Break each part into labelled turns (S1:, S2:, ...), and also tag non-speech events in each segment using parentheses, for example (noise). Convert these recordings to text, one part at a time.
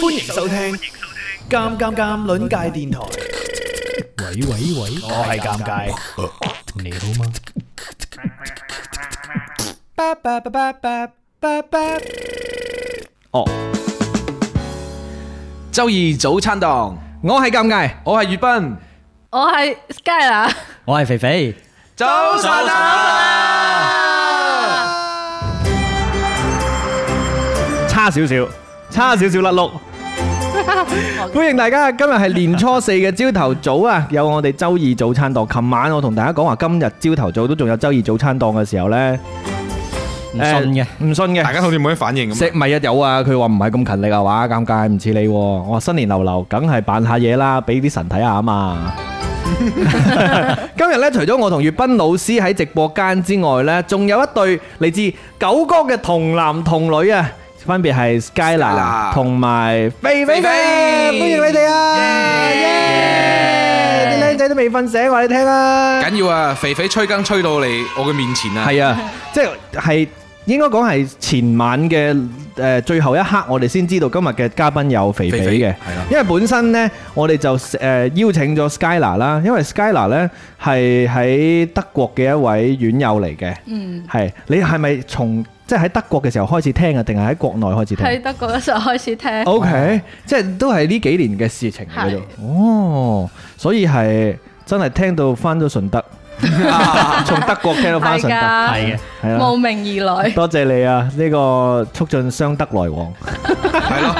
S1: 欢迎收听《尴尴尴》邻界电台。
S2: 喂喂喂，
S1: 我係尷尬，
S2: 你好嗎？
S1: 叭叭叭叭叭叭叭。
S3: 周二早餐檔，我係尷尬，我係粵斌。
S4: 我係 Sky 啊啦，
S2: 我係肥肥，
S3: 早晨啊！
S1: 差少少，差少少甩
S2: (laughs)
S1: 碌。歡迎大家，今日係年初四嘅朝頭早啊，有我哋周二早餐檔。琴晚我同大家講話，今日朝頭早都仲有周二早餐檔嘅時候呢，
S2: 唔信嘅，
S1: 唔信嘅。
S5: (laughs) 大家好似冇乜反應咁。
S1: 食咪日有啊，佢話唔係咁勤力啊，話尷尬唔似你喎。我話新年流流，梗係扮下嘢啦，俾啲神睇下啊嘛。 (laughs) 今日咧，除咗我同粵斌老師喺直播間之外咧，仲有一對嚟自九江嘅童男童女啊，分別係 Skyla
S3: Skyla
S1: 同埋肥肥肥，
S3: 肥
S1: 歡
S3: 肥
S1: 迎你哋啊！
S3: 耶
S1: 耶啲僆仔都未瞓醒，話你聽啦。
S3: 緊要啊！肥肥吹更吹到嚟我嘅面前啊！
S1: 係啊，即係應該講係前晚嘅誒、呃最後一刻，我哋先知道今日嘅嘉賓有肥肥嘅。
S3: 係啦，
S1: 因為本身呢，我哋就誒、呃邀請咗 Skyla 啦，因為 Skyla 呢係喺德國嘅一位院友嚟嘅，
S4: 嗯，
S1: 係你係咪從即係喺德國嘅時候開始聽啊，定係喺國內開始聽
S4: 喺德國嗰時候開始聽，
S1: ？O、k 即係都係呢幾年嘅事情嚟嘅
S4: 係
S1: 啫哦，所以係真係聽到翻咗
S4: (laughs)
S1: 順德，從德國聽到翻
S4: 係
S1: 順德，
S4: 噶，
S2: 係嘅，
S1: 係啦。
S4: 慕名而來，
S1: 多謝你啊！呢、個促進雙德來
S4: (laughs)
S1: 往，
S3: 係咯，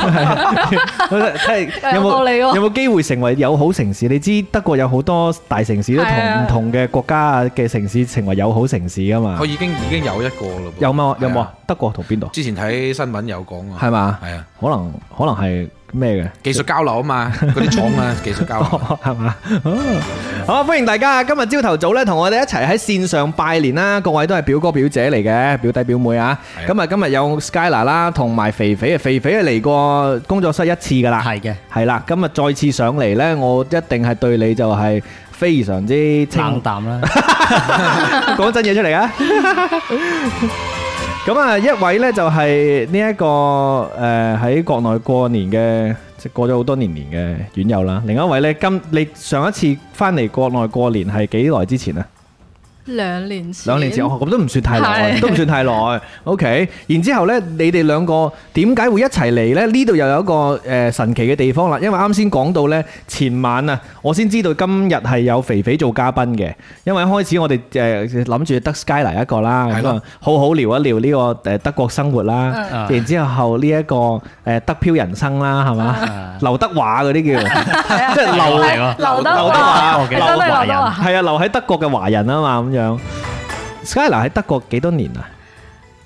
S1: 睇下有
S4: 有道
S1: 冇
S4: 理喎
S1: 有冇機會成為友好城市？你知德國有好多大城市都
S4: 係
S1: 同
S4: 啊
S1: 唔同嘅國家嘅城市成為友好城市噶嘛
S3: 我？已經已經有一個嘞噃。
S1: 有冇啊有冇
S3: 係
S1: 啊？？德國同邊度？
S3: 之前睇新聞有講啊，
S1: 係嘛？
S3: 係啊，
S1: 可能可能係 (laughs) 咩嘅？
S3: 技術交流啊嘛，嗰啲
S1: (laughs)
S3: 廠啊，技術交流。
S1: 係嘛？好啊！歡迎大家啊！今日朝頭早咧，同我哋一齊喺線上拜年啦！各位都係表哥表姐嚟嘅，表弟表妹啊！
S3: 係
S1: 咁啊，今日有 Skyla 啦，同埋肥肥啊，肥肥啊嚟過工作室一次噶啦，
S2: 係嘅，
S1: 係啦，今日再次上嚟呢，我一定係對你就係非常之
S2: 冷
S1: 清，
S2: 淡啦，
S1: (laughs) 講真嘢出嚟啊！咁啊，一位呢就係呢一個誒喺國內過年嘅，即係過咗好多年年嘅院友啦。另一位呢，今你上一次翻嚟國內過年係幾耐之前啊？
S4: 兩年前，
S1: 兩年前，哦，咁都唔算太耐，
S4: 係
S1: 都唔算太耐。OK，然之後呢，你哋兩個點解會一齊嚟呢？呢度又有一個誒、呃神奇嘅地方啦，因為啱先講到呢，前晚啊，我先知道今日係有肥肥做嘉賓嘅，因為一開始我哋誒諗住得 Skyla 一個啦，
S3: 係
S1: 咁
S3: 咯
S1: 啊好好聊一聊呢個誒德國生活啦，
S2: 嗯
S1: 然之後呢、一個誒德漂人生啦，係嘛
S2: 啊？
S1: 劉德華嗰啲叫。
S4: 係啊
S1: 即係留
S2: 嚟喎
S4: 劉德
S1: 劉德華
S4: 華，
S2: 我嘅
S4: 真係劉
S2: 華
S4: 德
S2: 人，
S4: 華，
S1: 係啊，留喺德國嘅華人啊嘛，咁樣。Skyla 喺德國幾多年啊？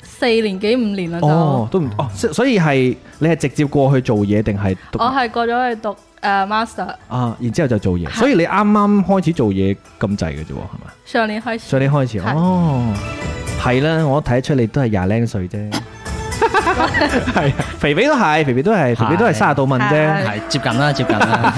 S4: 四年幾五年啦
S1: 哦
S4: 就，，
S1: 都唔哦，所所以係你係直接過去做嘢定係讀
S4: 我係過咗去讀誒 master，
S1: 啊？然之後就做嘢，
S4: 係
S1: 所以你啱啱開始做嘢咁滯嘅啫喎，係咪？
S4: 上年開始
S1: 上，年開始
S4: 係
S1: 哦，係啦，我睇得出你都係廿零歲啫。
S4: (laughs)
S1: 係啊，肥肥都係，肥肥都係，肥肥都係
S2: 係
S1: 三十度問啫。
S4: 係
S2: 係接近啦，接
S1: (laughs)
S2: 近啦，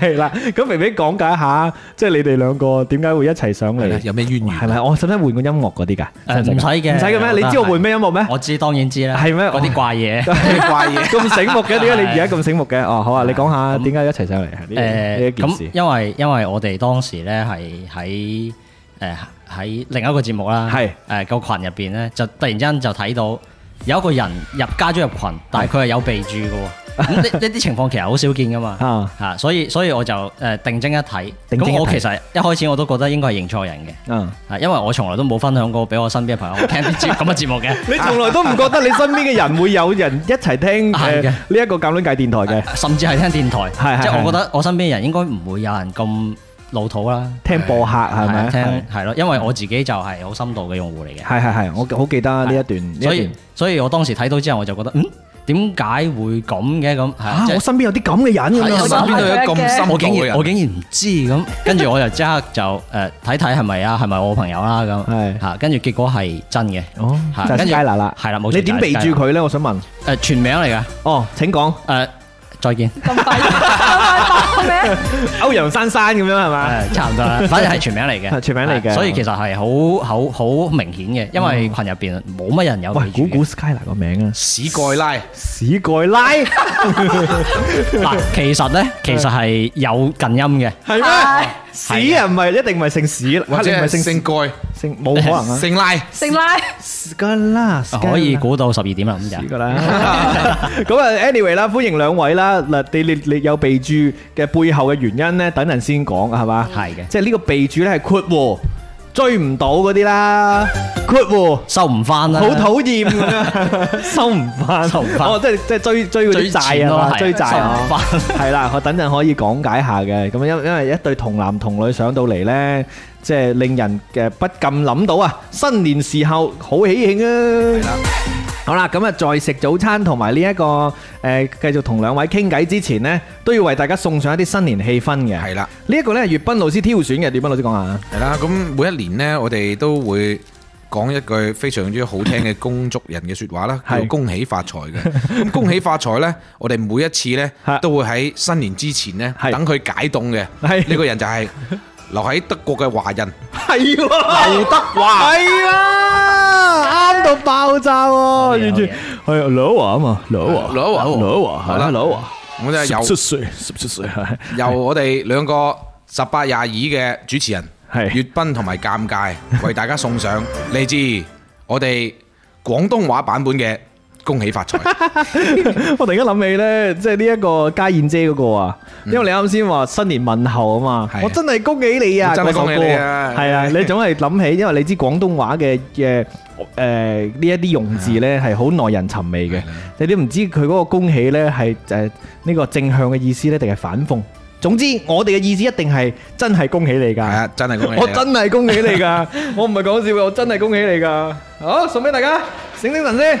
S1: 係啦，咁肥肥講解下，即係你哋兩個點解會一齊上
S3: 係啦
S1: 嚟？
S3: 有咩淵源？
S1: 係咪？我使唔使換個音樂嗰啲㗎？
S2: 誒唔使嘅，
S1: 唔使嘅咩？你知我換咩音樂咩？
S2: 我知當然知啦，
S1: 係啊咩
S2: 嗰啲怪 (laughs) 嘢，
S3: 咩怪嘢？
S1: 咁醒目嘅，點解你而家咁醒目嘅？哦，好啊，你講下
S2: 咁
S1: 點解一齊上嚟係呢呢一
S2: 誒
S1: 件事
S2: 咁，？因為因為我哋當時咧係喺誒喺另一個節目啦，
S1: 係
S2: 誒個群入邊咧，就突然之間就睇到有一個人入加咗入群，但係佢係有備註
S1: (laughs)
S2: 嘅喎，咁呢呢啲情況其實好少見噶嘛。
S1: 啊
S2: 嚇，所以所以我就誒、呃定睛一睇，
S1: 定睛一睇
S2: 咁我其實一開始我都覺得應該係認錯人嘅，
S1: 啊！
S2: 啊，因為我從來都冇分享過俾我身邊嘅朋友我聽啲節咁嘅節目嘅，
S1: 你從來都唔覺得你身邊嘅人會有人一齊聽誒
S2: 係嘅
S1: 呢一個鑑論界電台嘅，
S2: 啊甚至係聽電台，
S1: 係係
S2: 即係
S1: 係
S2: 我覺得我身邊嘅人應該唔會有人咁老土啦，
S1: 聽播客係咪
S2: 啊？聽
S1: 係
S2: 係咯，因為我自己就係好深度嘅用戶嚟嘅，
S1: 係係係，我好記得呢一段呢
S2: 所
S1: 一
S2: 以
S1: 段。
S2: 所以我當時睇到之後我就覺得，嗯，點解會咁嘅咁係啊
S1: 啊！
S2: 即係
S1: 我身邊有啲咁嘅人咁
S3: 我身
S1: 樣，
S3: 邊都有一個咁深度
S2: 我竟
S3: 嘅
S2: 然
S1: 啊
S3: 人
S2: 我。竟然唔知咁，
S1: (laughs)
S2: 跟住我就即刻就誒睇睇係咪啊，係咪我朋友啦咁，
S1: 係
S2: 嚇，跟住結果係真嘅，
S1: 哦，
S2: 係
S1: 就係
S2: 跟住
S1: Skyla 啦，
S2: 係啦，冇錯
S1: 你點備註？佢咧？我想問。
S2: 呃 (laughs) 誒全名嚟㗎，呃
S1: 哦，請講。
S2: 誒再見。
S4: 咁快咁快個名。
S1: 歐陽珊珊咁樣係嘛？
S2: 呃誒差唔
S1: (laughs)
S2: 多啦，反正係全名嚟嘅，
S1: 啊
S2: 啊
S1: 係全名嚟嘅哦
S2: 所以其實係好好好明顯嘅，因為群入邊冇乜人有
S1: 喂，
S2: 備
S1: 估
S2: 註
S1: 估
S2: 嘅。
S1: Skyla 個名啊，
S3: 屎蓋拉，
S1: 屎蓋拉
S2: 嗱，其實咧，其實係有近
S1: (laughs)
S2: 音嘅，
S1: 係咩？屎啊，唔係一定唔係姓屎啦，
S3: 或者
S1: 一定唔係
S3: 係
S1: 姓
S3: 姓蓋、
S1: 姓冇可能啊。
S3: 姓拉。
S4: 姓拉，
S1: Skyla
S2: 可以估到十二點啦，咁就
S1: 噶啦。 (laughs) 咁啊，anyway 啦，歡迎兩位啦。嗱，你你你有備註嘅背後嘅原因咧，等陣先講係嘛？
S2: 係嘅
S1: 即係呢個備註咧係括弧追唔到嗰啲啦，括弧。
S2: 收唔翻啦，
S1: 好討厭咁樣，收唔翻，
S2: (laughs) 收唔返
S1: 哦，即係即係追追嗰啲
S2: 追
S1: 債
S2: 錢
S1: 啊
S2: 咯
S1: 嘛，
S2: 係
S1: 追債啊
S2: 收唔返，
S1: 係啦，我等陣可以講解下嘅。咁因因為一對童男童女上到嚟咧，即係令人嘅不禁諗到啊，新年時候好喜慶啊！好啦，咁啊，在食早餐同埋呢一個誒，呃繼續同兩位傾偈之前呢，都要為大家送上一啲新年氣氛嘅。
S3: 係啦，
S1: 呢一個呢，係粵斌老師挑選嘅，粵斌老師講下。
S3: 係啦，咁每一年呢，我哋都會講一句非常之好聽嘅公祝人嘅説話啦，
S1: (laughs) 係
S3: 叫恭喜發財嘅。咁恭喜發財呢，我哋每一次呢
S1: 嚇，
S3: 都會喺新年之前呢，
S1: 係
S3: 等佢解凍嘅。
S1: 係
S3: 呢個人就係留喺德國嘅華人。
S1: 係喎，劉德華係啊，啱到爆炸喎，
S2: 好嘢
S1: 完全係啊，劉華啊嘛，劉華，
S3: 劉華
S1: 劉華，係
S3: 好
S1: 啦，
S3: 啦
S1: 劉華，
S3: 我哋
S1: 十
S3: 由
S1: 七歲，十七歲係
S3: 由我哋兩個十八廿二嘅主持人，
S1: 係
S3: 粵斌同埋尷尬，為大家送上嚟自我哋廣東話版本嘅恭喜發
S1: (laughs)
S3: 財。
S1: 我突然間諗起咧，即係呢一個家燕姐嗰個啊，因為你啱先話新年問候啊嘛
S3: Ừ. 係啊，
S1: 我真係恭喜你啊！
S3: 我真係
S1: 嗰首歌
S3: 恭喜你啊
S1: 係啊，你總係諗起，因為你知廣東話嘅嘅誒呢一啲用字咧係好耐人尋味嘅，你都唔知佢嗰個恭喜咧係誒呢個正向嘅意思咧，定係反諷。總之，我哋嘅意思一定係真係恭喜你
S3: 係
S1: 㗎
S3: 啊，，真係恭喜你啊！
S1: 我真係恭喜你㗎，我唔係講笑嘅，我真係恭喜你㗎。好，送俾大家，醒醒神先。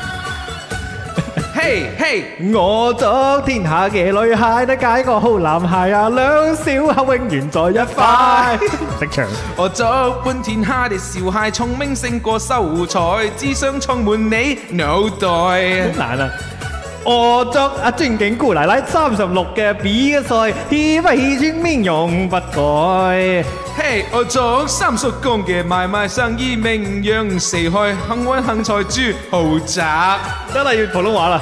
S3: 嘿嘿。
S1: 我祝天下嘅女孩得解個好男孩啊，兩小口永遠在一塊。食場
S3: 我祝半天下的小孩聰明勝過秀才，智商充滿你腦袋。
S1: 難啊！我祝阿尊敬姑奶奶三十六嘅比賽，喜不喜尊面容不改。
S3: 嘿，我祝三叔公嘅買賣生意名揚四海，幸運幸財住豪宅。
S1: 真係要普通話啦！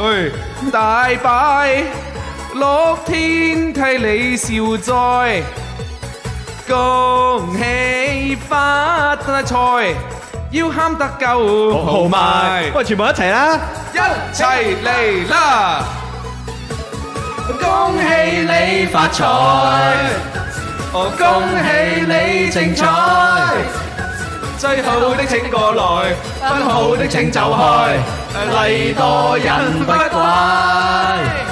S3: 哎，大拜，樂天替你消災，恭喜發財，要喊得夠豪邁。
S1: 喂，全部一齊啦！
S3: 一齊嚟啦！恭喜你發
S4: (laughs)
S3: 財，哦恭喜你精彩，最好的請過來，不好的請走開，嚟多人不怪。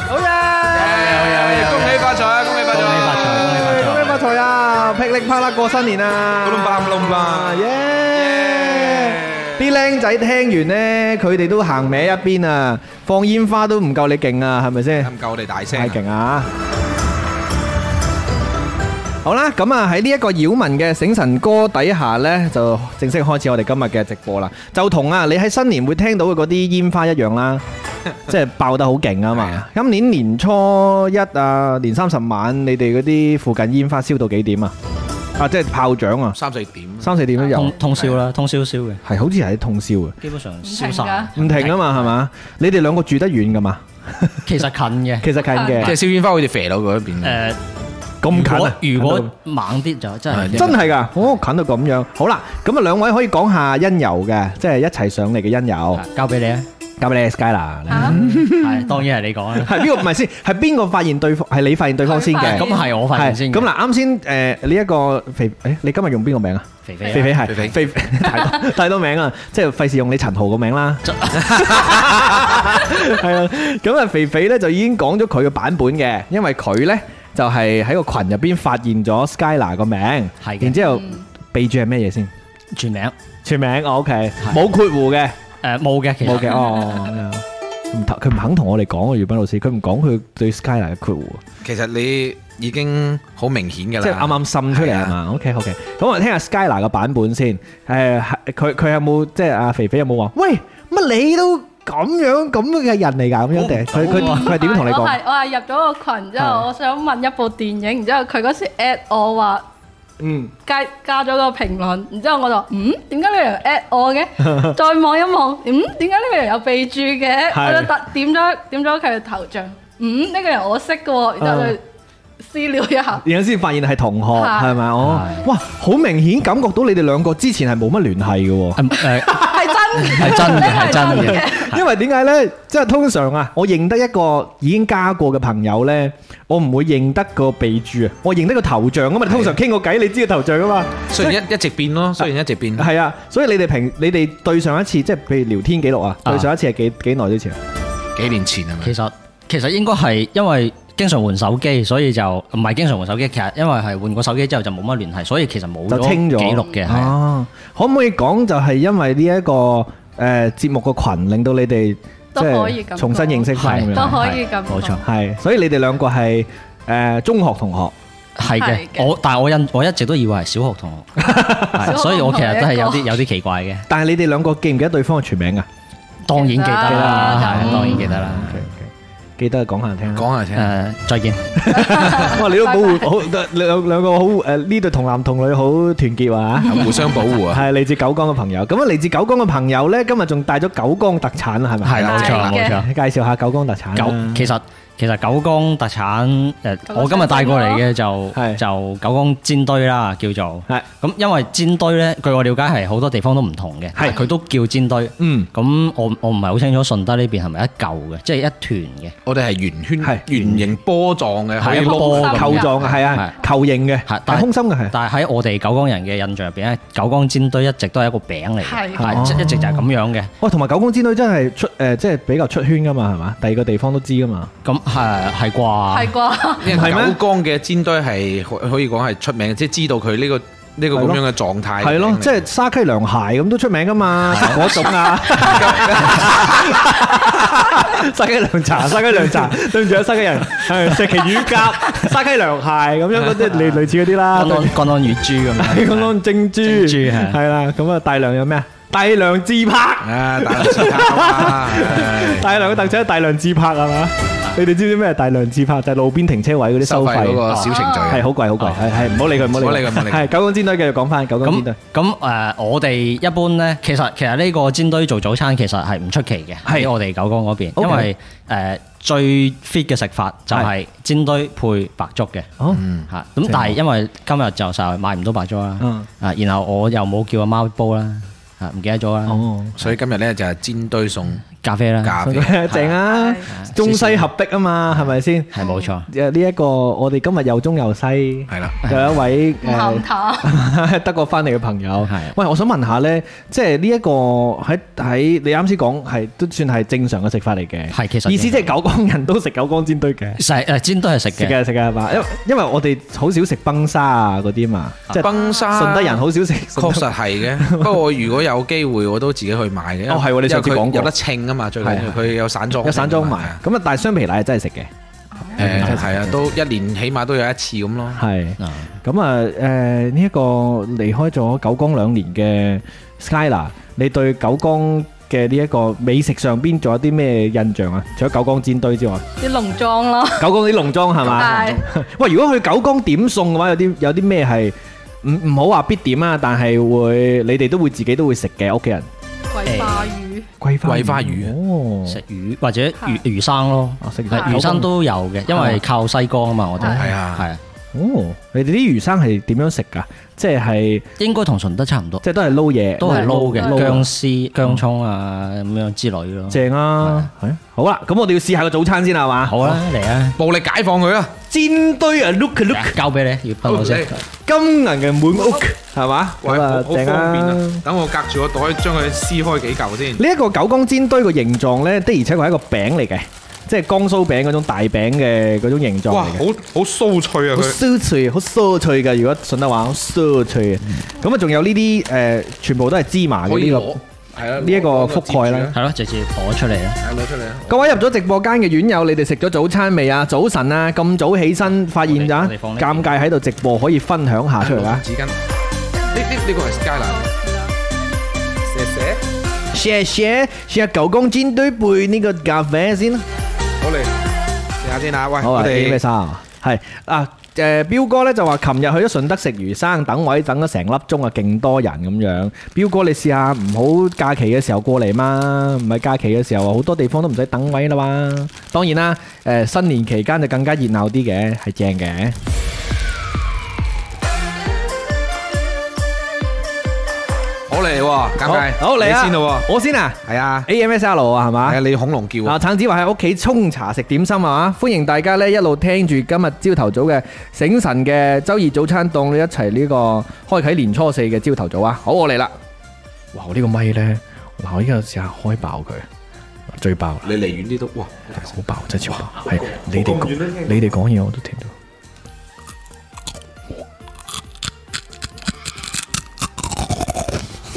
S1: 好嘢！
S3: 恭喜發財，恭喜發財，
S1: 恭喜發財啊！噼里啪啦過新年啊！
S3: 咕隆吧咕隆吧
S1: 耶！啲僆仔聽完呢，佢哋都行歪一邊啊！放煙花都唔夠你勁啊，係咪先？
S3: 唔夠我哋大
S1: 太勁啊！好啦，咁啊喺呢一個擾民嘅醒神歌底下呢，就正式開始我哋今日嘅直播啦。就同啊你喺新年會聽到嘅嗰啲煙花一樣啦，即係爆得好勁啊
S3: 係
S1: 嘛
S3: 啊！
S1: 今年年初一啊，年三十晚，你哋嗰啲附近煙花燒到幾點啊？啊，即係炮仗啊，
S3: 三四點
S1: 三四點都有，
S2: 通通宵啦，通宵燒嘅，
S1: 係好似係通宵嘅，
S2: 基本上
S4: 唔
S2: 燒
S4: 停㗎
S2: 晒，
S1: 唔停啊嘛，係嘛？你哋兩個住得遠噶嘛？
S2: 其實
S1: (laughs)
S2: 近嘅，
S1: 其實近嘅，
S3: 係燒煙花好似肥佬嗰一邊
S2: 誒，
S1: 咁近啊！近
S2: 如果如
S1: 到
S2: 果猛啲就啊真係
S3: 係
S1: 啊真係㗎，哦，近到咁樣。好啦，咁啊兩位可以講下因由嘅，即係一齊上嚟嘅因由。 (laughs)
S2: 交俾你啊，
S1: 交俾你 Skyla，你
S4: 啊
S2: 係當然係你講啦。
S1: 係邊個唔係先？係邊個發現對方？係你發現對方先嘅？
S2: 咁係我發現先嘅。
S1: 係咁嗱，啱先誒呢一個肥誒，你今日用邊個名啊？
S2: 肥肥啊
S1: 肥肥係肥
S3: 肥
S1: (laughs) 肥太多太多名啊！即係費事用你陳豪個名
S2: (laughs)
S1: 啦。係啊，咁啊肥肥咧就已經講咗佢嘅版本嘅，因為佢咧就係喺個群入邊發現咗 Skyla 個名，
S2: 係嘅嗯
S1: 然之後備注係咩嘢先？
S2: 全名
S1: 全名哦，OK，冇括弧嘅。
S2: 誒冇嘅，其
S1: 冇嘅，
S2: 實
S1: 哦，唔同佢唔肯同我哋講啊，葉斌老師，佢唔講佢對 Skyline 嘅括弧，
S3: 其實你已經好明顯㗎啦，
S1: 即係啱啱滲出嚟係
S3: 係
S1: 嘛？OK OK，咁我哋聽下 Skyline 嘅版本先。誒，佢佢有冇即係阿肥肥有冇話？喂，乜你都咁樣咁嘅人嚟㗎？咁樣定係佢佢佢係點同你
S4: 我
S1: 講？
S4: 係我係入咗個群之
S1: 係
S4: 後，我想問一部電影，然之後佢嗰時 at 我話。
S1: 嗯，
S4: 加加咗個評論，然之後我就嗯點解呢個人 at 我嘅？
S2: (laughs)
S4: 再望一望，嗯點解呢個人有備注嘅？
S1: 係
S4: 我就特點咗點咗佢嘅頭像，嗯呢、個人我識嘅喎，然
S2: 嗯
S4: 之後就私聊一
S2: (laughs)
S4: 下，
S1: 然後先發現係同學
S4: 係
S1: 係咪？哦，哇，好明顯感覺到你哋兩個之前係冇乜聯繫嘅喎。
S2: 誒誒
S4: 係真嘅
S2: 係真嘅
S4: 呢個
S2: 係真
S1: (laughs)
S2: 嘅
S1: 因為點解呢？即係通常啊，我認得一個已經加過嘅朋友呢，我唔會認得個備注啊，我認得個頭像啊嘛。你通常傾個偈，你知個頭像啊嘛。
S3: 雖然一一直變咯，雖然一直變，
S1: 係啊，所以你哋平你哋對上一次即係譬如聊天記錄啊，對上一次係幾幾耐之前啊？
S3: 幾年前係咪？
S2: 其實其實應該係因為經常換手機，所以就唔係經常換手機。其實因為係換過手機之後就冇乜聯繫，所以其實冇
S1: 就清咗
S2: 記錄嘅。係啊
S1: 哦，可唔可以講就係因為呢一個誒節目個群，令到你哋即
S4: 都可以
S1: 係
S4: 咁
S1: 重新認識翻咁
S4: 都
S1: 樣？
S4: 可以咁
S2: 冇錯，
S1: 係，所以你哋兩個係誒中學同學。
S2: 係嘅
S4: 係。嘅
S2: 我但係我印我一直都以為係小學同學，係
S4: 學
S2: 所以我其實都係有
S4: 同學
S2: 啲
S4: 一個
S2: 有啲奇怪嘅。
S1: 但係你哋兩個記唔記得對方嘅全名啊？
S2: 當然記得
S4: 記得
S2: 啦，
S4: 啦
S2: 係當然記得啦。
S1: 記得講下聽啦。
S3: 講下聽。
S2: 誒，再見。
S1: 哇！你都保護好兩兩個好誒呢對同男同女好團結啊！
S3: 互相保護啊！
S1: 係嚟自九江嘅朋友，咁啊嚟自九江嘅朋友咧，今日仲帶咗九江特產啊，係咪？
S2: 係冇錯
S4: 係嘅
S2: 冇錯。
S1: 介紹下九江特產啊
S2: 九其實其實九江特產誒，
S4: 九江
S2: 我今日帶過嚟嘅
S1: 係
S2: 就就九江煎堆啦，叫做
S1: 係
S2: 咁，因為煎堆咧，據我了解係好多地方都唔同嘅，
S1: 係
S2: 佢都叫煎堆。
S1: 嗯
S2: 咁我我唔係好清楚順德呢邊係咪一嚿嘅，即係一團嘅，
S3: 我哋係圓圈
S1: 係、
S3: 圓形波狀嘅，可以
S2: 係一啊個
S3: 碌
S2: 波
S4: 咁
S1: 球
S2: 咁
S4: 嘅。
S1: 狀嘅係啊，球形嘅
S2: 係
S1: 係
S2: 但係
S1: 空心嘅係。
S2: 但係喺我哋九江人嘅印象入邊咧，九江煎堆一直都係一個餅嚟嘅
S4: 係，
S2: 但係一一直就係咁樣嘅。
S1: 哇！同埋九江煎堆真係出誒，即係比較出圈噶嘛，係嘛？第二個地方都知噶嘛。
S2: 咁係係
S4: 係
S2: (laughs) 啩？
S4: 啩？
S3: 因
S1: 係
S3: 為
S1: 咩
S3: 九江嘅煎堆係可可以講係出名，即係知道佢呢個呢個
S1: 係咯
S3: 咁樣嘅狀態。
S1: 係咯，即係沙溪涼鞋咁都出名噶嘛，嗰
S3: (laughs)
S1: 種啊。沙溪涼茶，沙溪涼茶，對唔住啊，沙溪
S3: (laughs)
S1: 人，係石岐乳鴿、沙溪涼鞋咁樣嗰啲類類似嗰啲
S3: (laughs)
S1: 啦
S2: 乾。安乾安乳豬咁
S1: 係
S2: 樣，
S1: 咁樣正珠，
S2: 珍珠係
S1: 係啦，咁啊大量有咩啊？大量自拍，
S3: 啊，大陸先啱啊！唉
S1: 大量嘅特產係大量自拍係嘛？你哋知唔知咩係大量自拍？就係路邊停車 (laughs) 位嗰啲
S3: 收費嗰
S1: 費。
S3: 個小程序
S1: 係好貴，好貴，係係唔好理佢，唔好
S3: 唔好
S1: 理
S3: 理佢唔好理佢
S1: 係九江煎堆繼續講翻，九江煎
S2: 咁
S1: 堆
S2: 咁誒，我哋一般咧，其實其實呢個煎堆做早餐其實係唔出奇嘅，
S1: 係
S2: 喺我哋九江嗰邊，
S1: OK
S2: 因為誒最 fit 嘅食法就係煎堆配白粥嘅
S1: 哦，
S2: 嚇。咁但係因為今日就實在買唔到白粥啦
S1: 嗯，
S2: 啊，然後我又冇叫阿媽煲啦，啊唔記得咗啦，
S1: 哦。
S3: 所以今日咧就係煎堆送
S2: 咖啡啦，
S3: 咖啡。
S1: (laughs) 正啊， (laughs) 中西合璧啊嘛，係咪先？
S2: 係冇錯。
S1: 誒呢一個我哋今日又中又西，
S3: 係啦，
S1: 有一位 (laughs)
S4: 唔鹹淡，
S1: 誒德國翻嚟嘅朋友
S2: 係，
S1: 喂，我想問下呢，即係呢一個喺喺你啱先講係都算係正常嘅食法嚟嘅，
S2: 係其實
S1: 意思即係九江人都食九江煎堆嘅，
S2: 食誒煎堆係食
S1: 食
S2: 嘅，啊
S1: 嘅食嘅係嘛？因為因為我哋好少食崩沙啊嗰啲嘛，即係
S3: 崩沙
S1: 順德人好少食，
S3: 確實係 (laughs) 嘅。不過我如果有機會，我都自己去買嘅。因為
S1: 哦係喎你上次
S3: 因為
S1: 講
S3: 佢
S1: 過
S3: 有得稱啊嘛，最緊要
S1: 係
S3: 佢有散裝，
S1: 有散裝埋，咁啊但係雙皮奶係真係食嘅，
S3: 係啊。誒係啊，都一年起碼都有一次咁咯。
S1: 係。
S2: 啊
S1: 咁啊，誒呢一個離開咗九江兩年嘅 Skyla，你對九江嘅呢一個美食上邊仲有啲咩印象啊？除咗九江煎堆
S2: (laughs)
S1: 之外，
S4: 啲濃妝咯，
S1: 九江啲農莊係嘛？
S4: 係
S1: (laughs) 喂，如果去九江點餸嘅話，有啲有啲咩係唔唔好話必點啊？但係會你哋都會自己都會食嘅，屋企人
S4: 桂花魚，
S1: 桂花
S3: 桂花魚
S1: 哦，
S2: 食魚或者魚魚生咯。
S1: 啊食
S2: 係魚生都有嘅，因為靠西江啊嘛，我哋
S3: 係啊
S2: 係啊，
S1: 哦，你哋啲魚生係點樣食㗎？即係
S2: 應該同純德差唔多，
S1: 即係都係撈嘢，
S2: 都係撈嘅
S1: 撈嘅
S2: 姜絲、姜葱啊咁樣之類咯。
S1: 正啊，係啊好啦，咁我哋要試下個早餐先啦係嘛，
S2: 好啦，嚟啊，
S3: 暴力解放佢啊！
S1: 煎堆啊，look look，
S2: 交俾你，要噴我先。
S1: 金銀嘅滿屋係嘛，
S3: 喂，
S1: 咁
S3: 好
S1: 啊
S3: 好方
S1: 正
S3: 便啊
S1: 啊！！
S3: 等我隔住個袋將佢撕開幾嚿先。
S1: 呢一個九江煎堆個形狀呢，的而且確係一個餅嚟嘅，即係江蘇餅嗰種大餅嘅嗰種形狀
S3: 哇，
S1: 嚟
S3: 好
S1: 嘅。
S3: 好酥脆啊
S1: 好
S3: 佢。
S1: 酥脆，好酥脆嘅。如果順德話，好酥脆嘅。咁啊，仲有呢啲誒，全部都係芝麻嘅呢個。
S3: 係啊，
S1: 呢一個
S3: 攞攞
S1: 覆蓋啦
S3: 接住啊
S2: 係咯，直接攞出嚟啦。
S3: 係攞出嚟啊！
S1: 各位入咗直播間嘅院友，你哋食咗早餐未啊？早晨啊，咁早起身，發現
S2: 我
S1: 咋？
S2: 哋放呢
S1: 尷尬喺度直播，可以分享下出嚟啦。
S3: 紙巾。呢呢呢個係 Skyline。蛇蛇，
S1: 謝謝，試下九公煎堆配呢個咖啡先啦。
S3: 我嚟試下先啊！喂，
S1: 好啊，
S3: 我
S1: 啲咩
S3: 哋
S1: 衫啊？係啊，誒彪哥咧就話，琴日去咗順德食魚生，等位等咗成粒鐘啊，勁多人咁樣。彪哥你試下唔好假期嘅時候過嚟嘛，唔係假期嘅時候啊，好多地方都唔使等位啦嘛。當然啦，誒、新年期間就更加熱鬧啲嘅，係正嘅。
S3: 我嚟喎，尷尬。
S1: 好好嚟啊，
S3: 你先咯
S1: 我先啊
S3: 喎。係啊，
S1: ，AMSL 啊係嘛
S3: 係啊，？你恐龍叫
S1: 啊！
S3: 啊！
S1: 橙子話喺屋企沖茶食點心啊嘛，歡迎大家咧一路聽住今日朝頭早嘅醒神嘅周二早餐檔，一齊呢個開啟年初四嘅朝頭早啊！好，我嚟啦！哇！我呢個咪呢，嗱我依家試下開爆佢，最爆啦，
S3: 你離遠啲都哇！
S1: 好爆，真係超爆！係你哋講，你哋講嘢我都聽到。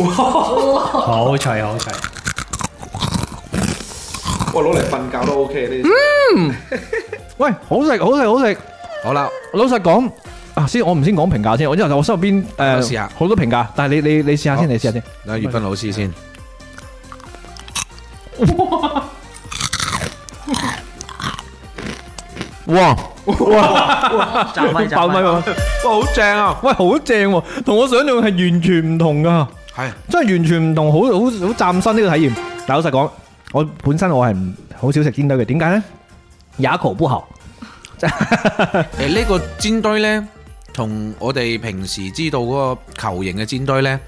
S2: 好脆，好脆。
S3: 哇，攞嚟瞓覺都 OK 呢啲。
S1: 嗯喂，好食，好食，好食！
S3: 好啦，
S1: 老實講啊，先我唔先講評價先，我因為我心入邊
S3: 我
S1: 誒
S3: 試
S2: 啊
S3: 下
S1: 好多評價，但係你你你試下先，
S3: 好
S1: 你試下先。
S3: 阿月芬老師先。
S1: 哇！
S2: 炸咪炸
S1: 爆咪
S2: 咪，
S1: 喎！
S3: 哇，好正啊！
S1: 喂，好正喎，同我想象係完全唔同噶，
S3: 係
S1: 真係完全唔同，好好好嶄新呢個體驗。但老實講，我本身我係唔好少食煎堆嘅，點解呢？牙口不好，
S3: 誒呢個煎堆呢，同我哋平時知道嗰個球形嘅煎堆呢，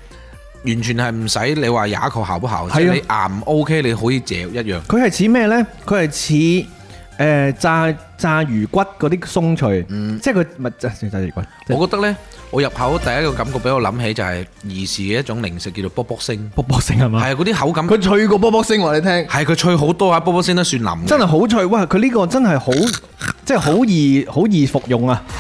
S3: 完全係唔使你話也球姣不姣，
S1: 係
S3: 即
S1: 啊
S3: 係你岩 OK，你可以嚼一樣。
S1: 佢係似咩呢？佢係似誒炸炸魚骨嗰啲鬆脆，
S3: 嗯
S1: 即係佢咪炸炸魚骨。
S3: 我覺得呢，我入口第一個感覺俾我諗起就係兒時嘅一種零食叫做卜卜星，
S1: 卜卜聲係嘛？
S3: 係啊嗰啲口感，
S1: 佢脆過卜卜聲，我話你聽，
S3: 係佢脆好多啊！卜卜星都算腍嘅，
S1: 真係好脆。哇！佢呢個真係好，即係好易好易服用啊！ (laughs)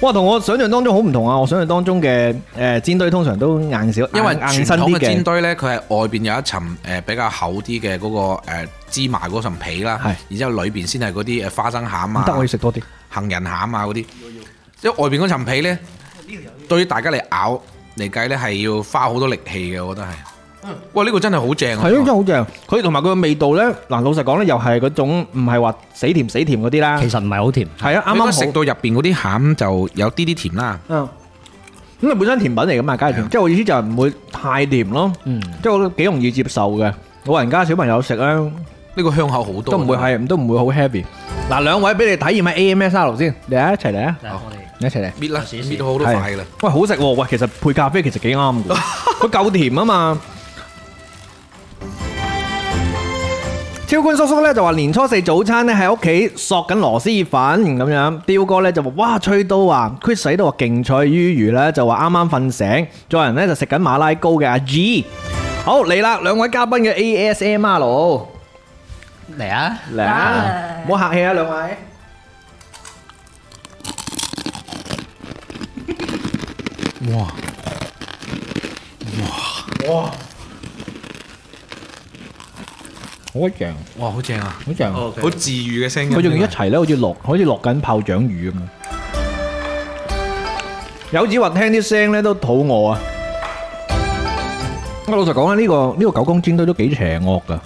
S1: 哇，同我想象當中好唔同啊！我想象當中嘅誒、煎堆通常都硬少，
S3: 因為
S1: 硬硬
S3: 傳
S1: 身
S3: 統
S1: 啲
S3: 嘅
S1: 嘅
S3: 煎。堆呢，佢係外邊有一層誒比較厚啲嘅嗰個誒芝麻嗰層皮啦
S1: 係，
S3: 然之後裏邊先係嗰啲誒花生餡啊。
S1: 得我要食多啲。
S3: 杏仁餡啊嗰啲，即係外邊嗰層皮咧，對於大家嚟咬嚟計咧係要花好多力氣嘅，我覺得係。
S2: 嗯
S3: 哇！呢個真係好正啊！
S1: 係咯，真係好正。佢同埋佢嘅味道咧，嗱老實講咧，又係嗰種唔係話死甜死甜嗰啲啦。
S2: 其實唔係好甜。
S1: 係啊，啱
S3: 啱啱食
S1: 啱好。
S3: 到入邊嗰啲餡就有啲啲甜啦。
S1: 嗯。咁佢本身甜品嚟噶嘛，梗係
S3: 係
S1: 甜。
S3: 啊
S1: 即係我意思就係唔會太甜咯，
S2: 嗯，
S1: 即係我都幾容易接受嘅。老人家小朋友食咧
S3: 呢個香口好多，
S1: 都唔會係，都唔會好 heavy。嗱，兩位俾你體驗下 AMSR 先，嚟啊，一齊嚟啊，
S2: 嚟我哋
S1: 你一齊嚟。
S3: 搣啦，
S2: 試一試
S3: 搣到好多塊㗎啦。
S1: 喂，好食喎！喂，其實配咖啡其實幾啱 (laughs) 嘅，佢夠甜啊嘛。超官叔叔咧就話年初四早餐咧喺屋企索緊螺絲粉咁樣，彪哥咧就話哇吹刀啊，Chris 喺度話勁脆於魚咧就話啱啱瞓醒，做人咧就食緊馬拉糕嘅阿 G。好嚟啦，兩位嘉賓嘅 ASMR 佬
S2: 嚟啊！
S1: 嚟啊，唔好客氣啊兩位。
S3: 哇！
S1: 好正，
S3: 哇！好正啊！
S1: 好正
S3: 好治愈嘅聲音。
S1: 佢仲要一齊咧，好似落好似落緊炮仗雨咁。有子話聽啲聲咧都肚餓啊！我老實講啦，呢、個呢、個九江煎堆都幾邪惡噶。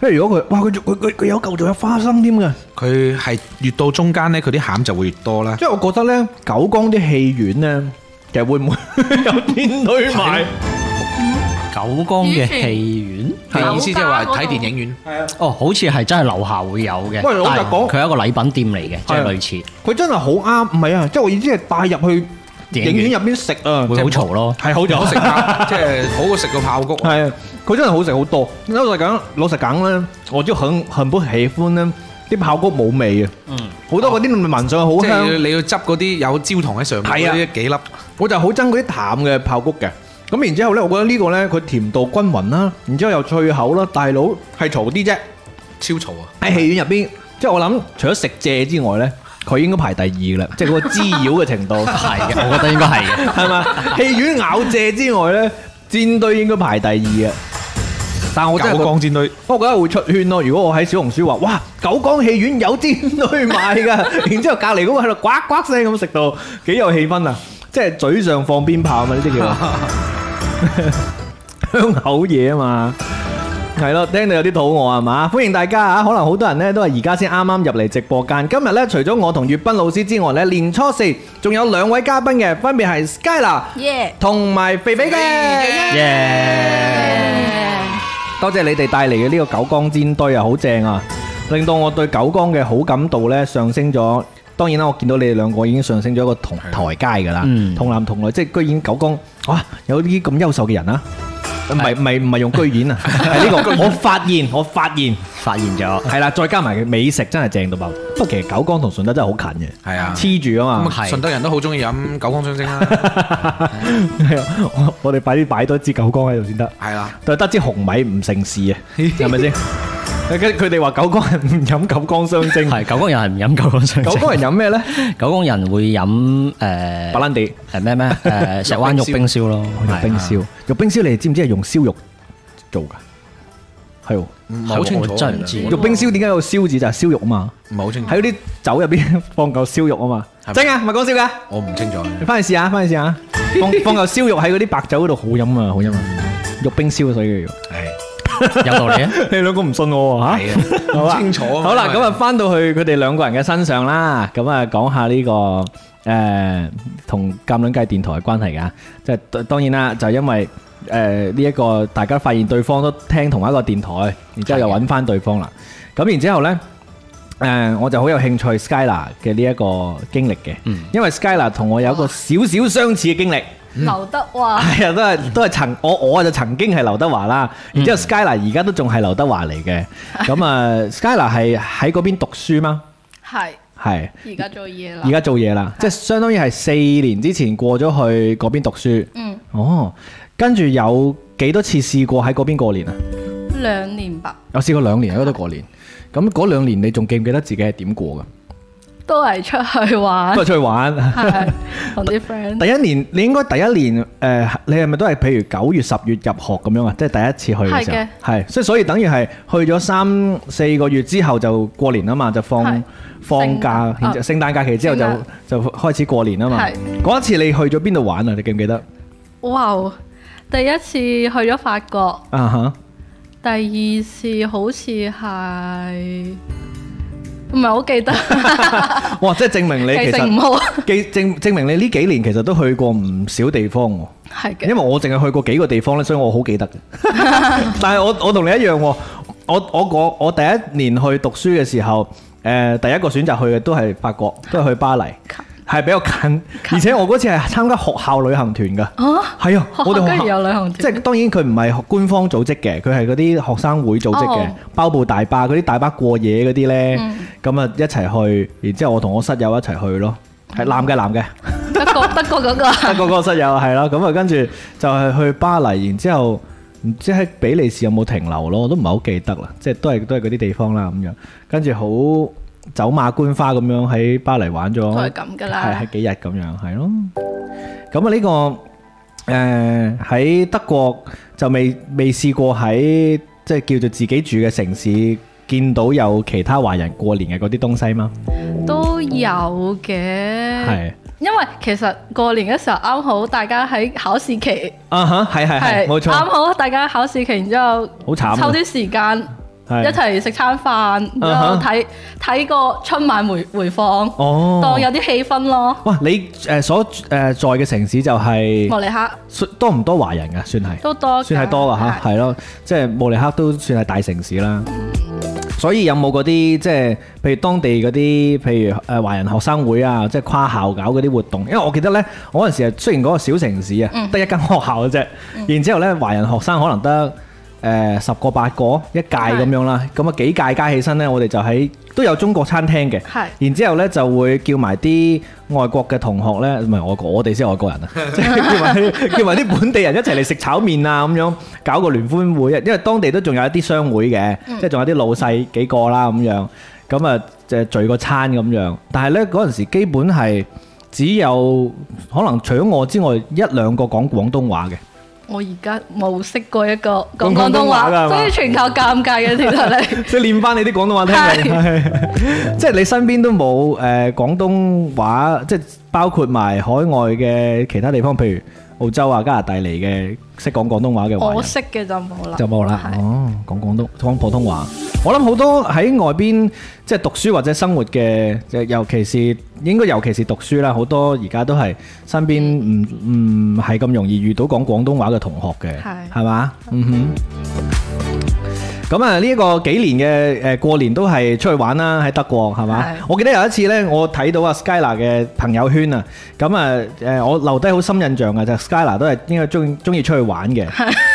S1: 即係如果佢，哇！佢仲佢佢佢有嚿仲有花生添㗎。
S3: 佢係越到中間咧，佢啲餡就會越多啦。
S1: 即係我覺得咧，九江啲戲院咧，其實會唔會 (laughs) 有煎堆賣？
S2: 九江嘅戲院，
S1: 啊
S3: 嘅意思即係話睇電影院，
S2: 哦，好似係真係樓下會有嘅。
S1: 喂老實
S2: 但係
S1: 講
S2: 佢係一個禮品店嚟嘅，即
S1: 係啊
S2: 係類似。
S1: 佢真係好啱，唔係啊！即係我意思係帶入去
S2: 電
S1: 影院
S2: 院
S1: 入邊食啊，
S2: 會好嘈咯。
S1: 係好嘈。
S3: (laughs) 好食㗎，即係好過食個爆谷啊。
S1: 係，佢真係好食好多。老實講，老實講咧，我都很很不喜歡咧啲爆谷冇味嘅，啊
S2: 嗯，
S1: 好多嗰啲聞上去好香。
S3: 即係你要-你要執嗰啲有焦糖喺上面
S1: 係啊。
S3: 嗰啲幾粒。
S1: 我就好憎嗰啲淡嘅爆谷嘅。咁然之後呢，我覺得呢個呢，佢甜度均勻啦，然之後又脆口啦，大佬係嘈啲啫。
S3: 啊
S1: 喺戲院入邊，即係我諗，除咗食蔗之外呢，佢應該排第二啦，即係嗰個滋擾嘅程 (laughs) 度
S2: 係嘅，我覺得應該係嘅。
S1: 係嘛？ (laughs) 戲院咬蔗之外呢，戰隊應該排第二啊嘅。但我真係覺得
S3: 九江戰隊。
S1: 我覺得會出圈咯。如果我喺小紅書話，哇，九江戲院有煎堆賣噶， (laughs) 然之後隔離嗰個喺度呱呱聲咁食到，幾有氣氛啊！即係嘴上放鞭炮啊嘛，呢 (laughs) 啲叫香口嘢啊嘛。係咯，聽到有啲肚餓係嘛？歡迎大家啊！可能好多人呢都係而家先啱啱入嚟直播間。今日呢，除咗我同粵斌老師之外呢，年初四仲有兩位嘉賓嘅，分別係 Skyla
S4: 耶！
S1: 同埋肥肥嘅。
S2: 耶！
S1: 多謝你哋帶嚟嘅呢個九江煎堆啊，好正啊！令到我對九江嘅好感度呢上升咗。當然啦，我見到你哋兩個已經上升咗一個同台階㗎啦，
S2: 嗯
S1: 同男同女，即係居然九江哇有啲咁優秀嘅人啊！ (laughs) 唔係唔係唔係用居 (laughs) 然啊，係呢個我發現我發現
S2: 發現咗，
S1: 係啦，再加埋佢美食真係正到爆。不過其實九江同順德真係好近嘅，
S3: 係啊。
S1: 黐住啊嘛。
S2: 係。
S3: 咁啊，順德人都好鍾意飲九江雙蒸啦。
S1: (laughs) 係啊我 (laughs) 我哋快啲擺多支九江喺度先得。
S3: 係啦。
S1: 但係得支紅米唔成事 (laughs) 啊，係咪先？佢佢哋話九江係唔飲九江雙 (laughs) 蒸，
S2: 係九江人係唔飲九江雙
S1: 九
S2: 蒸，
S1: 江人飲咩咧？
S2: 九江人會飲誒
S1: (laughs) 白蘭地、
S2: 係咩咩誒石灣肉冰燒咯，
S1: 肉冰
S2: 係
S1: 燒，肉冰燒你哋知唔知係用燒肉做㗎？係喎，
S3: 唔係好清楚，
S2: 我真係唔知
S3: 其實。
S1: 肉冰燒點解有個燒字就係燒肉啊嘛？
S3: 唔係好清楚。
S1: 喺啲酒入邊放嚿燒肉啊嘛，
S3: 係咪
S1: 真㗎，唔係講笑㗎。
S3: 我唔清楚。
S1: 你翻去試下，翻去試下，放放嚿燒肉喺嗰啲白酒嗰度好飲啊，好飲啊！肉冰燒啊所以叫。
S2: 有道理啊！
S1: (laughs) 你兩個唔信我喎嚇？
S3: 係啊，
S1: (laughs) 好啊
S3: 唔清楚啊，
S1: 好啦，
S3: 因為
S1: 咁啊，翻到去佢哋兩個人嘅身上啦，咁啊，講下呢、個誒同鑑卵界電台嘅關係噶，即係當當然啦，就因為誒呢一個大家發現對方都聽同一個電台，然之後又揾翻對方啦，咁然之後呢，誒、我就好有興趣 Skyla 嘅呢一個經歷嘅，
S2: 嗯
S1: 因為 Skyla 同我有一個少少相似嘅經歷。
S4: 劉德華
S1: 係啊，都係都係曾我我就曾經係劉德華啦，然之後 Skyla 而家都仲係劉德華嚟 (laughs) 嘅。咁啊，Skyla 係喺嗰邊讀書嗎？
S4: 係
S1: 係
S4: 而家做嘢啦
S1: 而。家做嘢啦，即係相當於係四年之前過咗去嗰邊讀書。
S4: 嗯，
S1: 哦，跟住有幾多次試過喺嗰邊過年啊？
S4: 兩年吧，
S1: 有試過兩年喺嗰度過年。咁嗰兩年你仲記唔記得自己係點過㗎？
S4: 都係出去玩
S1: 都係，出去玩。
S4: 係同啲 friend。
S1: 第一年你應該第一年誒、呃你係咪都係譬如九月、十月入學咁樣啊？即係第一次去嘅時
S4: 係嘅
S1: 候，係，即係所以等於係去咗三四個月之後就過年啊嘛，就放
S4: 係
S1: 放假
S4: 聖，啊
S1: 然之後聖誕假期之後就
S4: 聖誕
S1: 就開始過年啊嘛
S4: 係。
S1: 嗰一次你去咗邊度玩啊？你記唔記得？
S4: 哇！第一次去咗法國，
S1: 啊哈，
S4: 第二次好似係唔係好記得，
S1: 哇！即係證明你
S4: 記
S1: 其
S4: 性
S1: 實
S4: 唔好。
S1: 記證證明你呢幾年其實都去過唔少地方喎。
S4: 係
S1: 因為
S4: 嘅，
S1: 我淨係去過幾個地方咧，所以我好記
S4: (laughs)
S1: 得嘅。但係我我同你一樣喎，我我我我第一年去讀書嘅時候，誒、呃第一個選擇去嘅都係法國，都係去巴黎，係比較近，而且我嗰次係參加學校旅行團㗎，
S4: 啊，
S1: 係啊，
S4: 學
S1: 我
S4: 校
S1: 哋
S4: 居然
S1: 學校。
S4: 有旅行
S1: 即係
S4: 團，
S1: 當然佢唔係官方組織嘅，佢係嗰啲學生會組織嘅，
S4: 哦
S1: 包部大巴嗰啲大巴過夜嗰啲呢
S4: 嗯，
S1: 咁啊、一齊去，然之後我同我室友一齊去咯，
S4: 嗯
S1: 係男嘅男嘅。
S4: 德
S1: (laughs)
S4: 國德國嗰 (laughs) 個
S1: 德國嗰個室友係啦，咁啊跟住就係去巴黎，然之後唔知喺比利時有冇停留咯，我都唔係好記得啦，即係都係都係嗰啲地方啦咁樣，跟住好走馬觀花咁樣喺巴黎玩咗，
S4: 都係咁㗎
S1: 係
S4: 啦
S1: 係。幾日咁樣係咯。咁啊呢個誒喺、德國就未未試過喺即係叫做自己住嘅城市見到有其他華人過年嘅嗰啲東西嗎？
S4: 都有嘅，
S1: 係
S4: 因為其實過年嘅時候啱好大家喺考試期，
S1: 啊哈，係係係，
S4: 係
S1: 冇
S4: 啱
S1: 錯，
S4: 好大家考試期，然之後
S1: 好慘啊
S4: 抽啲時間
S1: 係
S4: 一齊食餐飯，然之
S1: 啊
S4: 後
S1: 哈
S4: 睇睇個春晚回回放，
S1: 哦，
S4: 當有啲氣氛咯。
S1: 哇！你誒所誒在嘅城市就係
S4: 慕尼克
S1: 算多唔多華人㗎？算係
S4: 都多㗎，
S1: 算係多啦嚇，
S4: 係
S1: 係咯，即係慕尼黑都算係大城市啦。所以有冇嗰啲即係譬如當地嗰啲，譬如誒華人學生會啊，即係跨校搞嗰啲活動？因為我記得呢，我嗰陣時係雖然嗰個小城市啊，
S4: 嗯
S1: 得、一間學校嘅啫，然之後呢，華人學生可能得。誒十個八個一屆咁樣啦，咁啊幾屆加起身呢，我哋就喺都有中國餐廳嘅
S4: 係，
S1: 然之後呢，就會叫埋啲外國嘅同學呢，唔係外國，我哋先係外國人啊，即係叫埋啲叫埋啲本地人一齊嚟食炒面啊咁樣，搞個聯歡會啊，因為當地都仲有一啲商會嘅，即係仲有啲老細幾個啦咁樣，咁啊誒聚個餐咁樣，但係呢，嗰陣時基本係只有可能除咗我之外一兩個講廣東話嘅。
S4: 我而家冇識過一個
S1: 講
S4: 講
S1: 廣
S4: 廣
S1: 東
S4: 東
S1: 話㗎係嘛
S4: 話，所以全靠尷尬嘅其實你。
S1: (laughs) 即係練翻你啲廣東話聽力，係 (laughs) 即係你身邊都冇誒廣東話，即係包括埋海外嘅其他地方，譬如澳洲啊、加拿大嚟嘅識講廣東話嘅華
S4: 我
S1: 人
S4: 識嘅就冇啦，
S1: 就冇啦。
S4: 係
S1: 哦，講廣東講普通話，我諗好多喺外邊即係讀書或者生活嘅，即係尤其是應該尤其是讀書啦，好多而家都係身邊唔唔係咁容易遇到講廣東話嘅同學嘅，
S4: 係
S1: 係嘛？嗯哼。咁啊，呢一個幾年嘅誒過年都係出去玩啦，喺德國係嘛
S4: 係？
S1: 我記得有一次呢，我睇到阿 Skyla 嘅朋友圈啊，咁啊誒，我留低好深印象嘅啊就 Skyla 都係應該中中意出去玩嘅。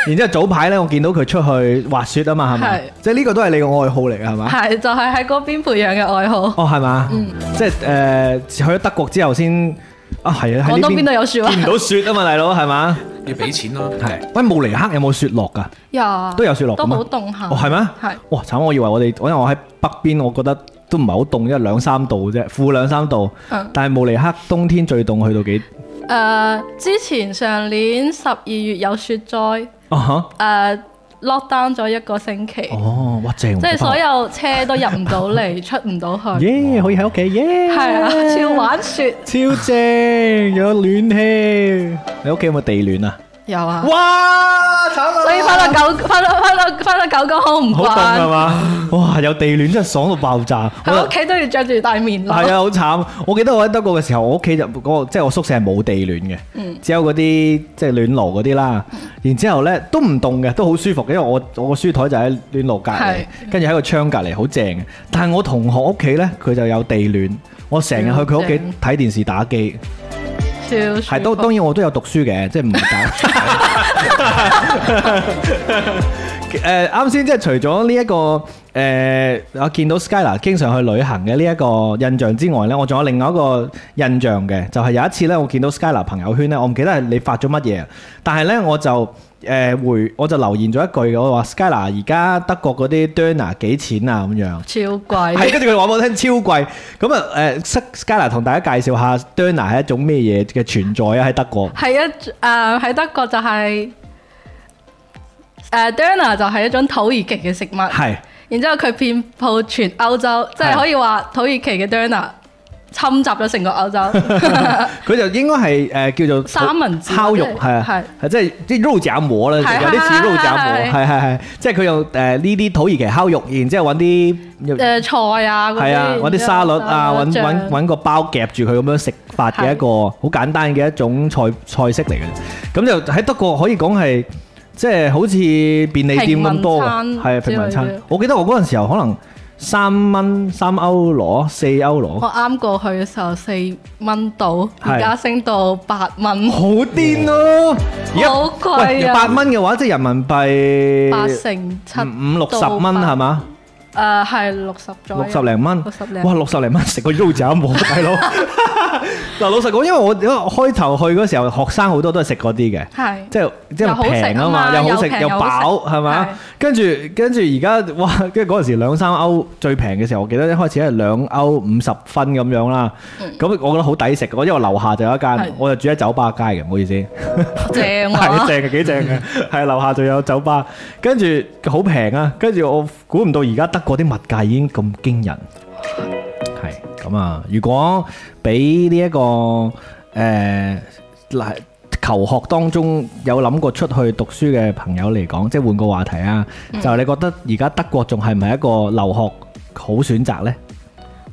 S1: 然之後早排呢，我見到佢出去滑雪啊嘛，係咪
S4: 係？
S1: 即係呢個都係你嘅愛好嚟嘅係嘛？
S4: 係就係喺嗰邊培養嘅愛好。
S1: 哦，係嘛？即係誒、去咗德國之後先啊，係啊，喺
S4: 廣
S1: 呢
S4: 東邊
S1: 邊
S4: 度有雪啊
S1: 見唔到雪啊嘛，大佬係嘛？
S3: 要俾錢咯。
S1: 係。喂，慕尼黑有冇雪落㗎？
S4: 呀，
S1: 都有雪落㗎
S4: 都
S1: 嘛
S4: 好凍下。
S1: 哦，係咩？
S4: 係
S1: 哇，慘！我以為我哋，因為我喺北邊，我覺得都唔係好凍，因為兩三度啫，負兩三度。
S4: 嗯
S1: 但係慕尼黑冬天最凍去到幾？
S4: 誒、之前上年十二月有雪災，誒、
S1: 啊哈！
S4: lock down 咗一個星期，
S1: 哦，哇正！
S4: 即係所有車都入唔到嚟， (laughs) 出唔到去，
S1: 耶，可以喺屋企耶。
S4: 係 (laughs) 啊，超玩雪
S1: 超正，有暖氣。你屋企有冇地暖啊？
S4: 有啊，
S1: 哇！慘啊！
S4: 所以翻到九翻到翻到翻到九江好唔
S1: 好凍啊係
S4: 慣，
S1: 嘛？哇！有地暖真係爽到爆炸。
S4: 喺屋企都要着住大棉褸，
S1: 係啊，好慘！我記得我喺德國嘅時候，我屋企就嗰、個即係我宿舍係冇地暖嘅，
S4: 嗯
S1: 只有嗰啲即係暖爐嗰啲啦。然之後呢，都唔凍嘅，都好舒服嘅，因為我我個書台就喺暖爐隔離
S4: 係，
S1: 跟住喺個窗隔離，好正嘅。但係我同學屋企呢，佢就有地暖，我成日去佢屋企
S4: 嗯
S1: 睇電視打機。
S4: 超
S1: 係都當
S4: 然
S1: 然我都有讀書嘅，即係唔係假。誒啱先即係除咗呢一個誒、我見到 Skyla 經常去旅行嘅呢一個印象之外呢，我仲有另外一個印象嘅，就係、有一次呢，我見到 Skyla 朋友圈呢，我唔記得係你發咗乜嘢，但係呢，我就誒、回我就留言咗一句，我話 Skyla 而家德國嗰啲 d o n a 幾錢啊咁樣。
S4: 超貴，
S1: 係，跟住佢話俾我聽超貴。咁啊，誒，Sk- Skyla 同大家介紹下 Dona 係一種咩嘢嘅存在啊？喺德國。
S4: 係一誒喺、德國就係、誒 d e n n e r 就係一種土耳其嘅食物。
S1: 係
S4: 然之後佢遍佈全歐洲，即係可以話土耳其嘅 d e n a 侵襲咗成個歐
S1: (laughs)
S4: 洲。
S1: 佢就應該係誒叫做
S4: 三文治
S1: 烤肉
S4: 即係
S1: 係啊
S4: 係，
S1: 係即係啲肉夾馍啦，
S4: 係
S1: 有啲似
S4: 係
S1: 肉夾
S4: 係
S1: 馍，係係係，即係佢用誒呢啲土耳其烤肉，然之後揾啲
S4: 誒菜啊嗰啲，
S1: 係啊揾啲沙律啊，
S4: 然
S1: 揾
S4: 之後
S1: 揾
S4: 醬
S1: 揾個包夾住佢咁樣食法嘅一個好簡單嘅一種菜菜式嚟嘅。咁就喺德國可以講係即係好似便利店咁多
S4: 平民
S1: 嘅，
S4: 餐
S1: 係啊平民
S4: 之類
S1: 餐
S4: 嘅。
S1: 我記得我嗰陣時候可能三蚊三歐羅四歐羅。
S4: 我啱過去嘅時候四蚊到，
S1: 係
S4: 而家升到八蚊，
S1: 好癲咯！而家
S4: 好貴啊
S1: 喂八蚊嘅話，即係人民幣
S4: 八成七
S1: 五五六十
S4: 到
S1: 蚊
S4: 八
S1: 係？嘛？
S4: 誒係六十左右，
S1: 六十零蚊，
S4: 啊六十零
S1: 哇！六十零蚊食個 U 仔冇，
S4: (laughs)
S1: 大佬。嗱，老實講，因為我因為我開頭去嗰時候，學生好多都係食嗰啲嘅。
S4: 係
S1: 即係即係
S4: 又好食啊
S1: 平啊嘛，
S4: 嘛
S1: 又好食
S4: 又平
S1: 又
S4: 又好
S1: 飽
S4: 食
S1: 係嘛
S4: 係？
S1: 跟住跟住而家哇，跟住嗰陣時兩三歐最平嘅時候，我記得一開始係兩歐五十分咁樣啦。咁我覺得好抵食嘅，因為我樓下就有一間
S4: 嗯係，
S1: 我就住喺酒吧街嘅，唔好意思。
S4: 正
S1: 係
S4: 喎，
S1: 正啊嘅，幾正
S4: (laughs)
S1: 嘅，係樓下仲有酒吧，跟住好平啊，跟住我估唔到而家德國啲物價已經咁驚人，係咁啊！如果俾呢一個誒嗱、求學當中有諗過出去讀書嘅朋友嚟講，即係換個話題啊，
S4: 嗯
S1: 就係你覺得而家德國仲係唔係一個留學好選擇呢？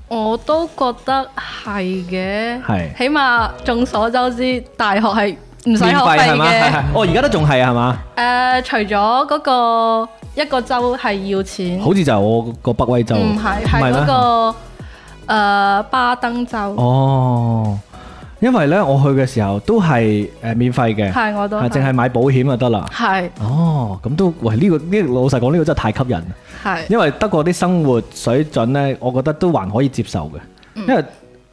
S4: 我都覺得係
S1: 係
S4: 嘅，起碼眾所周知，大學係唔使學
S1: 免
S4: 費 (laughs)
S1: 係嘛？係
S4: 嘅
S1: 係。哦，而家都仲係啊係嘛？
S4: 誒、除咗嗰個一個州係要錢，
S1: 好似就係我個北威州，
S4: 嗯唔係係
S1: 咩
S4: 嗰個誒巴登州，
S1: 哦，因為咧我去嘅時候都係誒免費嘅，
S4: 係我都
S1: 係淨係買保險就得啦。
S4: 係
S1: 哦，咁都喂呢、個呢、老實講呢、個真係太吸引。
S4: 係
S1: 因為德國啲生活水準呢，我覺得都還可以接受嘅，
S4: 嗯
S1: 因為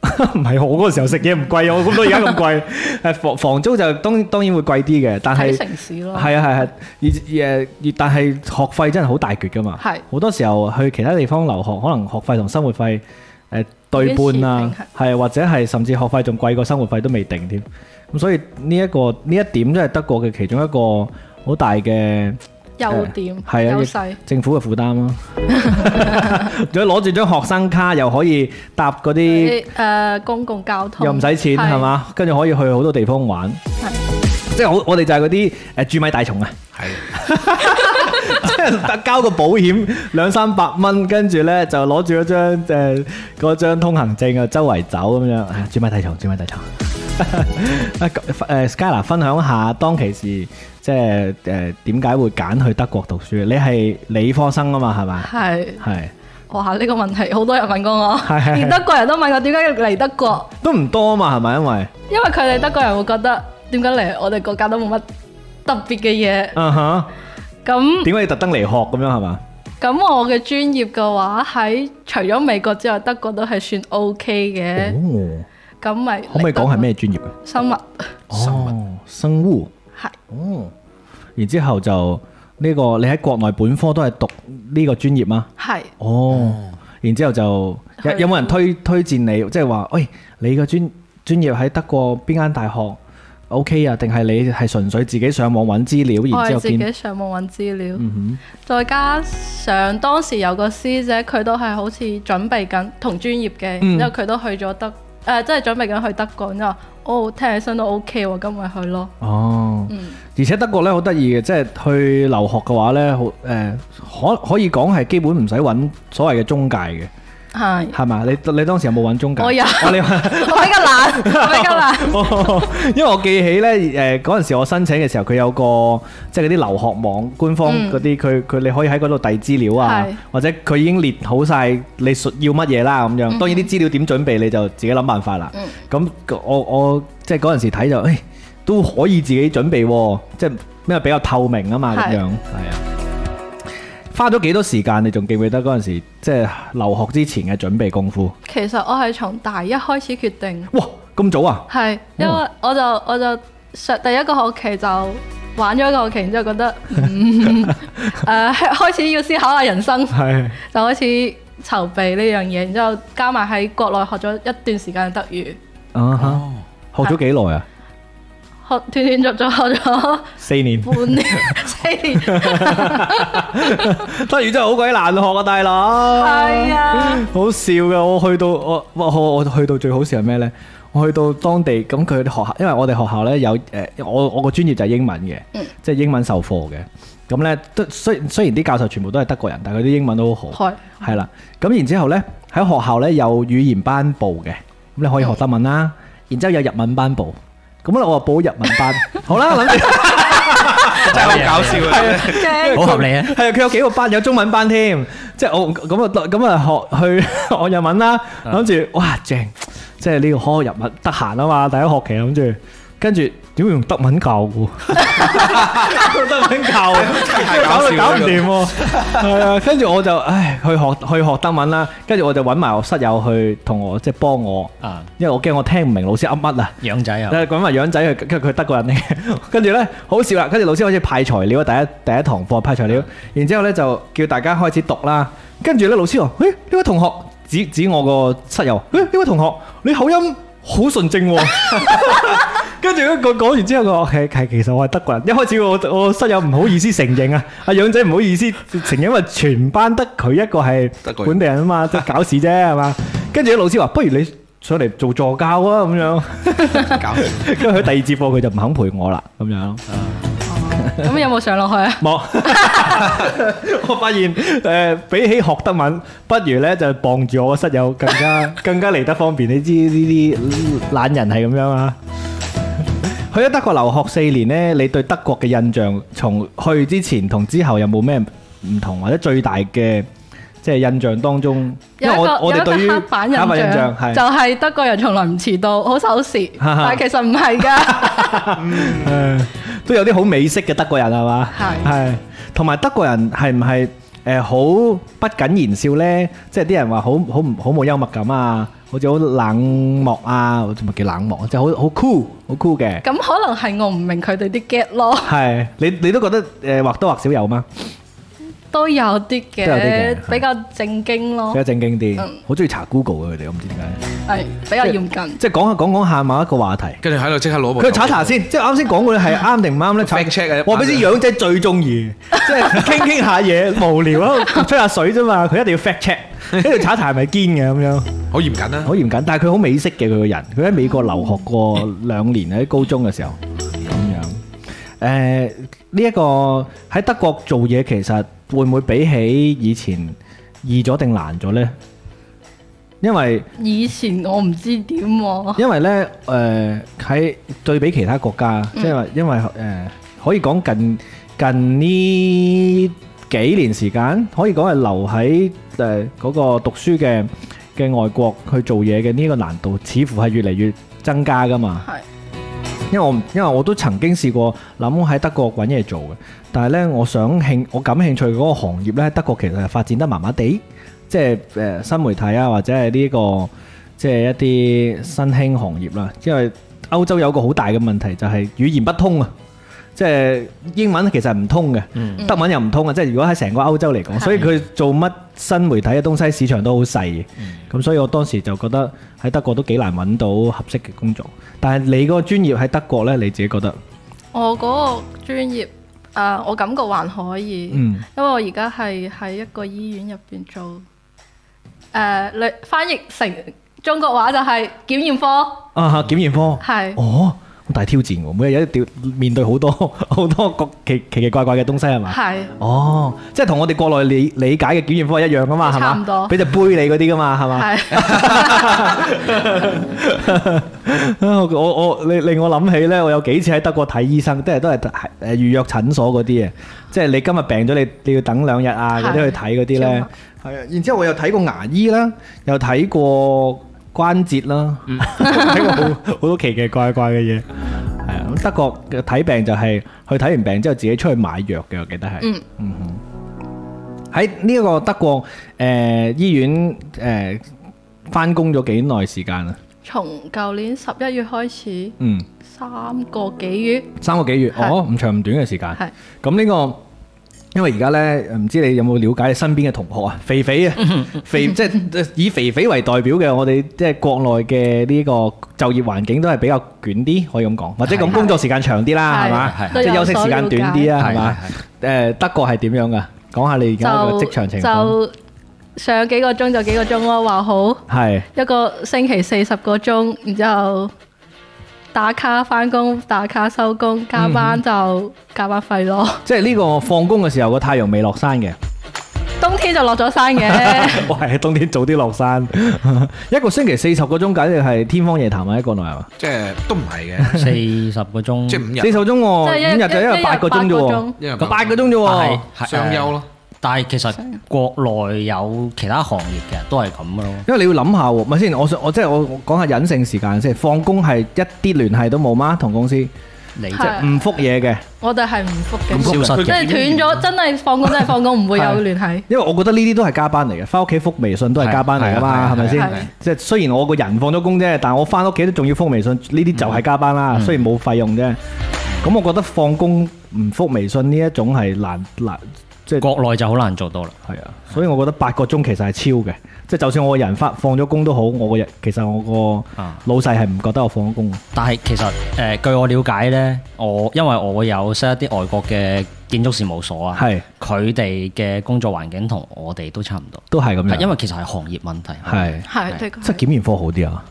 S1: (laughs) 唔係我嗰個時候食嘢唔貴，啊我咁到而家咁
S4: (laughs)
S1: 貴，誒房房租就當當然會貴啲嘅，但
S4: 睇
S1: 係。
S4: 城市咯，
S1: 係啊係係，而而而但係學費真係好大橛噶嘛。
S4: 係
S1: 好多時候去其他地方留學，可能學費同生活費誒、呃、對半
S4: 已
S1: 啦
S4: 經持平，
S1: 係啊或者係甚至學費仲貴過生活費都未定添。咁所以呢、一個呢一點真係德國嘅其中一個好大嘅。
S4: 優點
S1: 係啊，
S4: 優
S1: 亦
S4: 勢
S1: 政府嘅負擔咯，仲要攞住張學生卡又可以搭嗰啲
S4: 啲誒公共交通
S1: 又唔使錢係？嘛，跟住可以去好多地方玩，即係好我哋就係嗰啲誒住米大蟲啊，即係特 (laughs) 交個保險兩三百蚊，跟住咧就攞住嗰張誒嗰張通行證啊，周圍走咁樣，唉住米大蟲，住米大蟲。 (laughs) 啊咁誒 Skyla 分享下當其時即係誒點解會揀去德國讀書？你係理科生啊嘛，係咪？
S4: 係
S1: 係
S4: 哇！呢個問題好多人問過我，
S1: 係係係
S4: 連德國人都問我點解要嚟德國，
S1: 都唔多啊嘛，係咪？因為
S4: 因為佢哋德國人會覺得點解嚟我哋國家都冇乜特別嘅嘢，
S1: 嗯哼，
S4: 咁
S1: 點解要特登嚟學咁樣係嘛？
S4: 咁我嘅專業嘅話，喺除咗美國之外，德國都係算 OK 嘅。
S1: 哦，
S4: 咁咪
S1: 可唔可以講係咩專業啊？
S4: 生物？
S1: 生物哦生物
S4: 係
S1: 哦，然之後就呢個你喺國內本科都係讀呢個專業啊？
S4: 係
S1: 哦，然之後就有
S4: 去
S1: 有冇人推推薦你？即係話，喂，你個專專業喺德國邊間大學 OK 啊？定係你係純粹自己上網揾資料，
S4: 我
S1: 然之
S4: 哦係
S1: 後
S4: 自
S1: 見
S4: 己上網揾資料，
S1: 嗯
S4: 再加上當時有個師姐，佢都係好似準備緊同專業嘅，
S1: 嗯
S4: 然之後佢都去咗德，誒、呃即係準備緊去德國，然之後哦，聽起身都 OK 喎，咁咪去咯。
S1: 哼，哦，
S4: 嗯，
S1: 而且德國咧好得意嘅，即係去留學嘅話咧，好誒、可可以講係基本唔使揾所謂嘅中介嘅，
S4: (laughs) 係，
S1: 係嘛？你你當時有冇揾中介？
S4: 我有
S1: 哦你
S4: 我比較懶，我比較懶，
S1: 哦因為我記起咧，誒嗰陣時我申請嘅時候，佢有個即係嗰啲留學網官方
S4: 嗯
S1: 嗰啲，佢佢、你可以喺嗰度遞資料啊
S4: 係，
S1: 或者佢已經列好晒你屬要乜嘢啦咁
S4: 嗯
S1: 樣。當然啲資料點準備你就自己諗辦法啦。咁、我我即係嗰陣時睇就，誒、都可以自己準備喎、即係因為比較透明啊嘛咁
S4: 係
S1: 樣，係啊。花咗幾多時間？你仲記唔記得嗰陣時即係留學之前嘅準備功夫？
S4: 其實我係從大一開始決定。
S1: 哇！咁早啊？
S4: 係，因為我就我就上第一個學期就玩咗一個學期，然之後覺得嗯 (laughs) 誒開始要思考下人生，就
S1: 係。
S4: 開始籌備呢樣嘢，然之後加埋喺國內學咗一段時間嘅德語，
S1: 啊哈！學咗幾耐啊？
S4: 學 (laughs) 斷斷續續學咗
S1: 四年。
S4: 半年 (laughs) 四年，
S1: 德語真係好鬼難學啊，大佬。
S4: 係
S1: (laughs)
S4: 啊，
S1: 好笑嘅，我去到我我我我去到最好笑係咩呢？我去到當地咁佢哋學校，因為我哋學校呢有誒、我我個專業就係英文嘅，即係英文授課嘅。咁呢，都雖雖然啲教授全部都係德國人，但係佢啲英文都好好。
S4: 係
S1: 係啦，咁然之後呢，喺學校呢有語言班部嘅，咁你可以學德文啦，然之後有日文班部，咁咧我就報日文班，好啦，諗住。
S3: (laughs) 真係好搞笑啊。
S4: 嘅
S2: 好合理啊！
S1: 係啊，佢有幾個班，有中文班添，即係我咁啊咁啊學去 (laughs) 學日文啦，諗住哇正，即係呢個學日文得閒啊嘛，第一學期諗住，跟住點會用德文教 (laughs) 喎？用德文教啊，
S3: 太
S1: 搞
S3: 搞
S1: 到
S3: 笑啦
S1: 搞唔掂喎，係啊，跟住我就唉去學去學德文啦，跟住我就揾埋我室友去同我即係幫我，
S2: 啊，
S1: 因為我驚我聽唔明老師噏乜啊。
S2: 養仔
S3: (laughs)
S2: 啊，
S1: 誒講埋樣仔，佢佢佢德國人嚟 (laughs) 嘅，跟住咧好笑啦，跟住老師開始派材料，啊第一第一堂課派材料，然之後咧就叫大家開始讀啦，跟住咧老師話：，誒、呢位同學指指我個室友，誒、呢位同學你口音好純正喎、跟住咧佢講完之後，佢話係係其實我係德國人。一開始我我室友唔好意思承認啊，阿養仔唔好意思承認，因為全班得佢一個係
S3: 德國人
S1: 本地人啊
S3: (laughs)
S1: 嘛，即係搞事啫係嘛。跟住啲老師話：不如你上嚟做助教啊咁
S3: (laughs)
S1: 樣。 (laughs) 跟住佢第二節課佢就唔肯陪我啦，咁樣
S4: 咁有冇上落去啊？
S1: (laughs) 冇。我發現誒、呃比起學德文，不如咧就傍住我個室友更加 (laughs) 更加嚟得方便。你知呢啲懶人係咁樣啊？去咗德國留學四年呢，你對德國嘅印象，從去之前同之後有冇咩唔同，或者最大嘅即係印象當中，因
S4: 有
S1: 為
S4: 一個
S1: 我我哋對
S4: 有一
S1: 於
S4: 個黑板印
S1: 黑板印象
S4: 象，
S1: 係
S4: 就係德國人從來唔遲到，好守時，
S1: (laughs) 哈哈
S4: 但係其實唔係
S1: (laughs)
S4: 㗎。
S1: 都有啲好美式嘅德國人係嘛？
S4: 係
S1: 係，同埋德國人係唔係誒好不謹言笑呢？即係啲人話好好唔好冇幽默感啊，好似好冷漠啊，好似咪叫冷漠，即係好好 cool 好 cool 嘅。
S4: 咁可能係我唔明佢哋啲 get 咯，
S1: 係，你你都覺得誒或多或少有嗎？
S4: 哦都有啲
S1: 都有啲
S4: 嘅
S1: 嘅，
S4: 比較正經咯
S1: 比，較正經啲
S4: 嗯，
S1: 好中意查 Google 嘅佢哋，我唔知點解。
S4: 係比較嚴謹。
S1: 即係講下講講下某一個話題。
S3: 跟住喺度即刻攞部
S1: 佢查一查先，即係啱先講嗰啲係啱定唔啱咧？查
S3: (laughs) Fact check 啊
S1: 我俾啲樣仔最中意， (laughs) 即係傾傾下嘢，無聊喺度吹下水啫嘛。佢一定要 fact
S3: (laughs)
S1: check，跟住查一查係咪堅嘅咁樣，
S3: 好嚴謹啊！
S1: 好嚴謹。但係佢好美式嘅佢個人，佢喺美國留學過兩年喺高中嘅時候咁樣。誒呢一個喺德國做嘢，其實會唔會比起以前易咗定難咗呢？因為
S4: 以前我唔知點
S1: (laughs)
S4: 喎，
S1: 因為咧，誒、喺對比其他國家，即係話因為誒、呃可以講近近呢幾年時間，可以講係留喺誒嗰個讀書嘅嘅外國去做嘢嘅呢個難度，似乎係越嚟越增加噶嘛。
S4: 係
S1: 因為我唔因為我都曾經試過諗喺德國揾嘢做嘅，但係呢，我想興我感興趣嗰個行業呢，德國其實係發展得麻麻地，即係誒、呃新媒體啊，或者係呢、個即係一啲新興行業啦。因為歐洲有個好大嘅問題就係語言不通啊，即係英文其實係唔通嘅，德文又唔通啊。即係如果喺成個歐洲嚟講，所以佢做乜新媒體嘅東西市場都好細嘅。咁所以我當時就覺得喺德國都幾難揾到合適嘅工作。但係你嗰個專業喺德國呢，你自己覺得
S4: 我嗰個專業啊，我感覺還可以，
S1: 嗯
S4: 因為我而家係喺一個醫院入邊做誒，你、翻譯成中國話就係檢驗科，
S1: 啊檢驗科
S4: 係
S1: 哦好大挑戰喎，每日一定要面對好多 (laughs) 好多個奇奇奇怪怪嘅東西係嘛？
S4: 係
S1: 哦，即係同我哋國內理理解嘅檢驗科一樣噶嘛，係嘛？
S4: 差唔多
S1: 俾隻杯你嗰啲噶嘛，係嘛？
S4: 係
S1: (laughs)
S4: (laughs)
S1: 我我我令令我諗起呢，我有幾次喺德國睇醫生，都係都係誒預約診所嗰啲啊，即係你今日病咗，你你要等兩日啊嗰啲去睇嗰啲呢。係啊，然之後我又睇過牙醫啦，又睇過關節啦，(laughs)
S4: 嗯
S1: 睇過好好多奇奇怪怪嘅嘢。係啊，咁德國嘅睇病就係去睇完病之後自己出去買藥嘅，我記得係。
S4: 嗯
S1: 哼喺呢個德國誒、呃、醫院誒翻工咗幾耐時間啊？
S4: 從舊年十一月開始，
S1: 嗯。
S4: 三個幾月
S1: 三個幾月，
S4: 係
S1: 哦，唔長唔短嘅時間。
S4: 係
S1: 咁呢個，因為而家呢，唔知你有冇了解你身邊嘅同學啊？肥肥啊，
S2: 嗯
S1: (laughs) 肥即係以肥肥為代表嘅，我哋即係國內嘅呢個就業環境都係比較卷啲，可以咁講，或者咁工作時間長啲啦，
S4: 係
S1: 係嘛
S2: 係？
S1: 即係休息時間短啲啊，係嘛
S2: 係？
S1: 誒，德國係點樣噶？講下你而
S4: 就
S1: 家個職場情況。
S4: 就上幾個鐘就幾個鐘咯，話好
S1: 係
S4: 一個星期四十個鐘，然之後打卡翻工，打卡收工，加班就加班費咯。
S1: 即係呢個放工嘅時候個太陽未落山嘅，
S4: 冬天就落咗山嘅，
S1: (laughs) 我係冬天早啲落山， (laughs) 一個星期四十個鐘，簡直係天方夜譚啊！喺國內係嘛？
S3: 即係都唔係嘅，
S2: 四十個鐘，
S3: 即係五日
S1: 四首鐘
S4: 即係
S1: 喎，五
S4: 一
S1: 日就一日八個鐘啫喎，
S3: 一日八個鐘
S1: 個八個鐘啫喎
S2: 但，係
S3: 雙休。咯。
S2: 但係其實國內有其他行業嘅都係咁咯。
S1: 因為你要諗下喎，咪先，我想我即係我我講下隱性時間先，放工係一啲聯繫都冇嗎？同公司唔
S2: 你即
S4: 係
S2: 係
S1: 復嘢嘅，
S4: 我哋係唔復
S2: 消
S4: 嘅，
S2: 失
S4: 即
S2: 嘅，
S4: 係斷咗，真係放工真係放工，唔會有聯繫。
S1: 因為我覺得呢啲都係加班嚟嘅，翻屋企復微信都係加班嚟噶
S3: 係啊係
S1: 嘛，
S3: 啊
S1: 係咪
S4: 係啊
S1: 先
S4: 係啊？
S1: 即係雖然我個人放咗工啫，但我翻屋企都仲要復微信，呢啲就係加班
S3: 嗯
S1: 啦，雖然冇費用啫。咁我覺得放工唔復微信呢一種係難難，即係
S2: 國內就好難做到啦。
S1: 係啊，所以我覺得八個鐘其實係超嘅，即係就算我個人發放咗工都好，我個人其實我個
S2: 啊
S1: 老細係唔覺得我放咗工嘅。
S2: 但係其實誒、呃、據我了解呢，我因為我有識一啲外國嘅建築事務所啊，
S1: 係
S2: 佢哋嘅工作環境同我哋都差唔多，
S1: 都係咁樣。
S2: 係因為其實係行業問題，
S1: 係
S4: 係，的確
S1: 即係檢驗科好啲啊，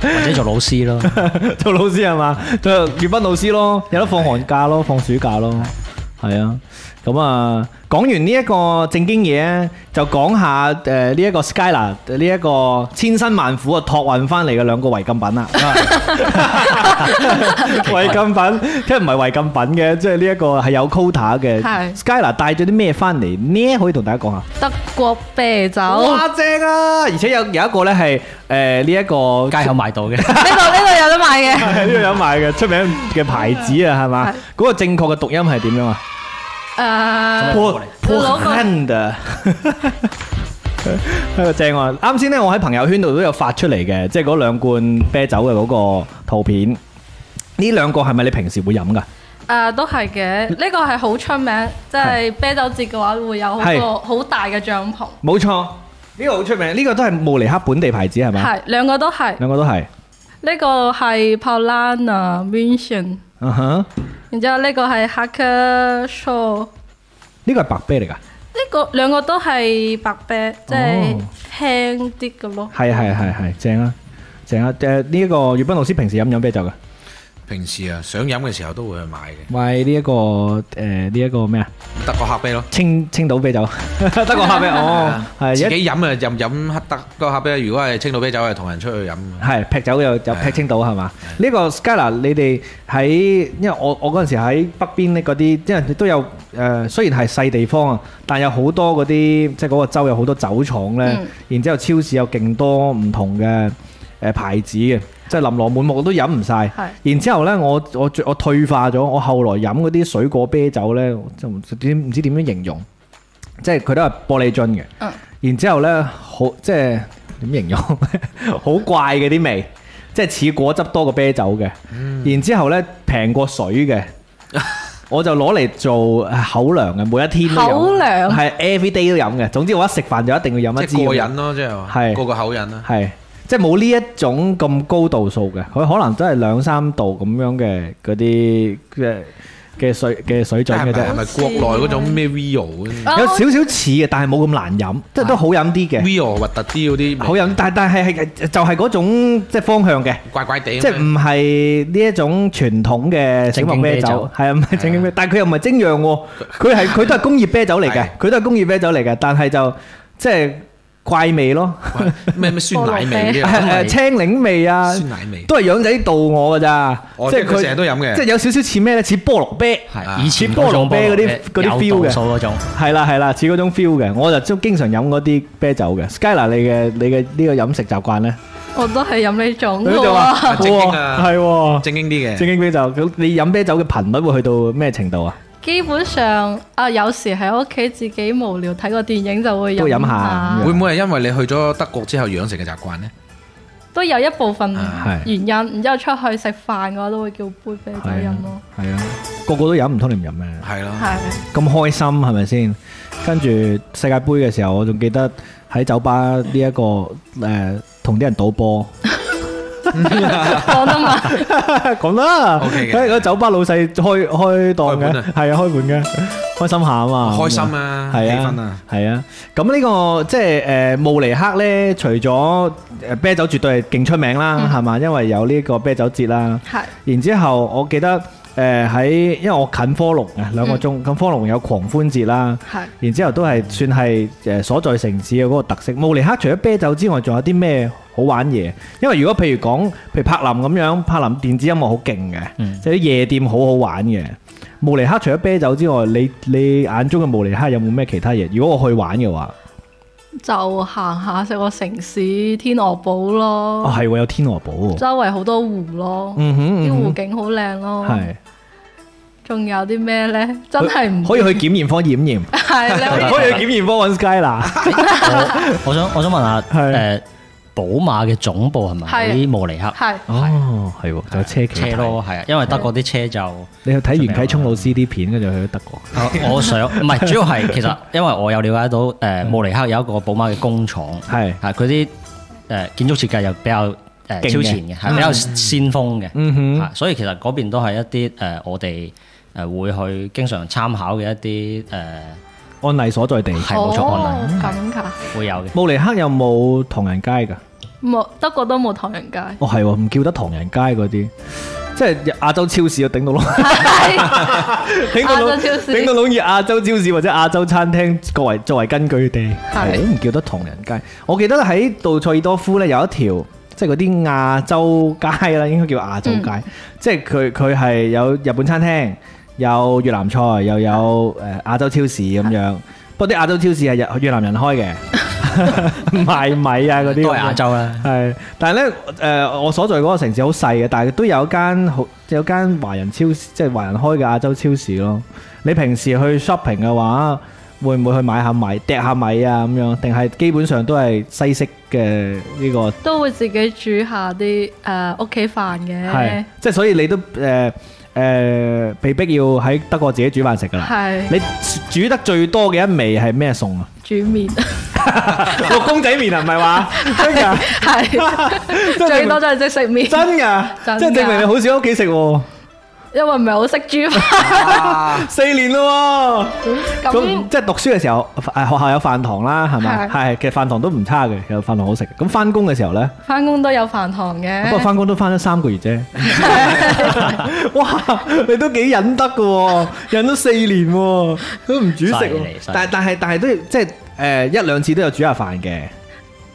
S2: 或者做老師
S3: (laughs)
S2: 咯，
S1: (laughs) 做老師係嘛，做粵斌老師咯，有得放寒假咯，放暑假咯，系啊，咁啊，講完呢一個正經嘢咧，就講下诶呢一個 Skyla 呢一個千辛萬苦啊托運翻嚟嘅兩個違禁品啦。違禁品，即係唔係違禁品嘅，即係呢一個係有 quota 嘅。
S4: 係
S1: Skyla 帶咗啲咩翻嚟呢？可以同大家講下。
S4: 德國啤酒，呢
S1: 哇，正啊！而且有有一個咧係诶呢一個
S2: 街口買到嘅。
S4: 度呢度有得買嘅，
S1: 係呢度有賣嘅出名嘅牌子啊，係嘛
S4: 係？
S1: 嗰個正確嘅讀音係點樣啊？
S4: 誒
S1: 破破
S4: 攞個
S1: hand 啊！ (laughs) 呢個正喎，啱先咧，我喺朋友圈度都有發出嚟嘅，即係嗰兩罐啤酒嘅嗰個圖片。呢兩個係咪你平時會飲㗎？
S4: 誒都係嘅，呢個係好出名，即係啤酒節嘅話會有好
S1: 係
S4: 個好大嘅帳篷，
S1: 冇錯，呢個好出名，呢個都係慕尼黑本地牌子係咪？
S4: 係兩個都係，
S1: 兩個都係，
S4: 呢個係 Paulana Vision，
S1: 嗯哼，
S4: 然之後呢個係 Hacker Shaw。
S1: 呢個係白啤嚟㗎，
S4: 呢個兩個都係白啤，即係輕啲嘅咯。
S1: 係係係係，正啊正啊！誒呢個粵斌老師平時飲唔飲啤酒㗎？
S3: 平時啊，想飲嘅時候都會去買嘅，
S1: 喂，呢一個誒呢一個咩啊？
S3: 德國黑啤咯。
S1: 青青島啤酒，德國黑啤哦，係
S3: 自
S1: 一
S3: 己飲啊，任飲黑德個黑啤。如果係青島啤酒，係同人出去飲。
S1: 係劈酒又又
S3: 啊
S1: 劈青島係嘛？呢個 Skyla 你哋喺因為我我嗰陣時喺北邊咧嗰啲，因為都有誒、呃，雖然係細地方啊，但有好多嗰啲即係嗰個州有好多酒廠咧，
S4: 嗯
S1: 然之後超市有勁多唔同嘅誒牌子嘅，即係琳琅滿目我都飲唔晒。
S4: 係
S1: 然之後咧，我我最我退化咗，我後來飲嗰啲水果啤酒咧，我就唔知點唔知點樣形容，即係佢都係玻璃樽嘅。
S4: 嗯
S1: 然之後咧，好即係點形容？ (laughs) 好怪嘅啲味，即係似果汁多過啤酒嘅。然之後咧，平過水
S3: (laughs)
S1: 嘅。我就攞嚟做呃口糧嘅，每一天都飲
S4: 口糧
S1: 係 every day 都飲嘅。總之我一食飯就一定要飲一支
S3: 即
S1: 咁樣。
S3: 係過癮咯，即係話
S1: 係
S3: 過個口癮啦。
S1: 係，即係冇呢一種咁高度數嘅，佢可能都係兩三度咁樣嘅嗰啲嘅嘅水嘅水準嘅
S3: 係咪係
S1: 啫，
S3: 咪國內嗰種咩 Rio 嗰
S4: 啊
S1: 哦有少少似嘅，但係冇咁難飲，即係都好飲啲
S3: 啲
S1: 嘅，
S3: ？Rio 核突啲嗰啲，
S1: 好飲，但但係係係就係嗰種即係方向嘅。
S3: 怪怪地咁樣。
S1: 即係唔係呢一種傳統嘅小麥啤
S2: 正經啤
S1: 酒
S2: 酒，
S1: 係啊，唔係正經啤，但係佢又唔係精釀喎，佢
S3: (laughs)
S1: 係佢都係工業啤酒嚟嘅
S3: 係，
S1: 佢都係工業啤酒嚟嘅，但係就即係怪味咯，
S3: 咩咩酸奶
S1: (laughs)
S3: 味
S1: 誒
S3: 啲啊，
S1: 誒青檸味啊，
S3: 酸奶味。
S1: 都係養仔度我㗎咋，
S3: 哦
S1: 即
S3: 即係佢成日都飲嘅
S1: 即係有少少似咩咧？似菠蘿啤，
S2: 係
S3: 啊
S2: 以前嗰種
S1: 菠蘿啤嗰啲嗰啲 feel 嘅
S2: 有度數嗰種，
S1: 係啦係啦，似嗰種 feel 嘅，我就中經常飲嗰啲啤酒嘅。Skyla，你嘅你嘅呢個飲食習慣咧？
S4: 我都係飲呢種
S1: 佢就
S4: 嘅
S1: 話
S3: (laughs)
S4: 啊。
S3: 正經啊
S1: 係喎，
S3: 正經啲
S1: 正
S3: 嘅，
S1: 經啤酒，咁你飲啤酒嘅頻率會去到咩程度啊？
S4: 基本上啊，有時喺屋企自己無聊睇個電影就會
S1: 都
S4: 飲
S1: 飲下咁樣
S3: 會唔會係因為你去咗德國之後養成嘅習慣呢？
S4: 都有一部分
S1: 啊係
S4: 原因。然之後出去食飯嘅話，都會叫杯啤酒
S1: 係啊
S4: 飲咯。，
S1: 係啊，個個都飲唔通你唔飲咩？
S3: 係咯，
S4: 係
S1: 咁開心係咪先？跟住世界盃嘅時候，我仲記得喺酒吧呢、一個誒同啲人賭波。
S4: 講得嘛，
S1: (laughs) 講啦
S3: OK 嘅
S1: 因為個酒吧老細開開檔
S3: 開
S1: 嘅，
S3: 盤啊
S1: 係啊開盤嘅，開心下啊嘛，
S3: 開心啊，氣
S1: 係
S3: 氛啊
S1: 啊。，係啊。咁呢、個即係誒慕尼黑咧，除咗誒啤酒絕對係勁出名啦，係嘛、因為有呢個啤酒節啦。
S4: 係
S1: 然之後我記得誒喺、因為我近科隆啊兩個
S4: 嗯
S1: 鐘，咁、科隆有狂歡節啦。
S4: 係
S1: 然之後都係算係誒所在城市嘅嗰個特色。慕尼黑除咗啤酒之外，仲有啲咩好玩嘢？因為如果譬如講，譬如柏林咁樣，柏林電子音樂好勁嘅，
S4: 嗯
S1: 即係啲夜店好好玩嘅。慕尼黑除咗啤酒之外，你你眼中嘅慕尼黑有冇咩其他嘢？如果我去玩嘅話，
S4: 就行下食個城市天鵝堡
S1: 哦
S4: 咯，
S1: 係喎，有天鵝堡喎。
S4: 周圍好多湖咯，
S1: 嗯哼，
S4: 啲湖
S1: 嗯
S4: 景好靚咯
S1: 哼，。係
S4: 仲有啲咩呢？真係唔
S1: 可以去檢驗科驗
S4: (laughs)
S1: 驗，
S4: 係你可以
S1: 可以去檢驗科揾 Skyla。
S2: (laughs) 我我想我想問下
S1: 係
S2: 誒，寶馬嘅總部係咪喺
S4: 係
S2: 慕尼黑？
S4: 係啊
S1: 哦，係喎，仲有車騎
S2: 車。咯，係啊，因為德國啲車就。
S1: 你去睇袁啟聰老師啲片，跟住去咗德國。
S2: 我我 (laughs) 想唔係，主要係其實因為我有了解到誒、慕尼黑有一個寶馬嘅工廠，
S1: 係
S2: 係佢啲誒建築設計又比較誒、
S1: 勁嘅
S2: 超前嘅，嗯係比較先鋒嘅，
S1: 嗯哼
S2: 係所以其實嗰邊都係一啲誒、我哋誒會去經常參考嘅一啲誒
S1: 安麗所在地。
S2: 係冇錯
S4: 哦
S2: 案例
S4: 咁㗎，
S2: 會有嘅。
S1: 慕尼黑有冇唐人街㗎？
S4: 冇德國都冇唐人街，
S1: (laughs)
S4: (laughs)
S1: 哦，係喎，唔叫得唐人街嗰啲。即係亞洲超市啊，頂到窿，頂到
S4: 亞洲超
S1: 窿，
S4: 市
S1: 頂到窿以亞洲超市或者亞洲餐廳作為作為根據地，
S4: 係
S1: 我都唔叫得唐人街。我記得喺杜塞爾多夫咧有一條。即係嗰啲亞洲街啦，應該叫亞洲街。
S4: 嗯
S1: 即係佢佢係有日本餐廳，有越南菜，又有誒亞洲超市咁樣。不過啲亞洲超市係日越南人開嘅， (laughs) 賣米啊嗰啲咁樣。
S2: 都係亞洲啦。
S1: 係，但係咧，誒、我所在嗰個城市好細嘅，但係都有間好有間華人超市，即係華人開嘅亞洲超市咯。你平時去 shopping 嘅話，會唔會去買下米、掟下米啊咁樣？定係基本上都係西式嘅呢、個
S4: 都會自己煮下啲誒屋企飯
S1: 係
S4: 嘅，，
S1: 即係所以你都誒誒、被逼要喺德國自己煮飯食㗎啦。
S4: 係
S1: 你煮得最多嘅一味係咩 (laughs) 餸啊？
S4: 煮面，
S1: 個公仔麵啊，唔係話真㗎，
S4: 係
S1: 真係
S4: 最多都係即食
S1: (laughs)
S4: 面，
S1: 真㗎，
S4: 真㗎
S1: 即係證明你好少喺屋企食喎。
S4: 因為唔係好識煮飯。
S1: 四年咯喎。咁
S4: 咁
S1: 即係讀書嘅時候，誒學校有飯堂啦，係咪？
S4: 係
S1: 係，其實飯堂都唔差嘅，有飯堂好食。咁翻工嘅時候咧，
S4: 翻工都有飯堂
S1: 不過
S4: 嘅，
S1: 翻工都翻咗三個月
S4: (laughs)
S1: 啫。哇！你都幾忍得嘅喎，忍咗四年喎，都唔煮食
S2: 犀
S1: 喎
S2: 利犀利。
S1: 但但係但係都要即係誒一兩次都有煮下飯嘅。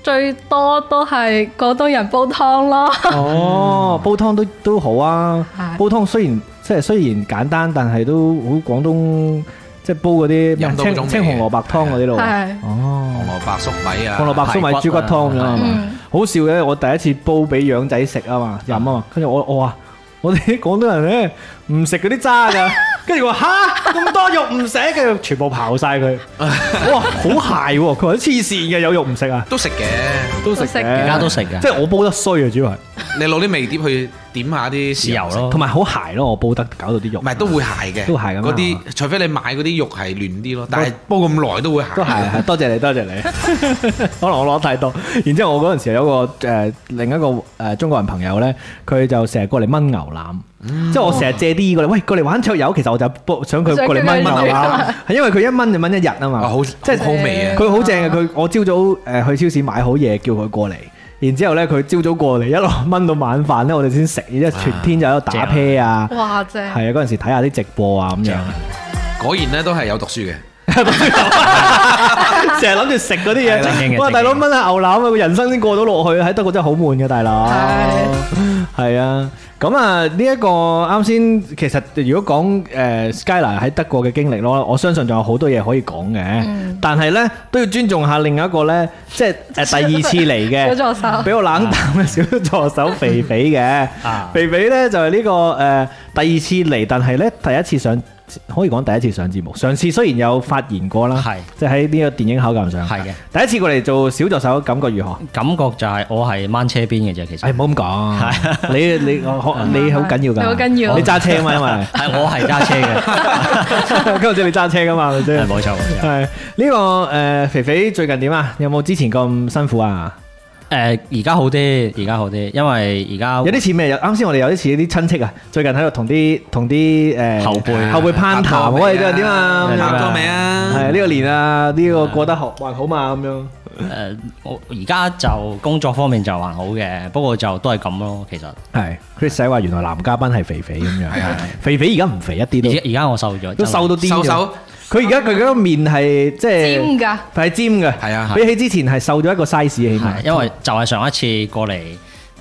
S4: 最多都係廣東人煲湯咯。
S1: 哦，煲湯都都好啊
S4: 係！
S1: 煲湯雖然即係雖然簡單，但係都好廣東，即係煲嗰
S3: 飲
S1: 啲
S3: 到嗰種
S1: 青青紅
S3: 味
S1: 蘿蔔湯嗰啲咯。
S4: 係
S1: 哦。
S3: 紅蘿蔔粟米啊，
S1: 放蘿蔔粟米豬骨湯咁樣係嘛
S4: 嗯？
S1: 好笑嘅，我第一次煲俾養仔食啊嘛，飲啊嘛，跟住我我話我哋 (laughs) 啲廣東人咧唔食嗰啲渣㗎，跟住我話吓咁多肉唔食，跟住全部刨晒佢，我話好鞋喎，佢話黐線嘅有肉唔食啊，
S3: 都食嘅，你
S1: 都食
S4: 都食
S1: 嘅，
S4: 嘅
S2: 而家都食㗎
S1: 即係我煲得衰啊主要係，
S3: 攞啲味碟去點下啲豉油食。
S2: 豉油咯。
S1: 同埋好鞋咯，我煲得搞到啲肉，
S3: 唔係，都會鞋嘅。
S1: 都鞋咁啊。
S3: 嗰啲-除非你買嗰啲肉係嫩啲咯，但係煲咁耐都會鞋。
S1: 都係，
S3: (laughs)
S1: 係多謝你，多謝你。 (laughs) 可能我攞太多，然之後我嗰陣時有個誒、呃另一個誒、呃中國人朋友咧，佢就成日過嚟掹牛腩，
S3: 嗯
S1: 即係我成日借啲意過嚟，喂過嚟玩桌遊，其實我就幫想佢過嚟掹
S4: 想佢
S1: 牛
S4: 過嚟
S1: 腩，係因為佢一掹就掹一日啊嘛。
S3: 啊，好-
S1: 即係
S3: 好好味啊。
S1: 佢好正嘅，佢我朝早誒去超市買好嘢，叫佢過嚟。然之後咧，佢朝早過嚟，一路掹到晚飯咧，我哋先食。然之後全天就喺度打啤啊，
S4: 哇正！
S1: 係啊，嗰陣時睇下啲直播啊咁樣，
S3: 果然呢，都係有讀書嘅。
S2: (laughs)
S1: 成日諗住食嗰啲
S2: 係啦正經
S1: 嘢。
S2: 嘅
S1: 哇，
S2: 正經
S1: 大佬掹下牛腩啊，個人生先過到落去，喺德國真係好悶嘅，大
S2: (laughs)
S1: 佬。係啊，咁啊呢一個啱先，其實如果講誒 Skyla 喺德國嘅經歷咯，我相信仲有好多嘢可以講嘅，
S2: 嗯
S1: 但係呢，都要尊重下另一個呢，即係誒第二
S2: (laughs)
S1: 次嚟嘅
S4: 小助手
S1: 俾我冷淡嘅小助手肥肥嘅
S2: 啊，
S1: 肥肥呢，就係呢個誒第二次嚟，但係呢，第一次上。可以講第一次上節目，上次雖然有發言過啦
S2: 係，
S1: 即係喺呢個電影考鑑上，
S2: 係嘅
S1: 第一次過嚟做小助手，感覺如何？
S2: (laughs) 感覺就係我係掹車邊嘅啫，其實
S1: 唉，唔好咁講。 (laughs) 你你我可
S2: (laughs)
S1: 你好緊要㗎。
S4: 你好緊要
S1: 你揸車啊嘛，因為
S2: 係我係揸車嘅，
S1: 今日即係你揸車㗎嘛， (laughs) 係咪
S2: 係
S1: 先？
S2: 冇錯冇錯。
S1: 係呢個誒肥肥最近點啊？有冇之前咁辛苦啊？
S2: 誒而家好啲，而家好啲，因為而家
S1: 有啲似咩？有啱先我哋有啲似啲親戚啊，最近喺度同啲同啲誒
S2: 後輩
S1: 後輩攀談，
S3: 拍拖未啊？
S1: 喂，最近點啊？咁樣
S2: 拍拖
S3: 拍拖未啊？
S1: 係呢個年啊，呢個過得好還好嘛咁樣。
S2: 誒我而家就工作方面就還好嘅，不過就都係咁咯。其實而
S1: 係 Chris 仔話原來男嘉賓係肥肥咁樣，肥肥而家唔肥一啲
S2: 家而家我瘦咗，
S1: 都
S2: 真係
S1: 瘦到癲咗。
S3: 收手，係啊，
S1: 佢而家佢嗰個面係即係
S4: 尖㗎，
S1: 係尖嘅，
S3: 係啊係
S1: 比起之前係瘦咗一個 size 起碼
S2: 係，。因為就係上一次過嚟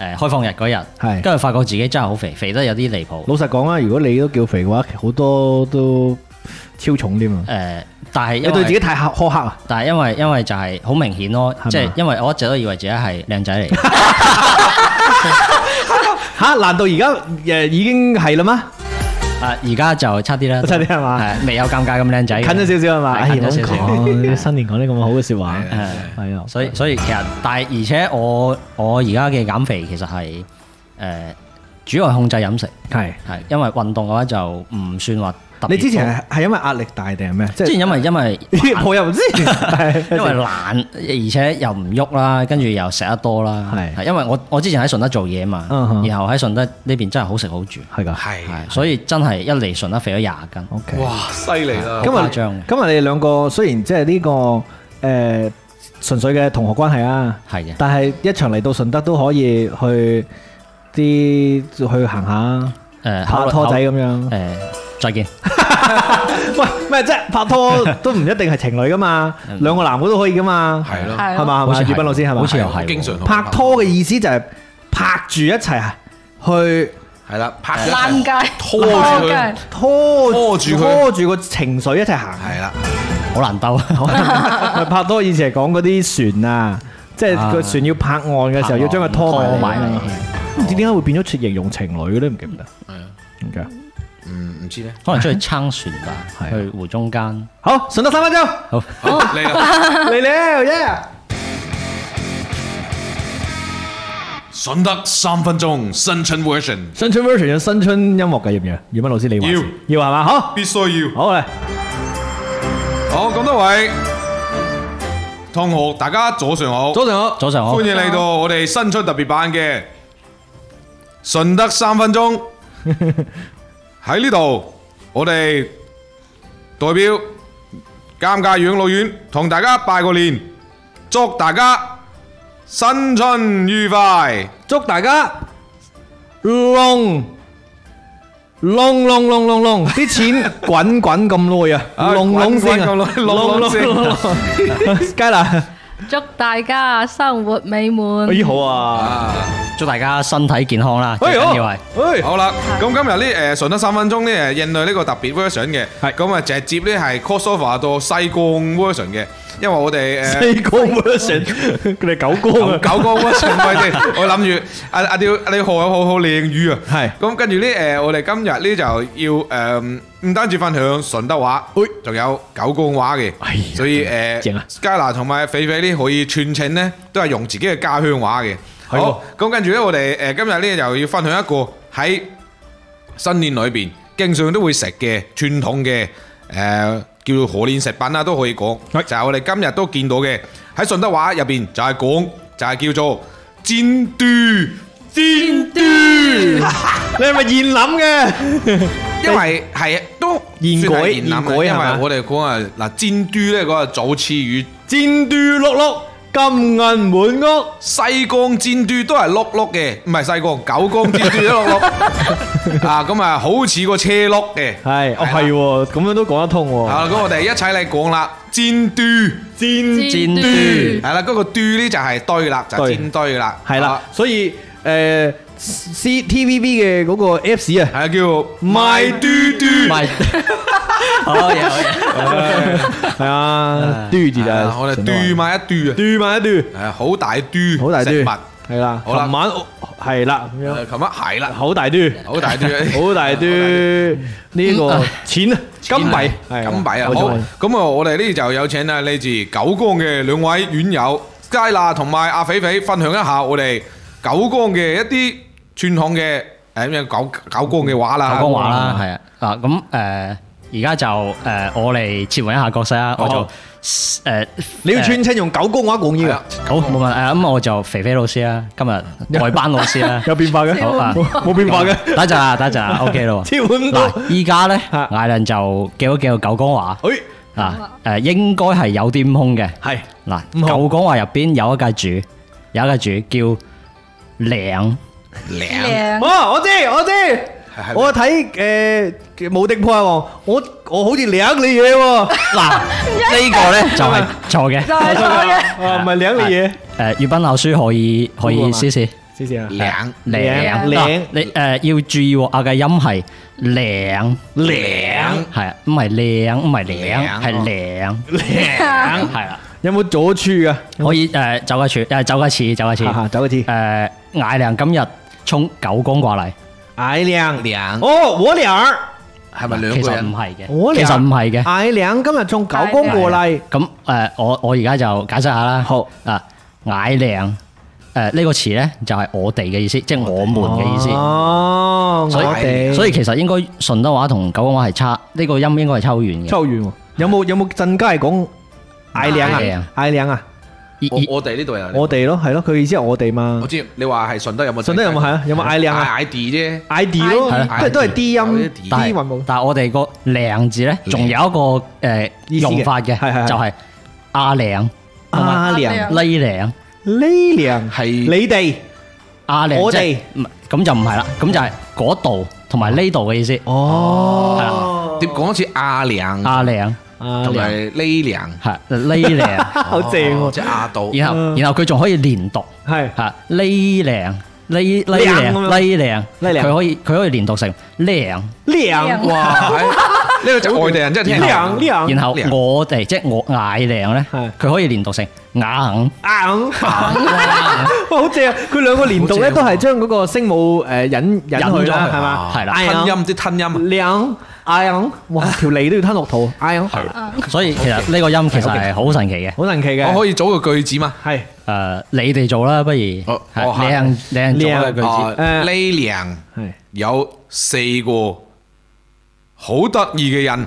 S2: 誒開放日嗰
S1: 係
S2: 日，跟住發覺自己真係好肥，肥得有啲離譜。
S1: 老實講啦，如果你都叫肥嘅話，好多都超重添啊！
S2: 誒，但係
S1: 你
S2: 因
S1: 對自己
S2: 為
S1: 太苛苛刻啊！
S2: 但係因為因為就係好明顯咯
S1: 係嘛，
S2: 即係因為我一直都以為自己係
S1: (laughs)
S2: 靚仔嚟，
S1: 吓，難道而家誒已經係啦嗎？
S2: 啊而家就差啲啦，
S1: 差啲係嘛
S2: 係未有尷尬咁靚仔嘅，
S1: 近咗少少係嘛？
S2: 係
S1: 哎
S2: 近咗少少
S1: 唔好講新年講啲咁好嘅説話，
S2: 係
S1: 係啊，
S2: 所以所以其實，但係而且我我而家嘅減肥其實係誒、呃主要係控制飲食，
S1: 係
S2: 係因為運動嘅話就唔算話特別多。
S1: 你之前係係因為壓力大定係咩？即
S2: 之前
S1: 係
S2: 因為因為
S1: (laughs) 我又唔
S2: (laughs)
S1: 知，因
S2: 因為懶，而且又唔喐啦，跟住又食得多啦，
S1: 係
S2: 係因為我我之前喺順德做嘢嘛，
S1: 嗯哼
S2: 然後喺順德呢邊真係好食好住，
S1: 係㗎，
S2: 係所以真係一嚟順德肥咗廿斤，
S1: OK。
S3: 哇，犀利啦。
S1: 今日
S2: 誇張嘅啊
S1: 今啊日你哋兩個雖然即係呢個誒純粹嘅同學關係啊，
S2: 係嘅。
S1: 但係一場嚟到順德都可以去啲去行下，
S2: 诶
S1: 拍拖仔咁樣。
S2: 诶再見。
S1: (laughs) 喂，咩啫？拍拖
S2: (laughs)
S1: 都唔一定係情侶噶嘛，兩個男嘅都可以噶嘛，
S3: 係咯，
S4: 係咯
S1: 係嘛？係
S2: 好
S1: 嘛？
S2: 似係
S1: 宇斌老師係嘛？
S2: 好似又係
S3: 係經常同
S1: 拍拖嘅意思就係拍住一齊去
S3: 係啦，拍咗一齊
S4: 躝街
S3: 拖住佢
S4: 街，
S1: 拖
S3: 拖住佢
S1: 拖住個情緒一齊行。
S3: 係啦，
S1: (laughs)
S2: 好難兜。
S1: 拍拖以前係講嗰啲船啊，即係個船要拍岸嘅時候要將佢拖
S2: 拖
S1: 埋
S2: 埋
S1: 嚟
S2: 嚟
S1: 啊。唔知點解會變咗形容情侶嘅咧？唔記得
S3: 係啊，
S1: 點解？
S3: 嗯唔知咧，
S2: 可能出去撐船吧，
S1: 係啊
S2: 去湖中間。
S1: 好，順德三分鐘，
S2: 好，
S3: 好嚟啦，
S1: 嚟了耶！
S3: 順德三分鐘新春 version
S1: 新春 version 有新春音樂嘅，要唔要？宇斌老師你話事要係嘛？好，
S3: 必須要。
S1: 好嚟，
S3: 好，咁多位同學，大家早上好，
S1: 早上好，
S2: 早上好
S3: 歡。迎嚟到我哋新春特別版嘅順德三
S1: (laughs)
S3: 分鐘喺呢度，我哋代表尷尬養老院同大家拜個年，祝大家新春愉快。
S1: 祝大家龍龍龍龍龍龍啲錢滾滾咁耐 (laughs) 啊！
S3: 啊
S1: 龍龍聲啊，
S3: 滾滾咁耐龍龍
S1: (laughs)
S3: 聲
S1: 雞啦，
S4: 祝大家生活美滿。
S1: 咦好啊！
S2: 祝大家身體健康啦，最
S1: 哎好
S2: 緊
S1: (laughs)
S2: 要係。
S1: 哎
S3: 好啦，咁今日呢誒順德三分鐘呢誒印類呢個特別 version 嘅，
S1: 係
S3: 咁啊直接呢係 crossover 到西貢 version 嘅，因為我哋誒。
S1: 四個 version，佢哋九
S3: 九
S1: 個啊！
S3: 九個 version
S1: (laughs)
S3: 咪先，我諗住阿阿屌阿你好好好靚語啊！
S1: 係
S3: 咁跟住呢，誒我哋今日呢就要誒唔單止分享順德話
S1: 哎，
S3: 仲有九江話嘅
S1: 哎呀，
S3: 所以
S1: 正
S3: 誒
S1: 啊
S3: 嘉娜同埋肥肥呢可以串稱呢，都係用自己嘅家鄉話嘅。
S1: 係喎
S3: 好，咁跟住呢，我哋誒今日呢又要分享一個喺新年裏邊經常都會食嘅傳統嘅誒叫做賀年食品啦，都可以講，就
S1: 係
S3: 係我哋今日都見到嘅喺順德話入邊就係講就係叫做煎嘟煎嘟，
S1: 你係咪現諗嘅？
S3: 因為係都
S1: 現改
S3: 算係現諗
S1: 現改
S3: 嘅
S1: 係嘛
S3: 因為我哋講啊嗱煎嘟咧嗰個早次語。
S1: 煎嘟碌碌，金銀滿屋，
S3: 西江煎嘟都係碌碌嘅，唔係西江，九江煎嘟都
S1: (laughs)
S3: 碌碌啊！咁啊，好似個車碌嘅，
S1: 係哦係喎，咁樣都講得通喎。
S3: 啊！咁我哋一齊嚟講啦，煎嘟。
S1: 煎
S2: 煎
S4: 嘟
S3: 係
S2: 嘟
S3: 啦，嗰個嘟呢就係堆啦，就係
S1: 堆
S3: 煎堆啦，
S1: 係啦，所以誒 ờ, C TVB 嘅嗰個 Apps 啊
S3: 啊，。係啊叫
S1: 賣嘟
S2: 唔
S1: 嘟
S2: 係，好嘢好嘢。
S1: 系啊，嘟字
S3: 係
S1: 啊
S3: 啊，，我哋嘟
S1: 嘛，
S3: 嘛一嘟啊，
S1: 嘟嘛一嘟，
S3: 係啊好大嘟，
S1: 好大嘟，
S3: 食物，
S1: 系啦，
S3: 好啦
S1: 琴晚系啦咁样，
S3: 誒琴日
S1: (laughs)
S3: 係啦，
S1: 好大嘟，
S3: 好大嘟，
S1: 好大嘟，呢個錢啊，金幣，係啊
S3: 金幣啊，
S1: 冇錯
S3: 好，咁啊，我哋呢就有請啊嚟自九江嘅兩位院友佳娜同埋阿肥肥分享一下我哋九江嘅一啲傳統嘅誒咩九九江嘅話啦，
S2: 九江話啦，係啊。嗱咁誒，而家就誒我嚟切換一下角色啦，我就
S1: 好
S2: 誒
S1: 你要
S2: 誒
S1: 串親用九宮話講
S3: 係
S1: 嘢
S3: 啊
S1: 啊，，
S2: 好冇問題。誒咁我就肥肥老師啦，
S1: (laughs)。
S2: 今日外班老師啦
S1: 有變化嘅，
S2: 好啊
S1: 冇冇變化嘅，
S2: 等一陣啊，等一陣啊
S1: (laughs)
S2: ，OK 咯喎。
S1: 超唔到，
S2: 嗱，依家咧，
S1: 啊
S2: 艾倫就叫一叫九江話
S1: 誒，
S2: 啊，誒應該係有啲唔空嘅。
S1: 係
S2: 嗱，
S1: 唔好
S2: 九江話入邊有一屆主，有一屆主叫領，
S3: 靚
S4: 靚
S1: 哦，我知我知
S3: 係。
S1: 我睇誒《無敵破壞王》，我我好似舐你嘢喎，
S2: 嗱呢個咧 (laughs) 就係錯
S4: 就
S2: 嘅。
S4: 係錯嘅。
S1: 啊唔係舐你嘢，
S2: 誒，粵賓老師可以可以試試
S1: 試試啊，
S3: 靚
S2: 領
S1: 領
S2: 嗱你誒要注意喎，啊嘅音係領
S1: 領
S2: 係啊，唔係靚，唔係領，
S3: 領
S2: 係領
S1: 舐。
S2: 係啦，
S1: 有冇左處噶？
S2: 可以誒走一處誒走一次走一次
S1: 哈哈，
S2: 誒
S1: 走個字。
S2: 艾亮今日衝九江過嚟。
S1: 矮亮
S3: 靚
S1: 哦，我俩儿，
S3: 係咪兩
S2: 其
S3: 個
S2: 實
S3: 人
S2: 唔？係嘅，
S1: 我
S2: 其
S1: 俩
S2: 實唔係嘅。
S1: 矮亮今日從九宮過嚟，
S2: 咁誒，我我而家就解釋下啦。
S1: 好
S2: 啊，矮靚誒呢個詞咧就係我哋嘅意思，即係我們嘅意思。
S1: Ờ, 哦，
S2: 所以
S1: 我哋，
S2: 所
S1: 以
S2: 以其實應該順德話同九江話係差，呢個音應該係抽遠嘅。
S1: 秋遠喎有冇有冇陣間係講矮亮
S2: 矮靚
S1: 啊？矮亮啊，
S2: 以以
S3: 我我哋呢度有，
S1: 我哋咯，係咯，佢意思係我哋嘛
S3: 我。知你話係順德有冇？
S1: 順德有冇係啊？有冇矮亮啊
S3: 嗌 D 啫，
S1: ？I D 咯
S2: 係啦，
S1: 即係都係 D
S3: 有
S1: 音
S3: 啲 D
S1: ，D
S2: 但
S1: 韻
S2: 係
S1: 母。
S2: 但係我哋個靚字咧，仲有一個誒
S1: 意思嘅
S2: 用法嘅
S1: 係係係，
S2: 就係阿靚、
S1: 阿
S4: 同埋
S1: 亮，
S2: 呢靚、
S1: 呢亮
S3: 係
S1: 你哋
S2: 阿靚，
S1: 我
S2: 即係
S1: 哋
S2: 唔咁就唔係啦，咁就係嗰度同埋呢度嘅意思。
S1: 哦，
S2: 係啦，
S3: 碟講好似阿良
S2: 阿靚
S1: 啊
S3: 同埋呢良，
S2: 係呢
S1: (laughs)
S2: 靚，
S1: 好正喎，
S3: 哦即係阿
S1: (laughs)
S3: 道。
S2: 然後
S1: 嗯
S2: 然後佢仲可以連讀。
S1: 係
S2: 吓呢靚呢呢
S1: 靚咁
S2: 靚
S1: 樣
S2: 呢靚，
S1: 呢靚
S2: 佢可以佢可以連讀成靚，
S1: 靚
S3: 哇！係呢個就外地人真係聽唔
S1: 靚
S3: 明。
S1: 靚
S2: 然後
S3: 靚
S2: 我哋即係我嗌靚咧
S1: Dạ. 係，
S2: 佢可以連讀成雅肯，
S1: 硬 (laughs) 哇好正啊！佢兩個連讀咧都
S2: 好正喎
S1: 係將嗰個聲母誒引引
S2: 咗
S1: 去啦，
S2: 佢
S1: 係嘛？
S2: 係啦
S1: 哎呀
S3: 吞音啲吞音，
S1: 靚硬，哇條脷都要吞落肚，硬
S2: 所以其實呢個音其實係好神奇嘅。
S1: 好神奇嘅，
S3: 我可以組個句子嘛？
S1: 係
S2: 誒，你哋做啦，不如
S3: 哦
S2: 係
S3: 哦係
S2: 靚靚做啦
S1: 靚
S2: 句
S3: 哦
S2: 子，
S1: 誒
S3: 呢良
S1: 係
S3: 有四個好得意嘅人，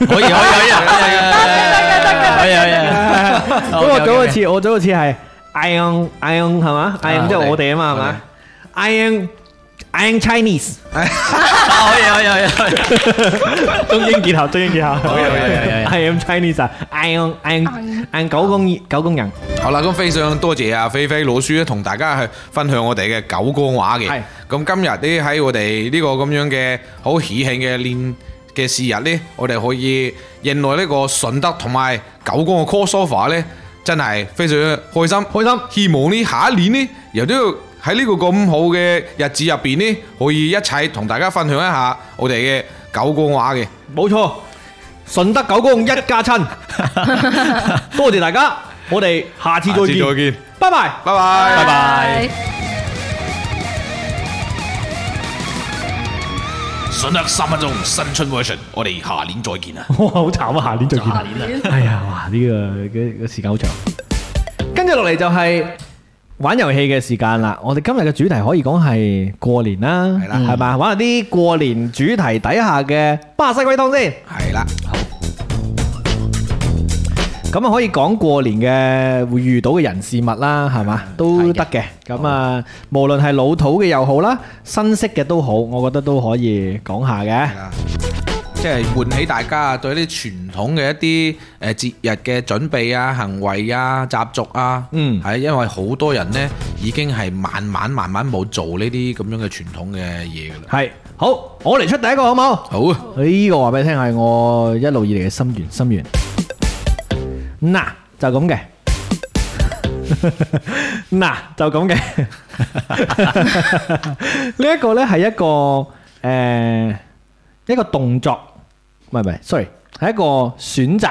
S2: 可以可以可以可以可以，Ờ,
S1: 嗰個早個次，我早個次係 ion ion 係嘛？ion 即係我哋啊嘛係嘛？ion ion Chinese
S2: 可以可以可以可以。
S1: 中英結合，中英結合。
S2: 好嘅好嘅好嘅好
S1: I am Chinese 啊，I am I am I am 九工九工人，
S3: 好啦，咁非常多謝啊菲菲老師咧，同大家去分享我哋嘅九歌話嘅
S1: 係。
S3: 咁今日呢喺我哋呢個咁樣嘅好喜慶嘅年嘅時日呢，我哋可以迎來呢個順德同埋九江嘅 crossover 呢，真係非常開心。開心，希望呢下一年呢，又都要喺呢個咁好嘅日子入邊呢，可以一齊同大家分享一下我哋嘅九江話嘅。
S1: 冇錯，順德九工一家親，多謝大家，我哋下次再
S3: 下次
S1: 見，
S3: 再見，
S1: 拜拜。
S3: 拜拜。
S2: 拜。
S3: 順德三分鐘新春 version，我哋下年再
S1: (laughs)
S3: 見啊！
S1: 哇，好慘啊！下年再見。下年哎呀，哇！呢、個嘅個時間好長。跟住落嚟就係玩遊戲嘅時間啦。我哋今日嘅主題可以講係過年啦，
S3: 係啦
S1: 係嘛？玩下啲過年主題底下嘅巴西龜湯先。
S3: 係啦，
S1: 咁啊，可以講過年嘅會遇到嘅人事物啦，嗯係嘛，都得嘅。咁啊，無論係老土嘅又好啦，新式嘅都好，我覺得都可以講下嘅。
S3: 啊即係喚起大家對啲傳統嘅一啲誒節日嘅準備啊、行為啊、習俗啊，
S1: 嗯
S3: 係因為好多人呢已經係慢慢慢慢冇做呢啲咁樣嘅傳統嘅嘢噶啦。
S1: 係，好，我嚟出第一個好冇？
S3: 好啊，
S1: 呢個話俾你聽係我一路以嚟嘅心願，心願。嗱，就咁嘅。 (laughs) 嗱，就咁嘅。呢一個呢係一個誒、呃一個動作，唔係唔係，sorry，係一個選擇，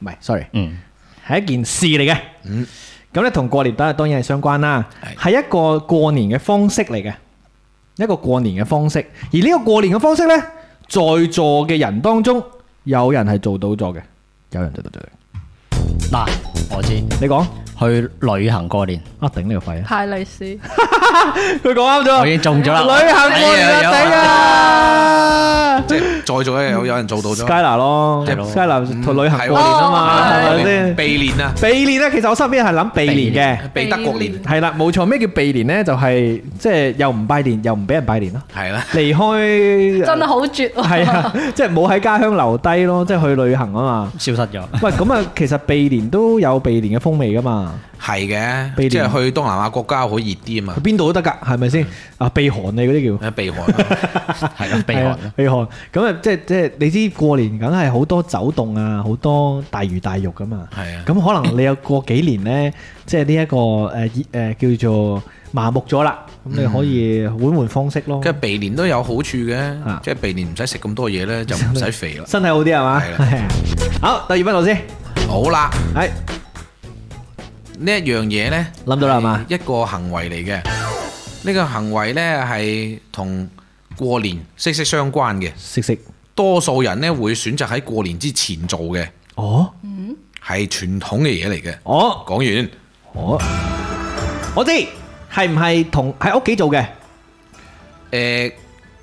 S1: 唔係，sorry，
S2: 嗯，
S1: 係一件事嚟嘅。
S3: 嗯，
S1: 咁咧同過年當當然係相關啦，係一個過年嘅方式嚟嘅，一個過年嘅方式。而呢個過年嘅方式呢，在座嘅人當中，有人係做到咗嘅，有人做到咗嘅。
S2: 嗱，我知
S1: 你講
S2: 去旅行過年，
S1: 啊，頂你個肺啊！
S4: 派利是，
S1: 佢講啱
S2: 我
S1: 咗，
S2: 已經中咗啦。
S1: 旅行過年啊， (laughs) 頂啊！
S3: 即係在座咧有有人做到咗，哦
S1: Skyla 咯
S2: 係咯
S1: ，Skyla 同旅行過年啊嘛，
S4: 係
S1: 係咪
S3: 係
S1: 先？
S3: 避年啊，
S1: 避年咧，其實我身邊係諗避
S2: 避
S1: 年
S3: 避德國年
S1: 嘅，係啦，冇錯。咩叫避年呢？就係即係又唔拜年，又唔俾人拜年咯。
S3: 係啦，
S1: 離開
S4: 真係好絕喎。
S1: 係啊， (laughs) 即係冇喺家鄉留低咯，即係去旅行啊嘛。
S2: 消
S1: (laughs)
S2: 失咗。
S1: 喂，咁啊，其實避年都有避年嘅風味噶嘛，
S3: 係
S1: 避
S3: 嘅，
S1: 年
S3: 即係去東南亞國家好熱啲啊嘛
S1: 去，邊度都得㗎，係咪先？啊，避寒你嗰啲叫。
S3: 避寒啊。
S1: (laughs)
S2: 係咯，避
S1: 係
S2: 寒
S1: 啊
S2: 咯。
S1: 避寒咁啊，即係即係你知過年梗係好多走動啊，好多大魚大肉噶嘛。
S3: 係啊
S1: 咁可能你有過幾年咧，即係呢一個誒誒叫做麻木咗啦，咁你可以換換方式咯，
S3: 跟住避年都有好處
S1: 啊
S3: 嘅，即係避年唔使食咁多嘢咧，就唔使肥啦。
S1: 身體好啲係嘛
S3: 係啦？
S1: (laughs) 好，第二位老師，
S3: 好啦，
S1: 係
S3: 呢一樣嘢呢，啊
S1: 諗到啦係嘛？
S3: 一個行為嚟嘅，呢個行為呢，係同過年息息相關嘅。
S1: 食食，
S3: 多數人呢會選擇喺過年之前做嘅，
S1: 哦，
S3: 係傳統嘅嘢嚟嘅。
S1: 哦。
S3: 講完，
S1: 我我知係唔係同喺屋企做嘅？
S3: 誒、呃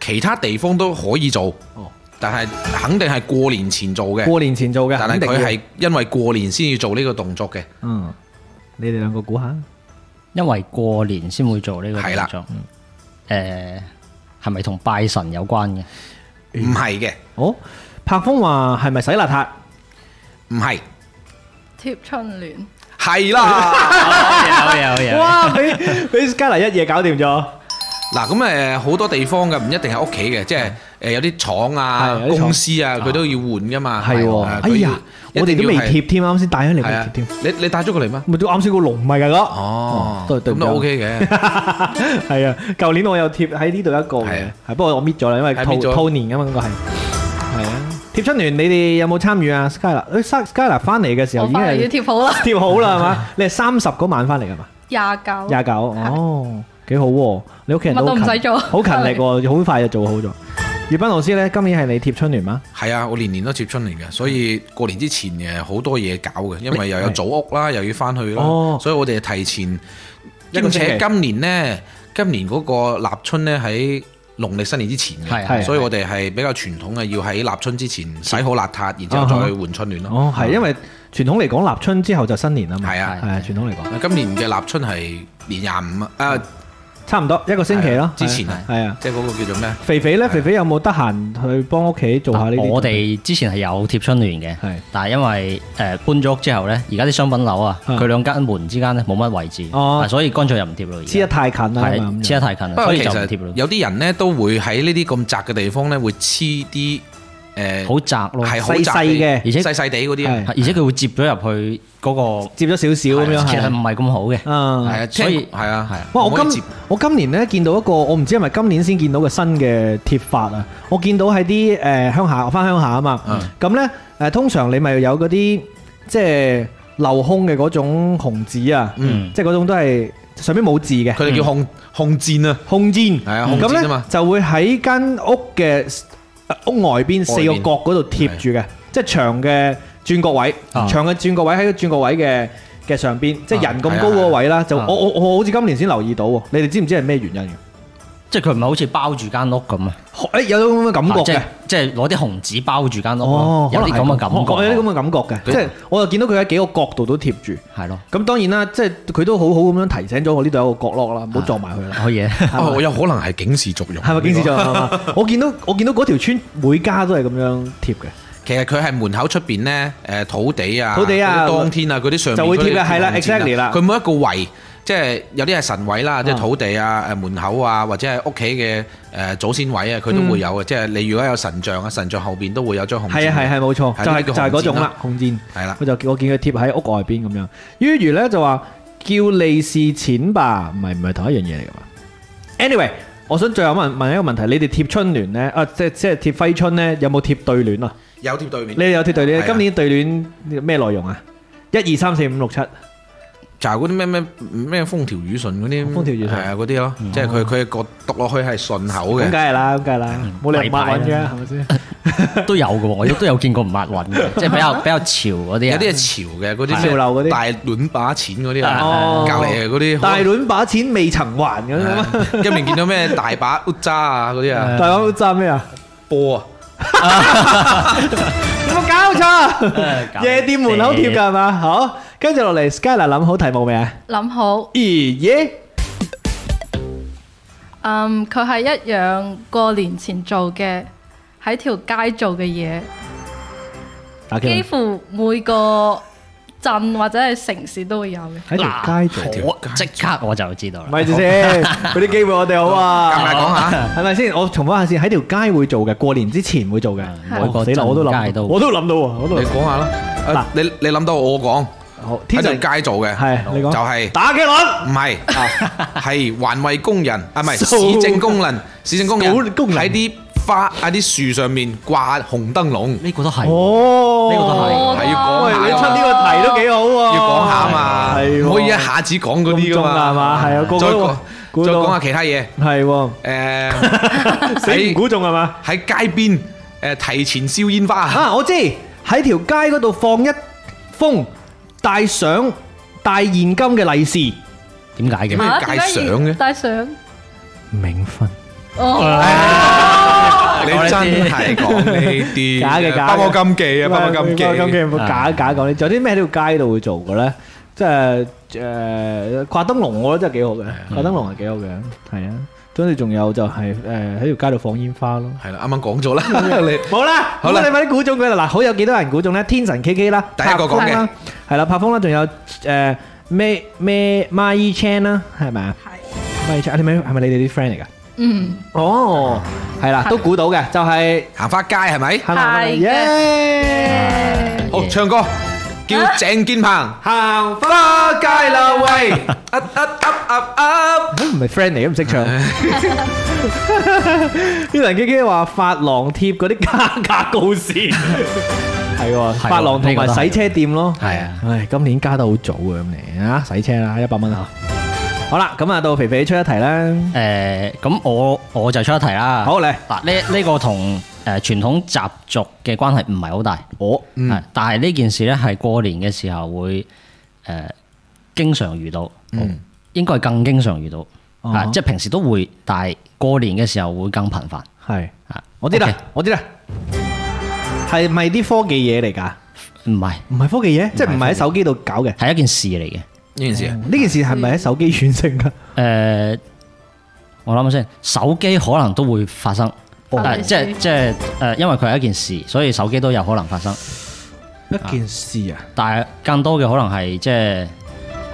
S3: 其他地方都可以做
S1: 哦，
S3: 但係肯定係過年前做嘅。
S1: 過年前做嘅，
S3: 但係
S1: 肯定
S3: 佢
S1: 要
S3: 係因為過年先要做呢個動作嘅，
S1: 嗯，你哋兩個估下，
S2: 因為過年先會做呢個
S3: 係啦
S2: 動作。誒，係咪同拜神有關嘅？
S3: 唔係嘅，
S1: 哦，柏峰話係咪洗邋遢？
S3: 唔係，
S4: 貼春聯，
S3: 係啦。
S1: (laughs)
S2: 有有有。Dạ.
S1: 哇！俾俾 Skyla 一夜搞掂咗，
S3: 嗱咁誒好多地方嘅，唔一定係屋企嘅，即係誒有啲廠啊
S1: 係、有啲廠
S3: 公司啊，佢都要換噶嘛。
S1: 係喎，
S3: 啊
S1: 哎呀，我哋都未。
S3: 佢要一定要係
S1: 貼添，啱先帶咗嚟未
S3: 係
S1: 貼
S3: 啊
S1: 添，，
S3: 你你帶咗過嚟咩？
S1: 咪都啱先個籠唔係㗎嗰，
S3: 哦，
S1: 都係對唔
S3: 咁都
S1: 住
S3: OK 嘅。
S1: (laughs) 係啊，舊年我有貼喺呢度一個
S3: 係
S1: 嘅
S3: 啊，
S1: 係不過我搣咗啦，因為
S3: 係
S1: 兔
S3: 搣咗
S1: 兔年㗎嘛，應該係係啊。貼春聯你哋有冇參與啊？Skyla，誒 Sky- Skyla 翻嚟嘅時候
S4: 我
S1: 已經
S4: 翻嚟要
S1: 係
S4: 貼好啦，
S1: 貼好啦，係嘛？你係三十嗰晚翻嚟㗎嘛？
S4: 廿九。
S1: 廿九，哦，幾好喎！你屋企人都好勤
S4: 乜都唔使做
S1: 好勤力喎，好快就做好咗。葉斌老師咧，今年係你貼春聯嗎？
S3: 係啊，我年年都接春嚟嘅，所以過年之前誒好多嘢搞嘅，因為又有
S1: 係
S3: 祖屋啦，又要翻去啦，
S1: 哦
S3: 所以我哋提前。
S1: 一個
S3: 兼
S1: 星期
S3: 且今年呢，今年嗰個立春呢，喺農曆新年之前
S2: 係
S1: 係
S3: 嘅，所以我哋係比較傳統嘅，要喺立春之前洗好邋遢，然之後
S1: 啊哈
S3: 再換春聯咯。
S1: 哦，係因為傳統嚟講，立春之後就新年啦嘛。
S3: 啊係啊
S1: 係啊，傳統嚟講，
S3: 今年嘅立春係年廿五啊，啊
S1: 差唔多一個星期
S3: 係
S1: 咯
S3: 啊。之前啊
S1: 係啊。
S3: 即係嗰個叫做咩？
S1: 肥肥咧，肥肥有冇得閒去幫屋企做下呢
S3: 啊
S1: 啲？
S2: 我哋之前係有貼春聯嘅，
S1: 係
S2: 但係因為誒搬咗屋之後咧，而家啲商品樓啊，
S1: 啊
S2: 佢兩間門之間咧冇乜位置，
S1: 哦
S2: 啊所以乾脆又唔貼咯。而
S1: 黐啊得
S2: 家
S1: 太近啦
S2: 係
S1: 嘛，
S2: 黐得太近
S3: 不
S2: 啦，
S3: 過
S2: 所以
S3: 其
S2: 就唔貼
S3: 實
S2: 咯，
S3: 有啲人呢，都會喺呢啲咁窄嘅地方呢，會黐啲誒
S2: 好窄咯，
S3: 係
S2: 係
S3: 好
S1: 細
S3: 窄
S1: 細嘅
S2: 而且
S3: 細細地嗰啲啊
S1: 係
S2: 而且佢會接咗入去嗰個，
S1: 接咗少少咁樣
S2: 其實唔
S1: 係。
S2: 係咁好嘅。
S1: 嗯，
S3: 係啊，
S2: 所以
S3: 聽係啊，
S2: 係啊
S1: 哇！
S3: 唔可以
S1: 我
S3: 接
S1: 今我今年咧見到一個，我唔知係咪今年先見到嘅新嘅貼法啊！我見到喺啲誒鄉下，我翻鄉下啊嘛
S3: 嗯，
S1: 咁咧誒通常你咪有嗰啲即係鏤空嘅嗰種紅紙啊，
S3: 嗯
S1: 即係嗰種都係上面冇字嘅
S3: 佢哋叫控控戰啊，
S1: 空箭，
S3: 係啊
S1: 嗯咁
S3: 空箭啊
S1: 咧
S3: 嘛
S1: 就會喺間屋嘅呃屋外邊四個角嗰度貼住嘅，即係長嘅轉角位，
S2: 啊
S1: 長嘅轉角位喺個轉角位嘅。嘅上邊，即係人咁高嗰個位啦，就我
S2: 啊
S1: 我我好似今年先留意到喎，你哋知唔知係咩原因嘅？
S2: 即係佢唔係好似包住間屋咁啊，
S1: 誒有種咁嘅感
S2: 即
S1: 覺嘅
S2: 係，即係攞啲紅紙包住間屋
S1: 哦
S2: 咯，，有啲
S1: 可能係
S2: 咁嘅感覺
S1: 我
S2: 咯，
S1: 有啲咁嘅感覺嘅，即係我就見到佢喺幾個角度都貼住，
S2: 係咯，
S1: 咁當然啦，即係佢都好好咁樣提醒咗我呢度有個角落啦，
S2: 啊
S1: 唔好撞埋佢啦。
S2: 可以。 (laughs)
S1: 係咪
S3: 哦，有可能係警示作用，
S1: 係咪警示作用係嘛？啊我見到我見到嗰條村每家都係咁樣貼嘅。
S3: 其實佢係門口出邊咧，誒土地啊，
S1: 土地啊
S3: 嗰啲當天啊，嗰啲上面
S1: 就會貼嘅
S3: 嗰啲
S1: 係啦
S3: 紅線啊
S1: exactly 啦
S3: 佢每一個位，即係有啲係神位啦，即
S1: 啊
S3: 係土地啊、誒門口啊，或者係屋企嘅誒祖先位啊，佢都會有嘅。即係你如果有神像啊，神像後邊都會有張紅線。
S1: 嗯係啊係係冇錯，
S3: 係
S1: 就係
S3: 呢
S1: 就
S3: 個
S1: 係
S3: 紅
S1: 嗰種
S3: 箭
S1: 啦
S3: 啦，
S1: 紅箭。
S3: 係啦，
S1: 我就我見佢貼喺屋外邊咁樣。於如咧就話叫利是錢吧，唔係唔係同一樣嘢嚟噶嘛？Anyway，我想最後問問一個問題，你哋貼春聯咧，啊即即係貼揮春咧，有冇貼對聯啊？
S3: 有貼對面
S1: 你。哋有貼對
S3: 係
S1: 聯？
S3: 啊
S1: 今年對聯咩內容啊？一二三四五六七，
S3: 就係嗰啲咩咩咩風調雨順嗰啲，
S1: 風調雨順哦
S3: 係啊嗰啲咯，即係佢佢個讀落去係順口
S1: 咁梗
S3: 嘅。
S1: 係啦，咁梗係啦，冇理由
S2: 例
S1: 唔抹
S2: 牌
S1: 揾
S2: 啊
S1: 嘅，係咪先？
S2: 都有嘅喎，我都有見過唔抹韻嘅，即係比
S1: (laughs)
S2: 較比較潮嗰啲
S3: 有啲
S2: 啊。
S3: 係潮嘅，嗰啲
S1: 潮流嗰啲
S3: 大亂把錢嗰啲啊，
S1: 哦
S3: 隔離嗰啲可能
S1: 大卵把錢未曾還咁樣啊，
S3: 一面見到咩大把烏渣啊嗰啲啊，
S1: 大佬爭咩啊？
S3: 波啊，
S1: 有冇搞錯？
S2: 誒搞
S1: 夜店門口貼㗎係嘛？好，跟住落嚟，Skyla 諗好題目未啊？
S4: 諗好，
S1: 咦耶！
S4: 嗯，佢係一樣過年前做嘅，喺條街做嘅嘢，
S1: 打機
S4: 幾乎每個鎮或者係城市都會有嘅。
S1: 喺條街做，
S2: 我啊即刻我就知道啦。
S1: 咪住先，嗰啲機會我哋好
S3: 夾
S1: 啊，
S3: 埋講下。
S1: 係咪先？我重複下先，喺條街會做嘅，過年之前會做嘅。
S2: 係
S1: 我死啦，我都
S2: 街
S1: 諗，
S2: 都
S1: 我都諗到喎，我都
S3: 你
S1: 諗
S3: 講下啦。
S1: 嗱
S3: 啊你你諗到我講
S1: 好天
S3: 喺
S1: 神
S3: 條街做嘅，
S1: 係你講
S3: 就係
S1: 打機輪，
S3: 唔係係環衞工人啊？唔係
S1: 掃
S3: 市政工人，市政工人
S1: 掃工人
S3: 喺啲花喺啲樹上面掛紅燈籠，
S2: 呢個都係，
S1: 哦，
S2: 呢個都係
S4: 哦
S3: 係要
S1: 喂，
S3: 講下
S1: 你出
S3: 㗎
S1: 呢
S3: 嘛
S1: 個題都幾好喎，
S3: 要講下啊嘛，
S1: 係喎
S3: 唔可以一下子講嗰啲
S1: 咁
S3: 噶
S1: 中啊係嘛，係啊，個個
S3: 再
S1: 都
S3: 講
S1: 估
S3: 再講下
S1: 到，
S3: 其他嘢。
S1: 係喎，
S3: 誒
S1: 死唔
S3: 喺
S1: 估中係嘛？
S3: 喺街邊誒提前燒煙花，
S1: 啊，我知喺條街嗰度放一封帶相帶現金嘅利是，
S2: 點解嘅？
S3: 咩
S4: 啊
S3: 街
S4: 點解
S3: 相
S4: 要
S3: 嘅
S4: 帶相
S1: 冥婚
S4: 哦，
S3: 你
S2: 講呢
S3: 真
S2: 啲
S3: 係講呢啲
S1: 假嘅假嘅
S3: 包我禁忌啊，包我禁忌，
S1: 咁嘅冇
S2: 啊
S1: 假假講咧，仲有啲咩喺條街度會做嘅咧？即係誒掛燈籠，我覺得真係幾好嘅，掛燈籠係幾好嘅，係啊。跟住仲有就係誒喺條街度放煙花咯。
S3: 係啦，啱啱講咗啦，你。
S1: 好啦，
S3: 好啦
S1: 咁你快啲估中佢啦！嗱，好有幾多人估中咧？天神 K K 啦，
S3: 第一個講
S1: 柏
S3: 嘅
S1: 峰啦，係啦，柏峰啦，仲有呃誒咩咩 My Chan 啦，係咪啊？啊
S4: 係
S1: 咪係咪係咪你哋啲 friend 嚟㗎？
S4: 嗯，
S1: 哦，係啦，都估到嘅，就係
S3: 行花街係咪？
S1: 行行
S4: 係嘅
S1: 耶！
S3: 好，唱歌叫鄭建鵬。
S1: 行花
S3: 花街啦喂，噏噏噏噏噏，
S1: 唔係 friend 嚟嘅，唔
S2: (laughs)
S1: 識唱。呢人 K K 話發廊貼嗰啲加價告示，係喎，
S2: 係喎
S1: 發廊同埋
S2: 呢個都係
S1: 洗車店咯。
S2: 係啊，
S1: 唉，今年加得好早啊，咁嚟啊，洗車啦，一百蚊啊。好啦，咁啊到肥肥出一題啦。
S2: 誒咁我我就出一題啦。
S1: 好嚟，
S2: 嗱，呢呢個同誒傳統習俗嘅關係唔係好大，
S1: 我嗯
S2: 係但係呢件事咧係過年嘅時候會誒經常遇到，
S3: 嗯
S2: 應該係更經常遇到，
S1: 哦
S2: 啊，即係平時都會，但係過年嘅時候會更頻繁。
S1: 係
S2: 啊，
S1: 我知啦
S2: OK，
S1: 我知啦，係咪啲科技嘢嚟㗎？
S2: 唔係，
S1: 唔係科技嘢，即係唔係喺手機度搞嘅。
S2: 係一件事嚟嘅。
S3: 呢件事啊，
S1: 呢件事係咪喺手機完成㗎？
S2: 誒、呃我諗下先，手機可能都會發生，
S1: 哦
S2: 但係即係即係誒、呃因為佢係一件事，所以手機都有可能發生。
S1: 一件事啊，
S2: 但係更多嘅可能係即係誒、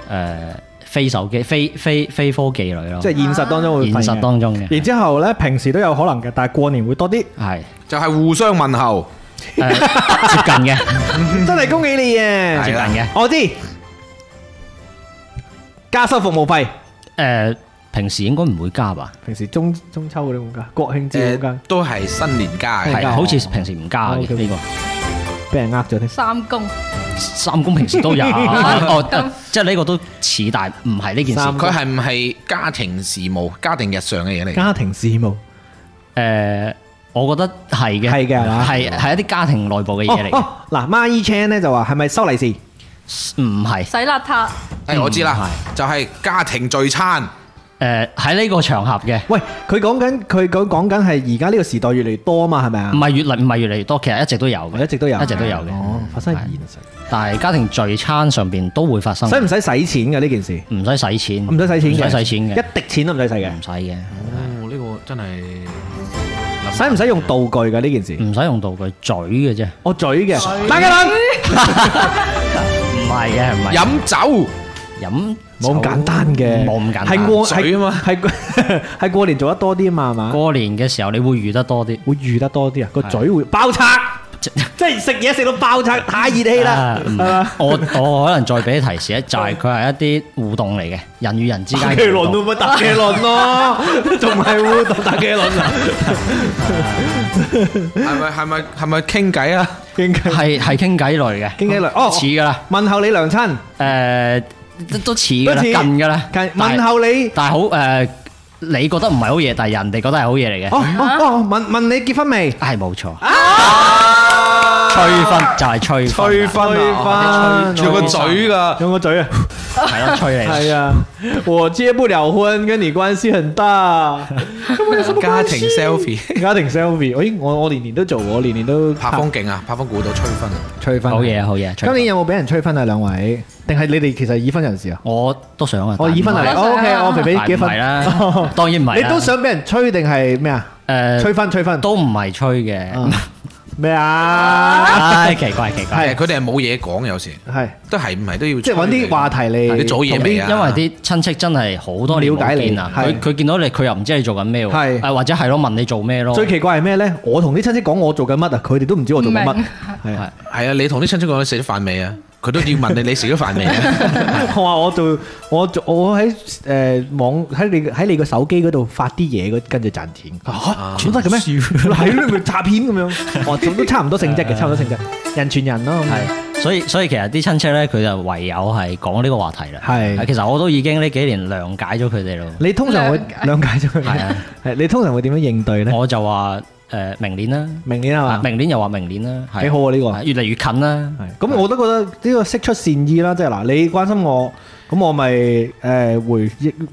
S2: 呃非手機、非非非科技類咯，
S1: 即係現實當中會
S2: 現
S1: 發
S2: 實當中嘅
S1: 然之後咧，平時都有可能嘅，但係過年會多啲。
S2: 係
S3: 就係互相問候。
S2: 誒接
S1: (laughs)
S2: 近嘅，
S1: 真係恭喜你啊！
S2: 接
S3: 係啦
S2: 近嘅
S1: 我知，加收服務費，
S2: 誒。呃平時應該唔會加吧？
S1: 平時中中秋嗰啲咁加，國慶節咁
S3: 誒
S1: 加，，
S3: 都係新年家嘅
S1: 係
S2: 係
S1: 加
S2: 好似平時唔加
S1: 哦
S2: 嘅
S1: ，OK
S2: 呢
S1: 俾人呃咗添。
S4: 三公，
S2: 個三公平
S1: (laughs)
S2: 時都有，哦，得即係呢個都似，但係唔係呢件事。
S1: 三
S3: 佢係唔係家庭事務、家庭日常嘅嘢嚟？
S1: 家庭事務，
S2: 誒，我覺得係嘅，
S1: 係嘅係嘛
S2: 係係一啲家庭內部嘅嘢嚟
S1: 哦
S2: 嘅，
S1: 哦嗱，Marie Chan 咧就話係咪收利是？
S2: 唔係
S4: 洗邋遢，
S3: 誒，我知啦，就係家庭聚餐。
S2: 誒喺呢個場合嘅，
S1: 喂，佢講緊佢講講緊係而家呢個時代越嚟越多啊嘛，係咪啊
S2: 唔？係越嚟唔係越嚟越多，其實一直都有
S1: 我一
S2: 嘅，
S1: 直都有，
S2: 一直都有嘅
S1: 哦，發生喺
S2: 係
S1: 現實，
S2: 但係家庭聚餐上邊都會發生，
S1: 使唔使使錢嘅呢件事？
S2: 唔使使錢，
S1: 唔使使錢嘅，
S2: 唔使使錢嘅，
S1: 一滴錢都唔使使嘅
S2: 唔。使嘅，
S3: 哦，呢個真係
S1: 使唔使用道具嘅呢件事？
S2: 唔使用道具，嘴嘅啫，
S1: 我嘴嘅，打嘅輪，
S2: 唔係嘅，唔係
S3: 飲酒？
S2: 飲
S1: 冇咁簡單嘅，
S2: 冇咁簡單
S1: 係過
S3: 水啊嘛
S1: 係係係過年做得多啲啊嘛，係嘛？
S2: 過年嘅時候你會遇得多啲，
S1: 會遇得多啲啊，個嘴會爆拆，
S2: 即
S1: 即係食嘢食到爆拆，太熱氣啦，
S2: 啊
S1: 係嘛？
S2: 我我可能再俾啲提示咧，就係佢係一啲互動嚟嘅，人與人之間
S1: 打
S2: 嘅
S1: 機
S2: 互
S1: 輪都
S2: 動，
S1: 咪打機輪咯，仲係會打打機輪啊？
S3: 係咪係咪係咪傾偈啊？
S1: 傾偈 (laughs)
S2: 係係傾偈類嘅，
S1: 傾偈輪哦，
S2: 似噶啦，
S1: 問候你娘親，
S2: 誒都都似噶
S1: 都
S2: 啦，
S1: 似
S2: 近噶啦，
S1: 近
S2: 但係
S1: 問候你，
S2: 但係好誒，你覺得唔係好嘢，但係人哋覺得係好嘢嚟嘅，
S1: 哦哦哦，問問你結婚未？
S2: 係冇錯。
S3: 啊！
S2: 吹分就係吹分，
S3: 吹分啊！
S1: 吹分
S3: 仲有個嘴㗎。
S1: 用個嘴啊！
S2: 係咯，吹
S1: (laughs)
S2: 你。
S1: 係啊，我結不了婚，跟你關係很大。
S3: 家庭 selfie
S1: 家庭 selfie，咦，我我年年都做，我年年都
S3: 拍風景啊，拍風估到吹分啊！
S1: 吹婚
S2: 好。嘢，好嘢。
S1: 今
S2: 吹分
S1: 年有冇俾人吹婚啊？兩位，定係你哋其實已婚人士啊？
S2: 我都想啊，
S1: 我已婚
S2: 但
S1: 啊
S2: 唔係
S4: 我
S1: ，O
S4: 都想
S1: K，
S4: 啊
S1: 我肥肥
S2: 但
S1: 結
S2: 唔
S1: 婚 (laughs)
S2: 係啦，當然唔係
S1: 哦你
S2: 啦。
S1: 都想俾人吹定係咩啊？吹
S2: 誒，
S1: 婚吹婚
S2: 都唔係吹嘅。
S1: 咩啊？
S2: (laughs) 唉，奇怪奇怪。
S3: 係佢哋係冇嘢講，有時
S1: 係
S3: 都係唔係都要
S1: 即係揾啲話題嚟。
S3: 你做嘢
S2: 因
S3: 未
S2: 為
S3: 啊
S2: 啲親戚真係好多年
S1: 了解
S2: 冇
S1: 你
S2: 見啊，
S1: 係
S2: 佢佢見到你，佢又唔知你做緊咩
S1: 係
S2: 喎，誒或者係咯問你做咩咯，
S1: 最奇怪係咩咧？我同啲親戚講我做緊乜啊，佢哋都唔知我做緊
S4: 唔
S1: 乜
S4: 明。
S1: 係啊，
S3: 係啊！你同啲親戚講你食咗飯未啊？佢都要問你你食咗
S1: (laughs)
S3: 飯未啊？
S1: 我話我做我做我喺誒網喺你喺你個手機嗰度發啲嘢，跟住賺錢。
S2: 啊
S1: 嚇，全得嘅咩？係咯，咪詐騙咁樣。
S2: (laughs)
S1: 我都差唔多性質嘅，差唔多性質，人傳人咯。
S2: 係，所以所以其實啲親戚咧，佢就唯有係講呢個話題啦。
S1: 係
S2: 啊其實我都已經呢幾年諒解咗佢哋咯。
S1: 你通常會
S4: 諒解
S1: 兩解咗
S2: 係
S1: 佢
S2: 啊，
S1: 係你通常會點樣應對咧？
S2: 我就話誒明年啦。
S1: 明年係
S2: 啊
S1: 嘛？
S2: 明年又話明年啦，係
S1: 幾好啊呢個
S2: 係越嚟越近啦，
S1: 係咁，我都覺得呢個釋出善意啦，即係嗱，你關心我，咁我咪誒回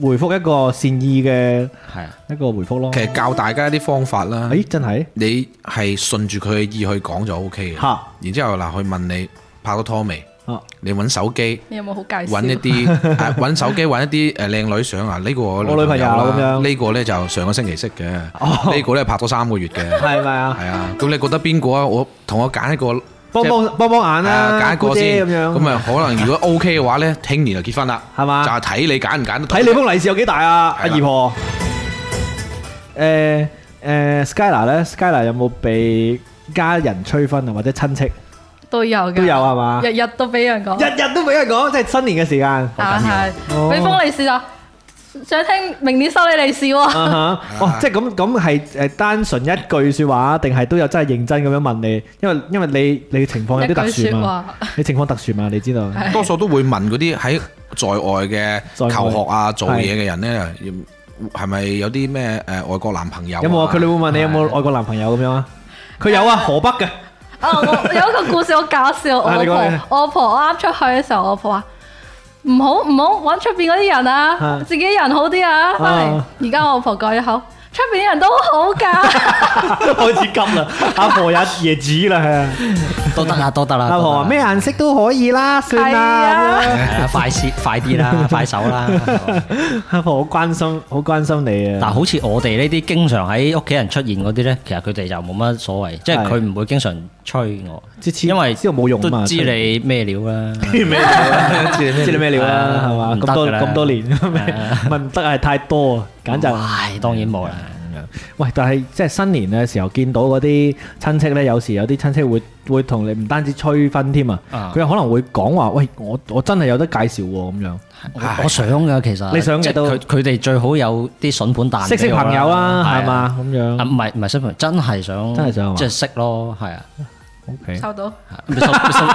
S1: 回覆一個善意嘅
S2: 係啊，
S1: 一個回覆咯
S3: 其。實教大家一啲方法啦。
S1: 誒，真係
S3: 你係順住佢嘅意去講就 O K 嘅
S1: 嚇。
S3: 然之後嗱，佢問你拍咗拖未？
S1: 啊！
S3: 你揾手機
S4: 你有冇好介
S3: 揾一
S1: (laughs)
S4: 紹？
S3: 啲啊揾手機揾一啲誒靚女相啊！呢個我
S1: 我女朋友
S3: 啦
S1: 咁樣
S3: 呢個呢就上個星期識嘅，
S1: 哦
S3: 呢個呢拍咗三個
S1: (laughs)
S3: 月嘅，
S1: 係咪啊？
S3: 係啊。咁你覺得邊個啊？我同我揀一個，
S1: 幫
S3: (laughs) 即係
S1: 幫幫幫眼
S3: 啊
S1: 啦，
S3: 揀一
S1: 姑
S3: 個
S1: 姐
S3: 先。
S1: 咁樣，
S3: 咁啊，可能如果 O K 嘅話呢， (laughs) 聽年就結婚啦，
S1: 係嘛
S3: 就係睇你揀唔揀得到。
S1: 睇你封利是有幾大啊，阿
S3: 係啦
S1: 姨婆。誒誒 Skyla 咧，Skyla 有冇被家人催婚啊，或者親戚
S4: 都有嘅，
S1: 都有啊係嘛？
S4: 日日都俾人講
S1: 日，日都俾人講，即係新年嘅時間。
S4: 但係
S1: 哦
S4: 俾封利是就想聽明年收你利是喎，
S1: 啊哈！Uh-huh。哇！即係咁咁係誒單純一句説話，定係都有真係認真咁樣問你？因為因為你你情況有
S4: 一
S1: 啲特殊啊
S4: 句説
S1: 嘛，
S4: 話。
S1: 你情況特殊嘛，你知道。
S4: 係
S3: 多數都會問嗰啲喺在外嘅
S1: 在外
S3: 求學啊、做嘢嘅人咧，要係咪有啲咩誒外國男朋友啊？
S1: 有冇
S3: (laughs)
S1: 啊？佢哋會問你有冇外國男朋友咁樣啊？佢有啊，河北嘅。 (laughs)
S4: 啊！我有一個故事好搞笑，我
S1: 啊你講你
S4: 婆我婆啱出去嘅時候，我婆話：唔好唔好揾出邊嗰啲人啊
S1: 啊，
S4: 自己人好啲啊！翻嚟
S1: 啊
S4: 而家我婆改咗口，出邊啲人都好㗎。
S1: 開始急啦，阿婆有椰子啦，係啊。
S2: 都得啦，都得啦。
S1: 阿婆話咩啊顏色都可以啦， (laughs) 算啦。
S4: 係
S1: 咁樣
S2: 係啊？快啲，快
S1: (laughs)
S2: 啲啦，快手啦。
S1: 阿婆好關心，好關心你
S2: 但
S1: 啊。
S2: 好似我哋呢啲經常喺屋企人出現嗰啲咧，其實佢哋就冇乜所謂，即係
S1: 係
S2: 佢唔會經常催我，
S1: 即係知
S2: 因為
S1: 知道冇用啊嘛
S2: 都知你咩料啦。
S1: 知你咩料啦，係嘛？
S2: 唔得
S1: 咁多
S2: 㗎啦
S1: 咁多年，咪唔得係太多啊， (laughs) 簡直。
S2: 唉，當然冇啦。
S1: 喂，但係即係新年嘅時候見到嗰啲親戚咧，有時有啲親戚會會同你唔單止催婚添啊，
S2: 啊
S1: 佢可能會講話，喂，我我真係有得介紹喎咁樣，
S2: 我我想㗎，其實
S1: 你想嘅
S2: 即係
S1: 都
S2: 佢佢哋最好有啲筍盤彈
S1: 識識
S2: 俾我
S1: 朋友啦，
S2: 係啊
S1: 係嘛咁
S2: 啊，
S1: 樣。
S2: 唔係唔係新朋友，真係想
S1: 真係想係嘛
S2: 即係識咯，係
S1: (laughs)
S2: 啊。
S1: O K，
S4: 收到，
S2: 收收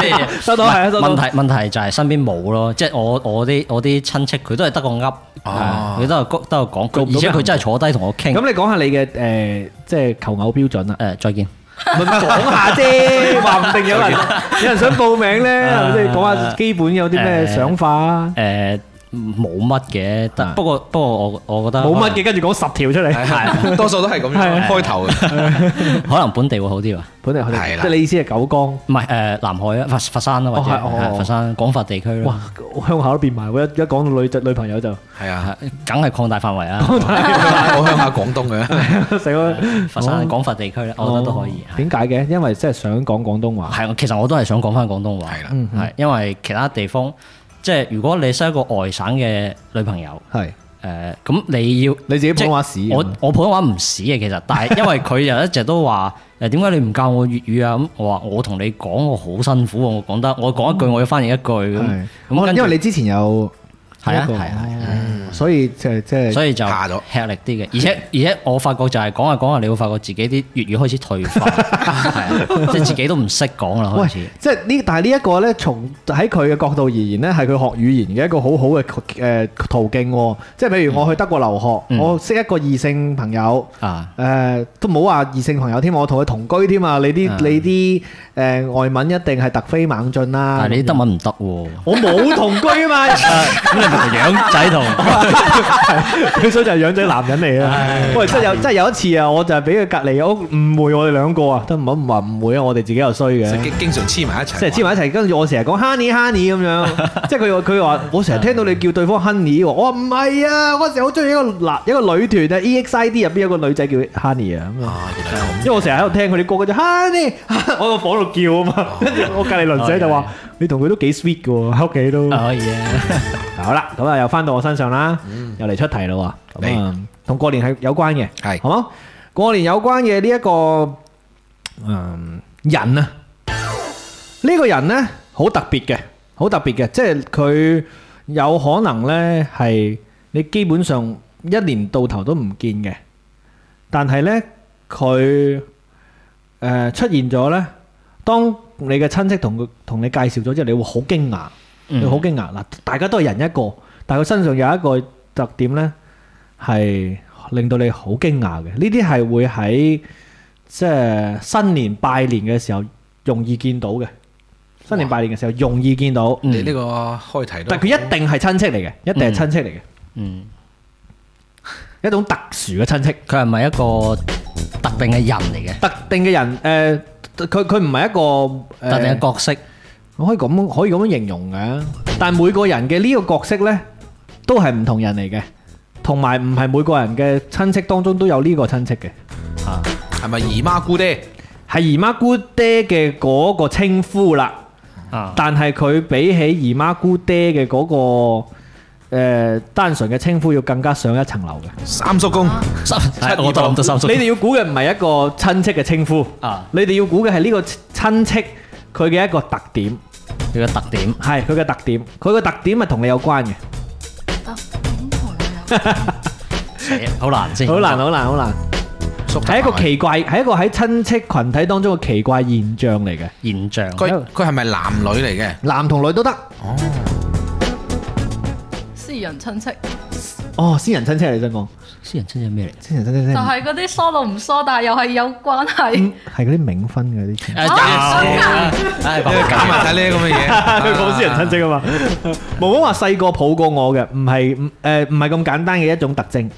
S2: 咩嘢
S1: 收到係啊收到
S2: 問題問題就係身邊冇咯，即係我我啲我啲親戚佢都係得個噏，
S3: 哦
S2: 係啊佢都係谷都係講，
S1: 做唔
S2: 佢
S1: 到
S2: 而且
S1: 咩
S2: 佢真係坐低同我傾。
S1: 咁你講下你嘅誒，即係求偶標準啦。
S2: 誒呃再見，
S1: (laughs) 咪講下啫， (laughs) 話唔定 (laughs) 有人有人想報名咧，係咪先？講下基本有啲咩想法啊？
S2: 誒呃冇乜嘅，
S1: 啊
S2: 得不過不過我我覺得
S1: 冇乜嘅，跟住講十條出嚟。 (laughs)
S3: 係啊多數都係咁
S1: 啊
S3: 樣開頭嘅，
S2: 嘅， (laughs) 可能本地會好啲吧。
S1: 本嚟佢哋
S3: 係啦
S1: 即係你意思係九江，
S2: 唔係誒南海啊，佛佛山啊，或者
S1: 哦係哦
S2: 係佛山廣佛地區咯
S1: 哇，，鄉下都變埋喎，一一講到女仔女朋友就
S3: 係啊，
S1: (laughs)
S2: 係梗係擴大範圍啊啦。
S1: 哦
S3: 我鄉下廣東嘅，
S1: 成個
S2: 佛山廣佛地區咧，我覺得都可以。係
S1: 啊哦點解嘅？因為即係想講廣東話。
S2: 係，其實我都係想講翻廣東話。
S3: 係啦，
S1: 嗯，
S2: 係因為其他地方，即係如果你識一個外省嘅女朋友，
S1: 係
S2: 誒咁你要
S1: 你自己普通話屎。啊
S2: 我我普通話唔屎嘅其實，但係因為佢又一直都話 (laughs) 誒點解你唔教我粵語啊？咁我話我同你講我好辛苦喎，我講得我講一句我要翻譯一句咁
S1: 係，
S2: 咁跟
S1: 哦因為
S2: 住
S1: 你之前有
S2: 係啊
S1: 一個
S2: 係啊係啊，
S1: 哦所以即係即係
S2: 所以就
S3: 怕咗
S2: 吃力啲嘅，而且 (laughs) 而且我發覺就係講下講下，你會發覺自己啲粵語開始退
S1: (laughs)
S2: 化，係啊即係自己都唔識講啦
S1: 喂
S2: 開始，。
S1: 即係呢，但係呢一個呢，從喺佢嘅角度而言呢，係佢學語言嘅一個好好嘅誒途徑喎。即係譬如我去德國留學，
S2: 嗯
S1: 我識一個異性朋友。
S2: 啊，
S1: 誒、都冇話異性朋友添，我同佢同居添啊！你啲、
S2: 啊
S1: 你啲誒、外文一定係突飛猛進啦。
S2: 但係你德文唔得喎，
S1: 我冇同居啊嘛，
S2: 咁你咪就養仔同。
S1: (laughs) 佢所以就係養仔男人嚟啊！喂，真係有真係有一次啊，我就係俾佢隔離屋誤會我哋兩個啊，都唔好唔話誤會啊，我哋自己又衰嘅。
S3: (laughs) 經經常黐埋一齊，
S1: 即係黐埋一齊，跟住我成日講 honey honey 咁 (laughs) 樣，即係佢話佢話我成日聽到你叫對方 honey 喎，我話唔係啊，我成日好中意一個男一個女團啊，EXID 入邊有個女仔叫 honey 啊咁樣，
S3: 啊，原來係咁
S1: 因為我成日喺度聽佢啲歌，跟住 honey，我個 (laughs) 房度叫啊嘛，跟住我隔離鄰舍就話你同佢都幾 sweet 嘅喎，喺屋企都
S2: 可以啊，
S1: 好啦，咁啊又翻到我身上啦，又嚟出題啦喎，咁啊同過年係有關嘅，
S3: 係
S1: 好冇？過年有關嘅呢一個嗯人啊，呢個人呢，好特別嘅，好特別嘅，即係佢有可能呢係你基本上一年到頭都唔見嘅，但係呢，佢誒、呃出現咗呢，當你嘅親戚同佢同你介紹咗之後，你會好驚訝。你
S2: 嗯
S1: 好驚訝嗱，大家都係人一個，但係佢身上有一個特點呢，係令到你好驚訝嘅。呢啲係會喺即係新年拜年嘅時候容易見到嘅。新年拜年嘅時候容易見到，
S2: 嗯
S3: 你呢個開題都，
S1: 但係佢一定係親戚嚟嘅，一定係親戚嚟嘅，
S2: 嗯，
S1: 一種特殊嘅親戚，
S2: 佢係咪一個特定嘅人嚟嘅？
S1: 特定嘅人。誒、佢佢唔係一個誒
S2: 特定嘅角色，
S1: 我可以咁可以咁樣形容嘅，但每個人嘅呢個角色呢，都係唔同人嚟嘅，同埋唔係每個人嘅親戚當中都有呢個親戚嘅，
S2: 啊，
S3: 係咪姨媽姑爹？
S1: 係姨媽姑爹嘅嗰個稱呼啦。
S2: 啊，
S1: 但係佢比起姨媽姑爹嘅嗰、個诶單純嘅稱呼要更加上一層樓嘅。
S3: 三叔公，
S2: (laughs) 三，係我都諗得三叔
S1: 你哋要估嘅唔係一個親戚嘅稱呼，
S2: 啊，
S1: 你哋要估嘅係呢個親戚佢嘅一個特點，
S2: 佢嘅特 (laughs) 點
S1: 係佢嘅特點，佢嘅特點係同你有關嘅。 (laughs)
S2: 係好難先，
S1: 好難，好難，好難，
S3: 叔
S1: 係一個
S3: 伯
S1: 奇怪，係一個喺親戚群體當中嘅奇怪現象嚟嘅。
S2: 現象。
S3: 佢佢係咪男女嚟嘅？
S1: 男同女都得，
S3: 哦，
S4: 私人親戚就
S1: 哦，私人親戚嚟真講，
S2: 私人親戚係 (laughs) 咩嚟？
S1: 私人親戚
S4: 係嗰啲疏到唔疏，但係又係有關係。
S1: 係嗰啲冥婚嘅 (laughs) 啲
S2: 誒
S4: 啊
S2: 有啊唉，
S3: 你搞埋晒呢啲咁嘅嘢，
S1: 佢 (laughs) 講私人親戚啊嘛。毛毛話細個抱過我嘅，唔係唔誒唔係咁簡單嘅一種特徵。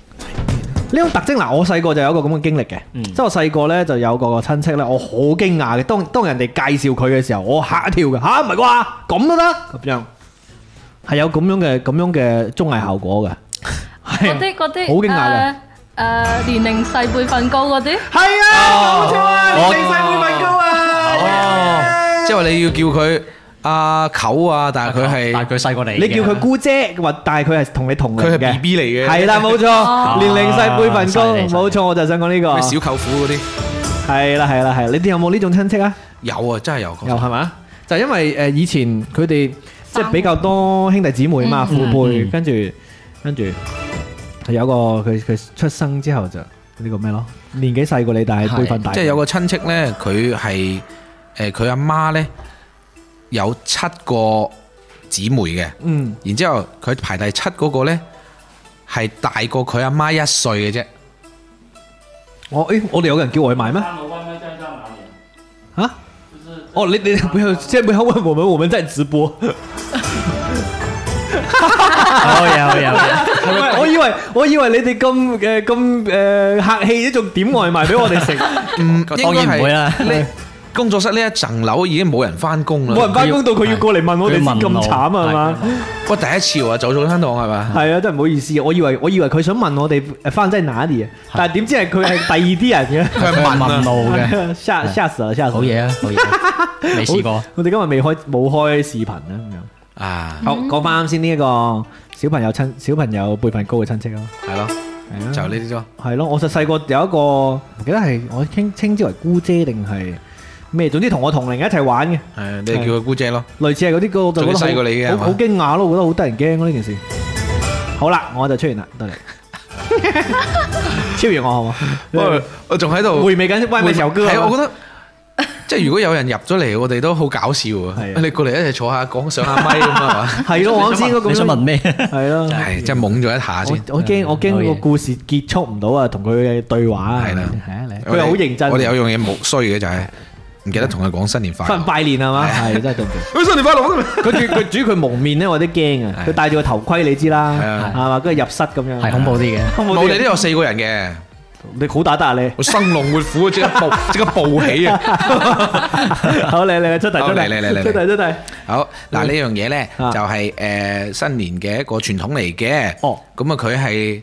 S1: 呢種特徵嗱，我細個就有一個咁嘅經歷嘅，即係我細個咧就有個親戚咧，我好驚訝嘅。當當人哋介紹佢嘅時候，我嚇一跳嘅吓，唔係啩？咁都得咁樣，係有咁樣嘅咁樣嘅綜藝效果嘅，係
S4: 嗰啲嗰啲
S1: 好驚訝嘅。
S4: 誒年齡細輩份高嗰啲，
S1: 係啊，冇錯啊，
S3: 我
S1: 年齡細會份高啊！
S3: 哦，即係話你要叫佢阿舅啊，但係佢
S2: 哦但係
S3: 係
S2: 佢細過你嘅，
S1: 你叫佢姑姐，或但係佢係同你同齡
S3: 佢係
S1: 嘅
S3: BB 嚟嘅，
S1: 係啦，冇錯，年齡細輩份高
S2: 犀利，犀利
S1: 冇錯，我就想講呢個
S3: 咩。小舅父嗰啲
S1: 係啦，係啦，係啦，你哋有冇呢種親戚啊？
S3: 有啊，真係有個
S1: 有係嘛？就係因為誒以前佢哋即
S4: 生
S1: 係
S4: 活
S1: 比較多兄弟姊妹嘛，
S4: 嗯
S1: 父
S2: 嗯
S1: 輩，跟住跟住有個佢佢出生之後就呢個咩咯？年紀細過你，啊但係輩份大。
S3: 即係有個親戚咧，佢係誒佢阿媽咧有七個姊妹嘅，
S1: 嗯
S3: 然之後佢排第七嗰個咧係大過佢阿媽一歲嘅啫。
S1: 我誒我哋有人叫外賣咩？啊？哦，你你不
S2: (laughs)
S1: 要，先不要問我們，我們在直播。
S2: 好嘢，好嘢，好嘢
S1: 我以為我以為你哋咁誒咁呃誒客氣，仲點外賣俾我
S2: (laughs)
S1: 哋食，
S3: 嗯，
S2: 當
S3: (laughs) 應該
S2: 然
S3: 係
S2: 唔會啦。
S3: 呢工作室呢一層樓已經冇人翻工啦。
S1: 冇人翻工到佢要過嚟問我哋先
S2: 佢問
S1: 咁
S2: 我
S1: 慘啊係嘛？
S3: 我第一次喎，走早餐檔係嘛？
S1: 係啊，真係唔好意思，我以為我以為佢想問我哋誒翻在哪裡啊，但係點知係佢係第二啲人
S3: 佢係
S2: 佢係
S3: 問
S2: 問
S3: 啊，
S2: 路
S3: (laughs)
S2: 嘅，
S1: 嘅， (laughs) 嚇嚇死啦嚇死！
S2: 好，嘢啊，好嘢，未試過。
S1: 我哋今日未開冇開視頻啊咁樣。
S3: 啊，
S1: 好，講翻啱先呢一個小朋友親小朋友輩份高嘅親戚咯，
S3: 係咯，
S1: 係啊
S3: 嗯就呢啲咯。
S1: 係咯，我就細個有一個唔記得係我稱稱之為姑姐定係咩，總之同我同齡一齊玩嘅，
S3: 係你叫佢姑姐咯。
S1: 類似係嗰啲歌，我就覺得好
S3: 仲要細過你嘅
S1: 好
S3: 係嘛
S1: 好驚訝咯，我覺得好得人驚咯呢件事。好啦，我就出現啦，得你 (laughs) 超越我好嘛？
S3: 喂我仲喺度
S1: 嗯回味緊喂咪時候歌啊
S3: 係啊我覺得。即係如果有人入咗嚟，我哋都好搞笑啊！
S1: 係啊
S3: 你過嚟一齊坐下，講上下咪咁啊
S1: (laughs)
S3: 嘛，
S1: 係咯，我啱先嗰個
S2: 你想問 (laughs) 咩？
S1: 係咯，
S3: 係真係懵咗一下先。
S1: 我我驚我
S2: 好
S1: 驚個
S2: 嘢
S1: 故事結束唔到啊，同佢嘅對話
S3: 係啦
S1: 係啊，嚟
S3: 我
S1: 佢
S3: 哋
S1: 又好認真，
S3: 我哋有樣嘢冇衰嘅就係唔記得同佢講新年快
S1: 分 (laughs)
S3: 樂。
S1: 拜年係嘛？係真係對唔住。
S3: 喂新年快樂！
S1: 佢 (laughs) 主佢主要佢蒙面咧，我有啲驚啊！
S3: 係
S1: 佢戴住個頭盔，你知啦，
S3: 係啊
S1: 係嘛？跟住入室咁樣，
S2: 係恐怖啲嘅。
S1: 恐怖
S3: 我哋呢度
S1: 啲。
S3: 有四個人嘅，
S1: 你好打得
S3: (laughs)
S1: 啊你！
S3: 我生龍活虎，即刻暴
S1: (laughs)
S3: 即刻暴起啊！
S1: 好嚟嚟嚟出題
S3: 好
S1: 出題
S3: 嚟嚟嚟嚟
S1: 出題出題。
S3: 好嗱，呢樣嘢咧就
S1: 啊
S3: 係誒新年嘅一個傳統嚟嘅。
S1: 哦，
S3: 咁啊佢係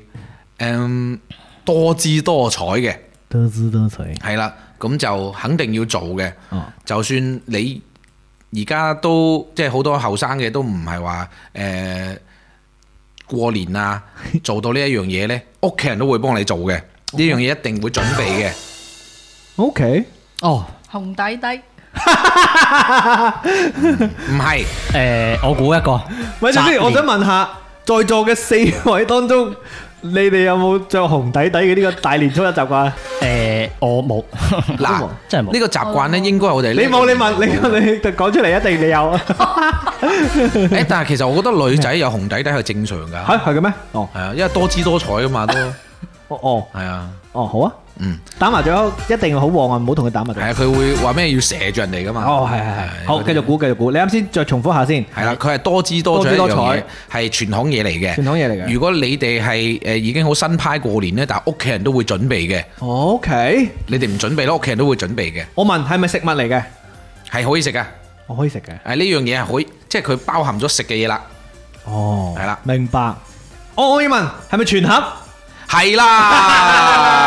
S3: 誒多姿多彩嘅，
S1: 多姿多彩。
S3: 係啦，咁就肯定要做嘅。
S1: 哦，
S3: 就算你而家都即係好多後生嘅都唔係話誒過年
S2: (laughs)
S3: 啊做到呢一樣嘢呢，屋企人都會幫你做
S2: 哦
S3: 嘅。呢樣嘢一定會準備嘅，
S1: O
S3: (laughs)
S1: K，
S2: 哦，
S4: 紅底底，
S3: 唔係
S2: 誒，我估一個。
S1: 咪住先，我想問下，在座嘅四位當中，你哋有冇着紅底底嘅呢個大年初一習慣？
S2: 誒，我冇，
S3: (laughs) 嗱，
S2: (laughs) 真係冇
S3: 呢個習慣呢，應該係我哋呢
S1: 哦你冇，你問，
S3: (laughs)
S1: 你你講出嚟一定你有啊？
S3: 誒，但係其實我覺得女仔有紅底底係正常㗎，
S1: 係係嘅咩？哦
S3: 係啊，因為多姿多彩㗎嘛都
S1: 哦哦
S3: 係啊，
S1: 哦，好啊！
S3: 嗯，
S1: 打麻雀一定好旺啊，唔好同佢打麻雀
S3: 係。啊，佢會話咩要射住人哋㗎嘛，
S1: 哦，係係係。好，
S3: 嗰啲
S1: 繼續估，繼續估。你啱先再重複下先。
S3: 係啦，佢係多姿多彩一
S1: 多
S3: 樣
S1: 姿多
S3: 嘢
S1: 彩，
S3: 係傳統嘢嚟嘅。
S1: 傳統嘢嚟嘅
S3: 如果你哋係誒已經好新派過年咧，但係屋企人都會準備嘅，
S1: O K，
S3: 你哋唔準備咧，屋企人都會準
S1: (laughs)
S3: 備嘅，
S1: 我問係咪食物嚟嘅？
S3: 係可以食嘅。
S1: 我可以食嘅。
S3: 誒呢樣嘢係可以，即係佢包含咗食嘅嘢啦，
S1: 哦
S3: 係啦
S1: 明白。哦我我要問係咪全盒？
S3: 係啦。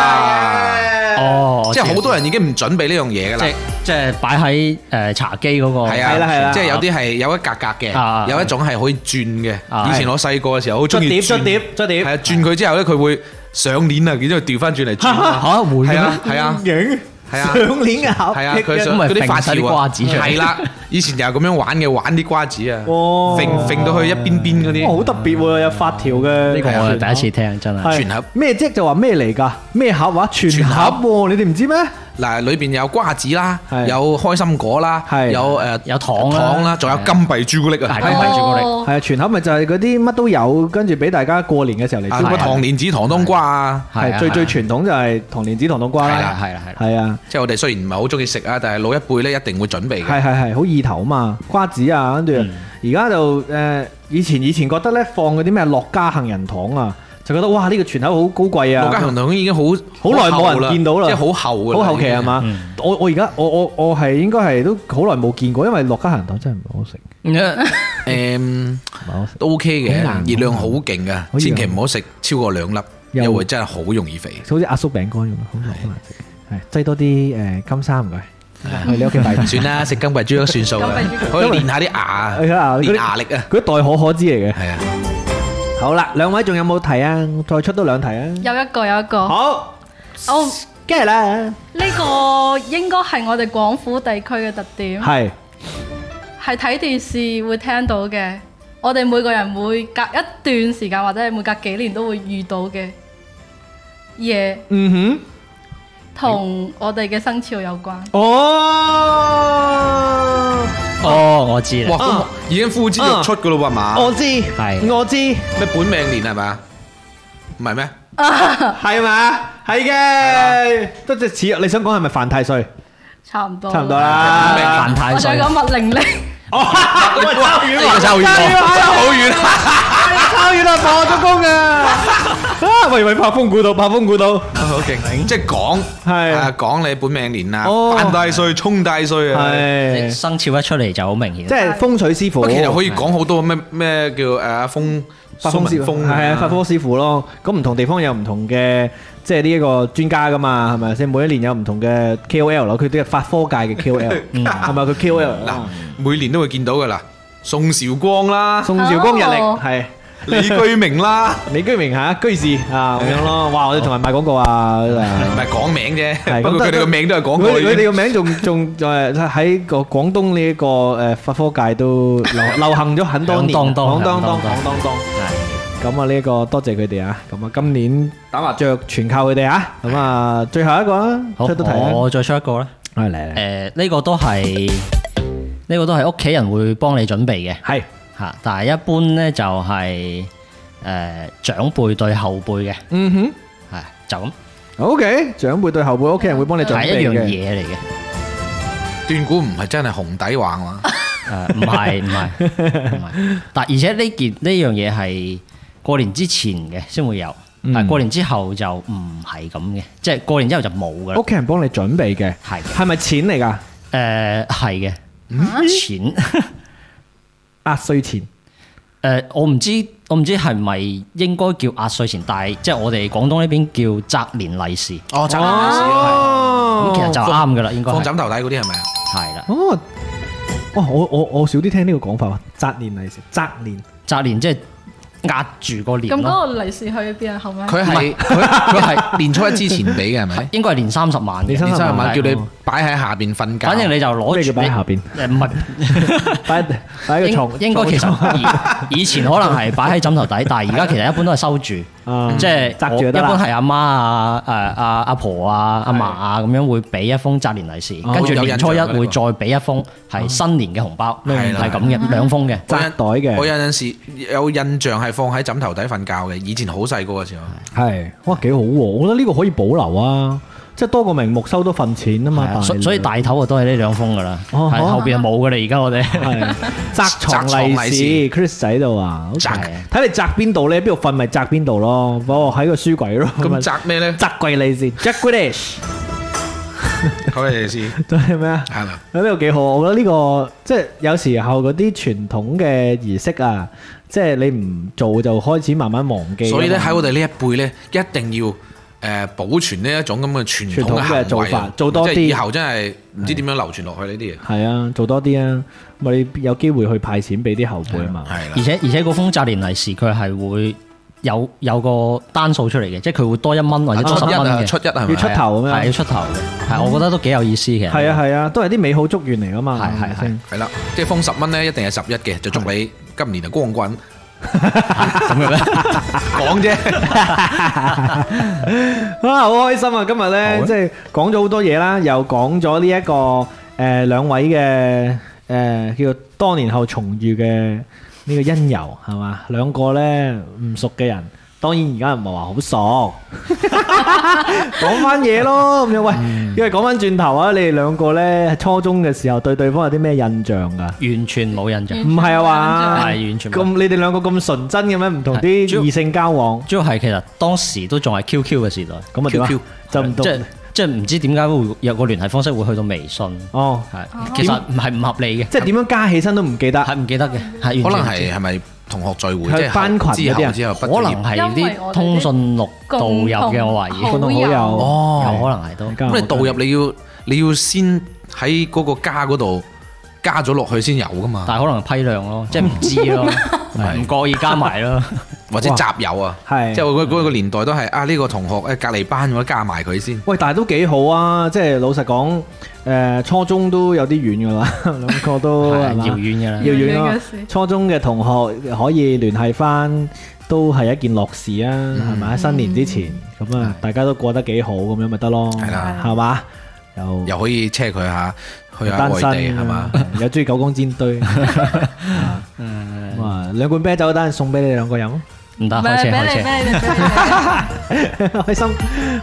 S2: 哦，
S3: 即即係好多人已經唔準備呢樣嘢㗎啦
S2: 即。即係擺喺誒茶幾嗰個
S3: 係啊，
S1: 係啦係啦
S3: 即係有啲係有一格格
S2: 啊
S3: 嘅，有一種係可以轉嘅。
S2: 啊
S3: 以前我細個嘅時候好中
S1: 捽
S3: 意
S1: 碟
S3: 轉
S1: 捽碟捽碟
S3: 係，啊，轉佢之後咧，佢會上鏈啊，然之後調翻轉嚟轉啊。
S2: 嚇會嘅
S3: 係
S2: 咩
S3: 啊？係啊，
S1: 影
S3: 係啊
S1: 上鏈嘅盒，
S3: 係啊，佢
S1: 一
S3: 上
S2: 咁咪
S3: 嗰啲
S2: 揈
S3: 發
S2: 晒啲
S3: 條啊
S2: 瓜子出嚟
S3: 係啦，以前又係咁樣玩嘅，玩啲瓜子啊，
S1: 哦
S3: 揈揈到去一邊邊嗰
S1: 哇
S3: 啲
S1: 好特別喎，有發條嘅
S2: 呢個我係第一次聽，真係。
S1: 係
S3: 全盒
S1: 咩啫？就話咩嚟㗎？咩盒話全
S3: 全
S1: 盒
S3: 盒
S1: 喎？你哋唔知咩？
S3: 嗱，裏邊有瓜子啦，
S1: 係
S3: 有開心果啦，
S1: 係
S3: 有誒
S2: 有糖啦
S3: 糖啦，仲有金幣朱古力啊
S2: 係，金幣朱古力
S4: 哦
S1: 係啊，全盒咪就係嗰啲乜都有，跟住俾大家過年嘅時候嚟
S3: 啊
S1: 招
S3: 乜
S1: 呼。
S3: 糖蓮子、糖冬瓜啊。
S2: 係
S1: 係
S2: 啊
S1: 最
S2: 係啊
S1: 最傳統就係糖蓮子、糖冬瓜
S2: 係
S1: 啦
S2: 啦，。係啦，係啦。
S1: 係啊，
S3: 即係我哋雖然唔係好中意食啊，但係老一輩咧一定會準備嘅。
S1: 係係係，好意頭啊嘛，瓜子啊，跟住而家就誒，以前以前覺得咧放嗰啲咩樂家杏仁糖啊，就覺得哇呢個全盒好高貴啊。
S3: 老家行堂已經好
S1: 好耐冇人
S3: 厚啦
S1: 見到啦
S3: 即係好厚㗎啦
S1: 好後期係嘛
S2: 嗯？
S1: 我我而家我我我係應該係都好耐冇見過，因為樂家行糖真係唔好食，
S3: 已經誒
S1: 唔係好食。
S3: 都 OK 嘅，
S1: 好難
S3: 熱量好勁
S1: 好
S3: 㗎，
S1: 易
S3: 千祈唔好食超過兩粒，
S1: 又
S3: 因為真係好容易肥。
S1: 好似壓縮餅乾咁，好難好難食。係擠多啲誒金沙唔該，去你屋企買。
S3: 算啦，食金幣豬都算數啦
S4: 金幣，豬
S3: 可以練下啲牙，
S1: 係啊嗰啲
S3: 練牙力啊，
S1: 嗰啲代可可脂嚟嘅。
S3: 係啊。
S1: 好啦，兩位仲有冇題啊？再出多兩題啊！
S4: 有一個有一個，
S1: 好，
S4: 我
S1: 跟住咧，
S4: 呢個應該係我哋廣府地區嘅特點，
S1: 係
S4: 係睇電視會聽到嘅。我哋每個人每隔一段時間或者係每隔幾年都會遇到嘅嘢，
S1: 嗯
S4: 同我哋嘅生肖有關。
S1: 哼，哦，
S2: (laughs) 哦，我知
S3: 哇，
S2: 啦。
S3: 咁
S1: 啊
S3: 已經呼之欲出㗎咯喎嘛，
S1: 我知，
S2: 係
S1: 我知，
S3: 咩本命年係嘛？唔係咩？
S1: 係嘛？係嘅，都即似你想講係咪犯太歲？
S4: 差唔多，
S1: 差唔多
S2: 明
S1: 啦。
S2: 犯太
S4: 我想
S2: 歲。
S4: 講麥玲玲，
S1: 哦，喂，差好遠
S3: 呢個
S1: 喎，
S3: 差好遠喎，差好遠啊！
S1: 差好遠啦，破咗功啊！啊，喂喂，拍風估到，拍風估到，
S3: 好勁，即係講
S1: 係
S3: 啊，講你本命年啊，
S1: 哦
S3: 犯大歲、衝大歲啊！
S2: 你
S1: 係，
S2: 生肖一出嚟就好明顯
S1: 即。係風水師傅
S3: 不過。其實可以講好多咩咩叫誒風
S1: 法
S3: 蘇
S1: 科師傅
S3: 文峰
S1: 係啊，法科師傅咯。咁唔同地方有唔同嘅，即係呢一個專家噶嘛，係咪先？每一年有唔同嘅 KOL 咯，佢都係法科界嘅 KOL，係咪佢 KOL
S3: 嗱
S1: 嗱？，
S3: 每年都會見到噶啦，宋兆光啦、
S1: 宋兆光日
S4: 哦
S1: 曆係
S3: 李居明啦，
S1: 李居明嚇居士啊咁樣咯。哇！我哋同人賣廣告啊，真係
S3: 唔係講名啫，
S1: 係
S3: 不過佢哋個名都係 (laughs) 廣告
S1: 佢
S3: 嚟
S1: 佢哋
S3: 嘅。
S1: 個名仲仲誒喺個廣東呢一個誒法科界都流流行咗很多年，
S2: 響噹
S1: 當
S2: 噹
S1: 當
S2: 響噹噹
S1: 當當當。咁啊呢個多謝佢哋啊，咁啊今年打麻雀全靠佢哋啊，咁啊最後一個啊，
S2: 好
S1: 出到題啊，，
S2: 我再出一個啦。
S1: 係嚟嚟，
S2: 誒，呢個都係呢個都係屋企人會幫你準備嘅。
S1: 係
S2: 嚇，但係一般咧就係、誒、長輩對後輩嘅，
S1: 嗯
S2: 係就咁，
S1: 哼，OK，長輩對後輩屋企人會幫你準
S2: 係
S1: 備
S2: 一樣
S1: 嘅，
S2: 嘢嚟嘅。
S3: 斷估唔係真係紅底話嘛？
S2: 誒唔係唔係
S1: (laughs)
S2: 唔係，但而且呢件呢樣嘢係過年之前嘅先會有，
S1: 嗯
S2: 但係過年之後就唔係咁嘅，即係過年之後就冇噶啦
S1: 屋。企人幫你準備嘅，
S2: 係嘅
S1: 係咪錢嚟㗎？
S2: 誒呃係嘅，錢
S1: 壓歲錢
S2: 誒呃我唔知我唔知係咪應該叫壓歲錢，但係即係我哋廣東呢邊叫擲年利是，
S3: 哦，斬頭屎啊
S2: 咁其實就啱噶啦，應該
S3: 放
S2: 係
S3: 斬頭底嗰啲係咪啊？
S2: 係啦。
S1: 哦。哇！我我我少啲聽呢個講法喎，擲年利是，擲年
S2: 擲年即係壓住個年
S4: 咁
S2: 咯，
S4: 嗰個利是去咗邊啊？後尾
S3: 佢係佢佢係年初一之前俾嘅係
S2: (laughs)
S3: 咪？
S2: 應該係年三十晚嘅。
S1: 年三
S3: 年
S1: 十
S3: 三十
S1: 晚
S3: 晚叫你擺喺下邊瞓覺。
S2: 反正你就攞
S1: 咩叫
S2: 住
S1: 擺喺下
S2: (laughs)
S1: 邊 (laughs)
S2: 你誒唔係
S1: 擺擺喺個床，
S2: 應應該其實以以前可能係擺喺枕頭底，但係而家其實一般都係收住， (laughs)
S1: 啊
S2: 即係
S1: 擲
S2: 我
S1: 住就
S2: 一
S1: 得啦
S2: 般係阿媽啊、誒阿阿婆啊、阿嫲啊咁樣會俾一封擲年利是，
S1: 哦
S2: 跟住
S3: 有印象
S2: 年初一
S3: 㗎呢個
S2: 會再俾一封係新年嘅紅包，
S3: 係啦
S2: 係咁嘅兩封嘅。
S1: 擲袋嘅
S3: 我有陣時有印象係放喺枕頭底瞓覺嘅，以前好細個嘅時候。
S1: 係，哇幾好喎！我覺得呢個可以保留啊，即係多個名目收多份錢啊
S2: 係啊
S1: 嘛。
S2: 所所以大頭啊都係呢兩封噶啦，
S1: 哦
S2: 係
S1: 好啊
S2: 後邊就冇噶啦。而家我哋 (laughs)
S1: 係擲床利
S3: 擲
S1: 是，Chris 仔度啊，好
S3: 擲
S1: 睇你擲邊度咧，邊度瞓咪擲邊度咯，我喺個書櫃咯。
S3: 咁摘咩咧？
S1: 擲櫃利是 j a c k i
S2: (laughs)
S1: s
S3: 好嘅，你先
S1: h 真 (laughs) 係咩啊？
S3: 係啦。
S1: 呢個幾好，我覺得呢、個即係有時候嗰啲傳統嘅儀式啊，即係你唔做就開始慢慢忘記啊嘛。
S3: 所以咧喺我哋呢一輩咧，一定要誒保存呢一種咁嘅傳統
S1: 傳統嘅
S3: 嘅
S1: 做法
S3: 行為啊
S1: 做多啲
S3: 即係以後真係唔知點樣流傳落去呢啲嘢。
S1: 係啊，做多啲啊，咪你有機會去派錢俾啲後輩啊嘛。
S3: 係啦
S2: 而，且而且嗰封責年利是佢係會有有個單數出嚟嘅，即係佢會多一蚊或者多十
S3: 出一
S2: 蚊
S3: 啊，
S2: 嘅，
S3: 出一係
S1: 要
S3: 咪
S1: 出？頭咁樣
S2: 係要出頭嘅，係我覺得都幾有意思嘅。
S1: 係啊係啊，都係啲美好祝願嚟噶嘛。
S2: 係
S1: 係咪
S2: 係
S1: 先
S3: 係啦，即係封十蚊咧，一定係十一嘅，就祝你今年啊光棍。咁嘅咩？講啫，
S1: 啊，好開心啊！今日咧，
S2: (laughs)
S1: 即係講咗好多嘢啦，又講咗呢一個誒兩、位嘅誒、呃叫做多年後重遇嘅呢個因由係嘛？兩個咧唔熟嘅人，當然而家唔係話好熟，講翻嘢咯咁樣。喂，因為講翻轉頭啊，你哋兩個咧初中嘅時候對對方有啲咩印象㗎？
S2: (laughs) 完全冇印象。
S1: 唔係啊嘛，
S2: 係完全冇
S1: 咁你哋兩個咁純真嘅咩？唔同
S2: 係主
S1: 啲
S2: 要
S1: 異性交往，
S2: 主要係其實當時都仲係 QQ 嘅時代，
S1: 咁啊點啊
S2: QQ
S1: 就唔同
S2: 即係即係唔知點解會有個聯繫方式會去到微信，
S1: 哦，
S2: 係其實唔係唔合理嘅，
S1: 即係點樣加起身都唔記得。
S2: 係唔記得嘅，係
S3: 可
S2: 完
S3: 能
S2: 全
S3: 係係咪同學聚會
S1: 係
S3: 即係
S1: 班群
S3: 之
S1: 嗰啲啊
S3: 後之後畢咗業
S2: 可能係
S4: 因為
S2: 啲
S4: 我哋啲
S2: 通訊錄導入嘅，我懷疑
S1: 共同好友哦
S2: 有可能係都。
S1: 咁
S3: 哦咁你導入你要你要先喺嗰個家嗰度加咗落去先有噶嘛，
S2: 但係可能批量咯，即係唔知咯，
S1: (laughs)
S2: 係唔覺意加埋咯，
S3: 或者集友啊，
S1: 係
S3: 即係嗰嗰個年代都係啊呢個同學誒隔離班咁樣加埋佢先，
S1: 喂，但係都幾好啊！即係老實講，誒、初中都有啲遠噶啦， (laughs) 兩個都
S2: 係
S1: 係嘛
S2: 遙遠嘅啦
S3: 啊
S1: 遙。遠咯
S4: 遙遠嘅事
S1: 初中嘅同學可以聯繫翻，都係一件樂事啊，
S3: 嗯
S1: 係咪、新年之前咁啊，大家都過得幾好咁樣咪得咯，
S3: 係啦
S1: 係嘛？又
S3: 又可以車佢下去下
S1: 單
S3: 外
S1: 身
S3: 地係嘛？
S1: 啊，又中意九江煎
S3: (laughs)
S1: 堆，哇！兩罐啤酒單送俾你哋兩個飲，
S2: 唔得，
S4: 唔係
S2: 開車
S4: 俾
S2: 開
S4: 你
S2: 車。
S4: 俾你哋俾你哋，
S1: (laughs) 開心，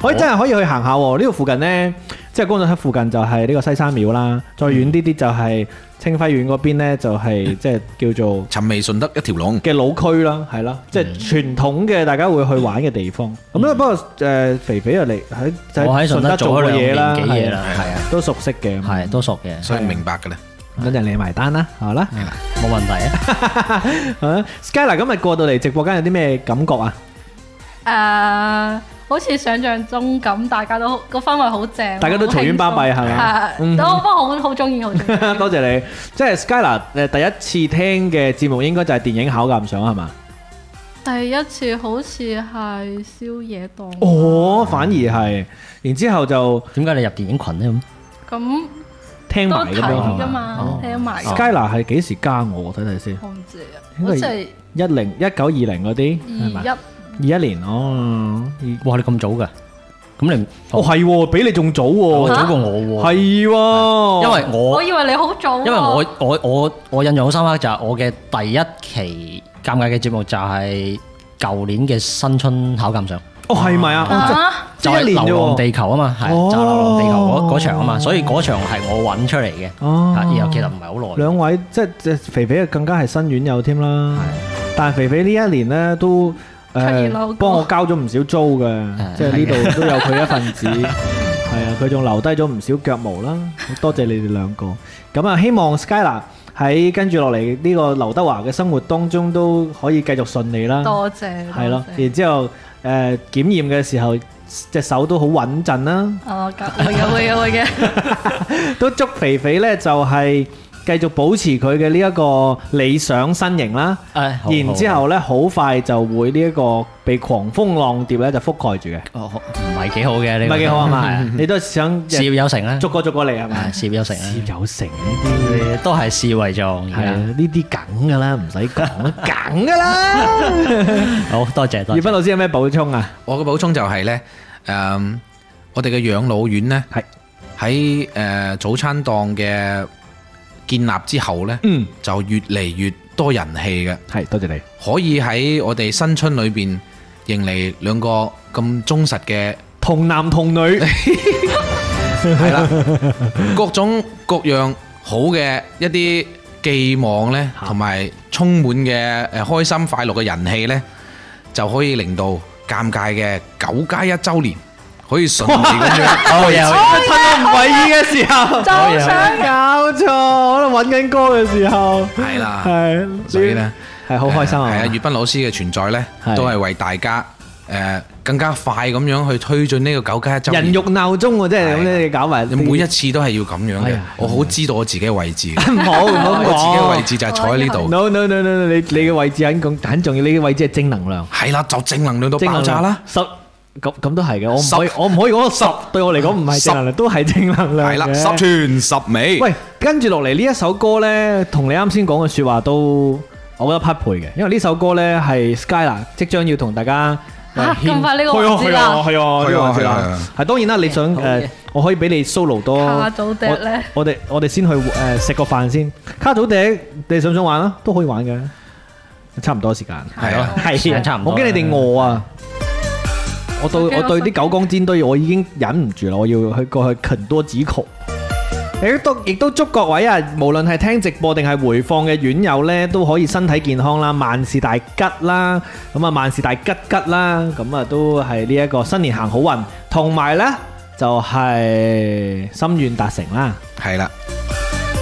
S1: 可以真係可以去行下喎。呢度附近呢，即係工作室附近就係呢個西山廟啦，再遠啲啲就係清暉苑嗰邊呢，就係
S2: 嗯
S1: 即係叫做
S3: 尋味順德一條龍，
S1: 嘅老區啦，係啦，即係傳統嘅大家會去玩嘅地方。咁啊咧，不過誒肥肥啊，你喺就
S2: 嗯我喺
S1: 順
S2: 順德做
S1: 做
S2: 咗
S1: 過
S2: 兩
S1: 嘢啦，
S2: 年幾嘢
S1: 係
S2: 啦，
S1: 啊
S2: 係啊，
S1: 都熟悉嘅。
S2: 係都熟嘅，
S3: 所以明白嘅咧。
S1: 等陣你埋單啦，好啦。 (laughs)
S2: 冇問題啊。
S1: 啊 Skyla 今日過到嚟直播間有啲咩感覺啊？ (laughs)
S4: 誒，好似想象中咁，大家都個氛圍好正，
S1: 大家都嘈冤巴閉係咪
S4: 啊？
S1: 嗯
S4: 我不過好好中意，好中意。
S1: 多謝你，即係 Skyla 誒第一次聽嘅節目應該就係電影考鑑賞係嘛？
S4: 第一次好似係宵夜檔，
S1: 哦，反而係，然之後就
S2: 點解你入電影群呢？
S4: 咁
S1: 聽
S4: 都
S1: 埋咁樣
S4: 睇
S1: 係
S4: 㗎
S1: 嘛
S4: 嘛，聽埋㗎。
S1: ？Skyla 係幾時加我？我睇睇先，
S4: 我唔知啊，
S1: 應該
S4: 好似係
S1: 一零一九二零嗰啲係咪？
S4: 二一。
S1: 二一年哦，二
S2: 哇！你咁早㗎，咁你
S1: 哦係喎，比你仲早
S2: 我
S1: 喎，
S2: 早過我喎，
S1: 係喎，
S2: 因為我
S4: 我以為你好早喎，
S2: 因為我我我我印象好深刻就係我嘅第一期尷尬嘅節目就係舊年嘅新春考鑑賞，
S1: 哦係咪啊？
S4: 啊，
S1: 即
S2: 就
S1: 係
S2: 係
S1: 一年啫
S2: 流浪
S1: 喎，
S2: 地球啊嘛，係
S1: 哦
S2: 就係流浪地球嗰嗰場啊嘛，所以嗰場係我揾出嚟嘅，
S1: 哦
S2: 啊然後其實唔係好耐，
S1: 兩位即係即係肥肥更加係新院友添啦，但係肥肥呢一年咧都。
S4: 現咗好
S1: 誒
S4: 多
S1: 幫我交咗唔少租嘅，即係呢度都有佢一份子， (laughs) 係啊，佢仲留低咗唔少腳毛啦，多謝你哋兩個。咁啊，希望 Skyla 喺跟住落嚟呢個劉德華嘅生活當中都可以繼續順利啦，
S4: 多謝，
S1: 係咯
S4: 多，謝
S1: 然之後誒檢驗嘅時候隻手都好穩陣啦，
S4: 哦，咁會嘅會嘅會嘅，
S1: 都祝肥肥呢就係繼續保持佢嘅呢一個理想身形啦。
S2: 誒好
S1: 然之後呢，好快就會呢一個被狂風浪蝶呢就覆蓋住嘅，
S2: 好好唔係幾好嘅呢
S1: 唔
S2: 個，
S1: 係幾好啊嘛 (laughs)
S2: 係？
S1: 你都係想
S2: 事業有成啦，
S1: 逐個逐個嚟係
S2: 係
S1: 咪？
S2: 事業有成
S1: 事
S2: 啦，
S1: 業有成呢
S2: 都係事為重，
S1: 啲
S2: 而
S1: 係啊，
S2: 家
S1: 呢啲梗㗎啦，唔使講，梗㗎啦。
S2: 好多謝多
S1: (laughs) 葉
S2: 謝
S1: 斌。老師有咩補充啊？
S3: 我嘅補充就係咧，誒，我哋嘅養老院咧
S1: 係
S3: 喺誒早餐檔嘅建立之後咧，
S1: 嗯，
S3: 就越嚟越多人氣嘅。
S1: 係多謝你。
S3: 可以喺我哋新春裏邊迎嚟兩個咁忠實
S1: (coughs)
S3: 嘅，
S1: 童男童 (laughs) 女
S3: 係啦，各種各樣好嘅一啲寄望呢，
S1: 嚇
S3: 同埋充滿嘅誒開心快樂嘅人氣呢，就可以令到尷尬嘅九加一週年可以順
S1: (laughs)
S3: 利咁樣 (laughs)
S2: 好嘢好嘢
S1: 趁我唔為意嘅時候，
S4: 就想
S1: 搞錯，可能揾緊歌嘅時候，
S3: 係啦，
S1: 係，
S3: 所以呢，
S1: 係好開心啊！
S3: 呃係啊，粵斌老師嘅存在呢，
S1: 係
S3: 都係為大家誒更加快咁樣去推進呢個九加一周年
S1: 人肉鬧鐘喎，即係咁
S3: 係
S1: 樣你搞埋
S3: 你
S1: (laughs)
S3: 每一次都係要咁樣
S1: 哎
S3: 嘅
S1: 呀，
S3: 我好知道我自己嘅位置嘅，
S1: 唔好唔好
S3: 我自己嘅位
S1: 講。
S3: 置就係坐喺呢度，
S1: no no no no no，你你嘅位置很重很重要，你嘅位置係正能量，
S3: 係啦，就正能量到
S1: 正
S3: 爆
S1: 能
S3: 炸
S1: 量
S3: 啦，
S1: 十咁咁都係嘅，我唔
S3: 十
S1: 可以我唔可以講到十，對我嚟講唔係
S3: 十
S1: 正能量，都係正能量
S3: 係啦，
S1: 嘅
S3: 十全十美。
S1: 喂，跟住落嚟呢一首歌呢，同你啱先講嘅説話都，我覺得匹配嘅，因為呢首歌呢係 Skyla 即將要同大家
S4: 嚇
S1: 誒獻
S4: 啊咁快呢個
S1: 去啊
S4: 環
S1: 去
S4: 節啦
S1: 啊去啊去
S3: 去啊去
S1: 啊
S3: 啊！
S1: 係啊當然啦，你想
S2: 好
S1: 誒
S2: 嘢，
S1: 我可以俾你 solo 多。
S4: 卡祖笛呢
S1: 我我哋我哋先去誒食個飯先。卡祖笛，你想唔想玩啊？都可以玩嘅，差唔多時間。
S3: 係啊
S2: 係啊差唔多
S1: 我驚你哋餓啊！我對
S4: 我
S1: 我
S4: 驚
S1: 對
S4: 我
S1: 啲九江煎堆我已經忍唔住啦，我要去過去勤多指求。亦都亦都祝各位啊，無論係聽直播定係回放嘅院友呢，都可以身體健康啦，萬事大吉啦，咁啊萬事大吉吉啦，咁啊都係呢一個新年行好運，同埋呢就係、心願達成啦。
S3: 係啦，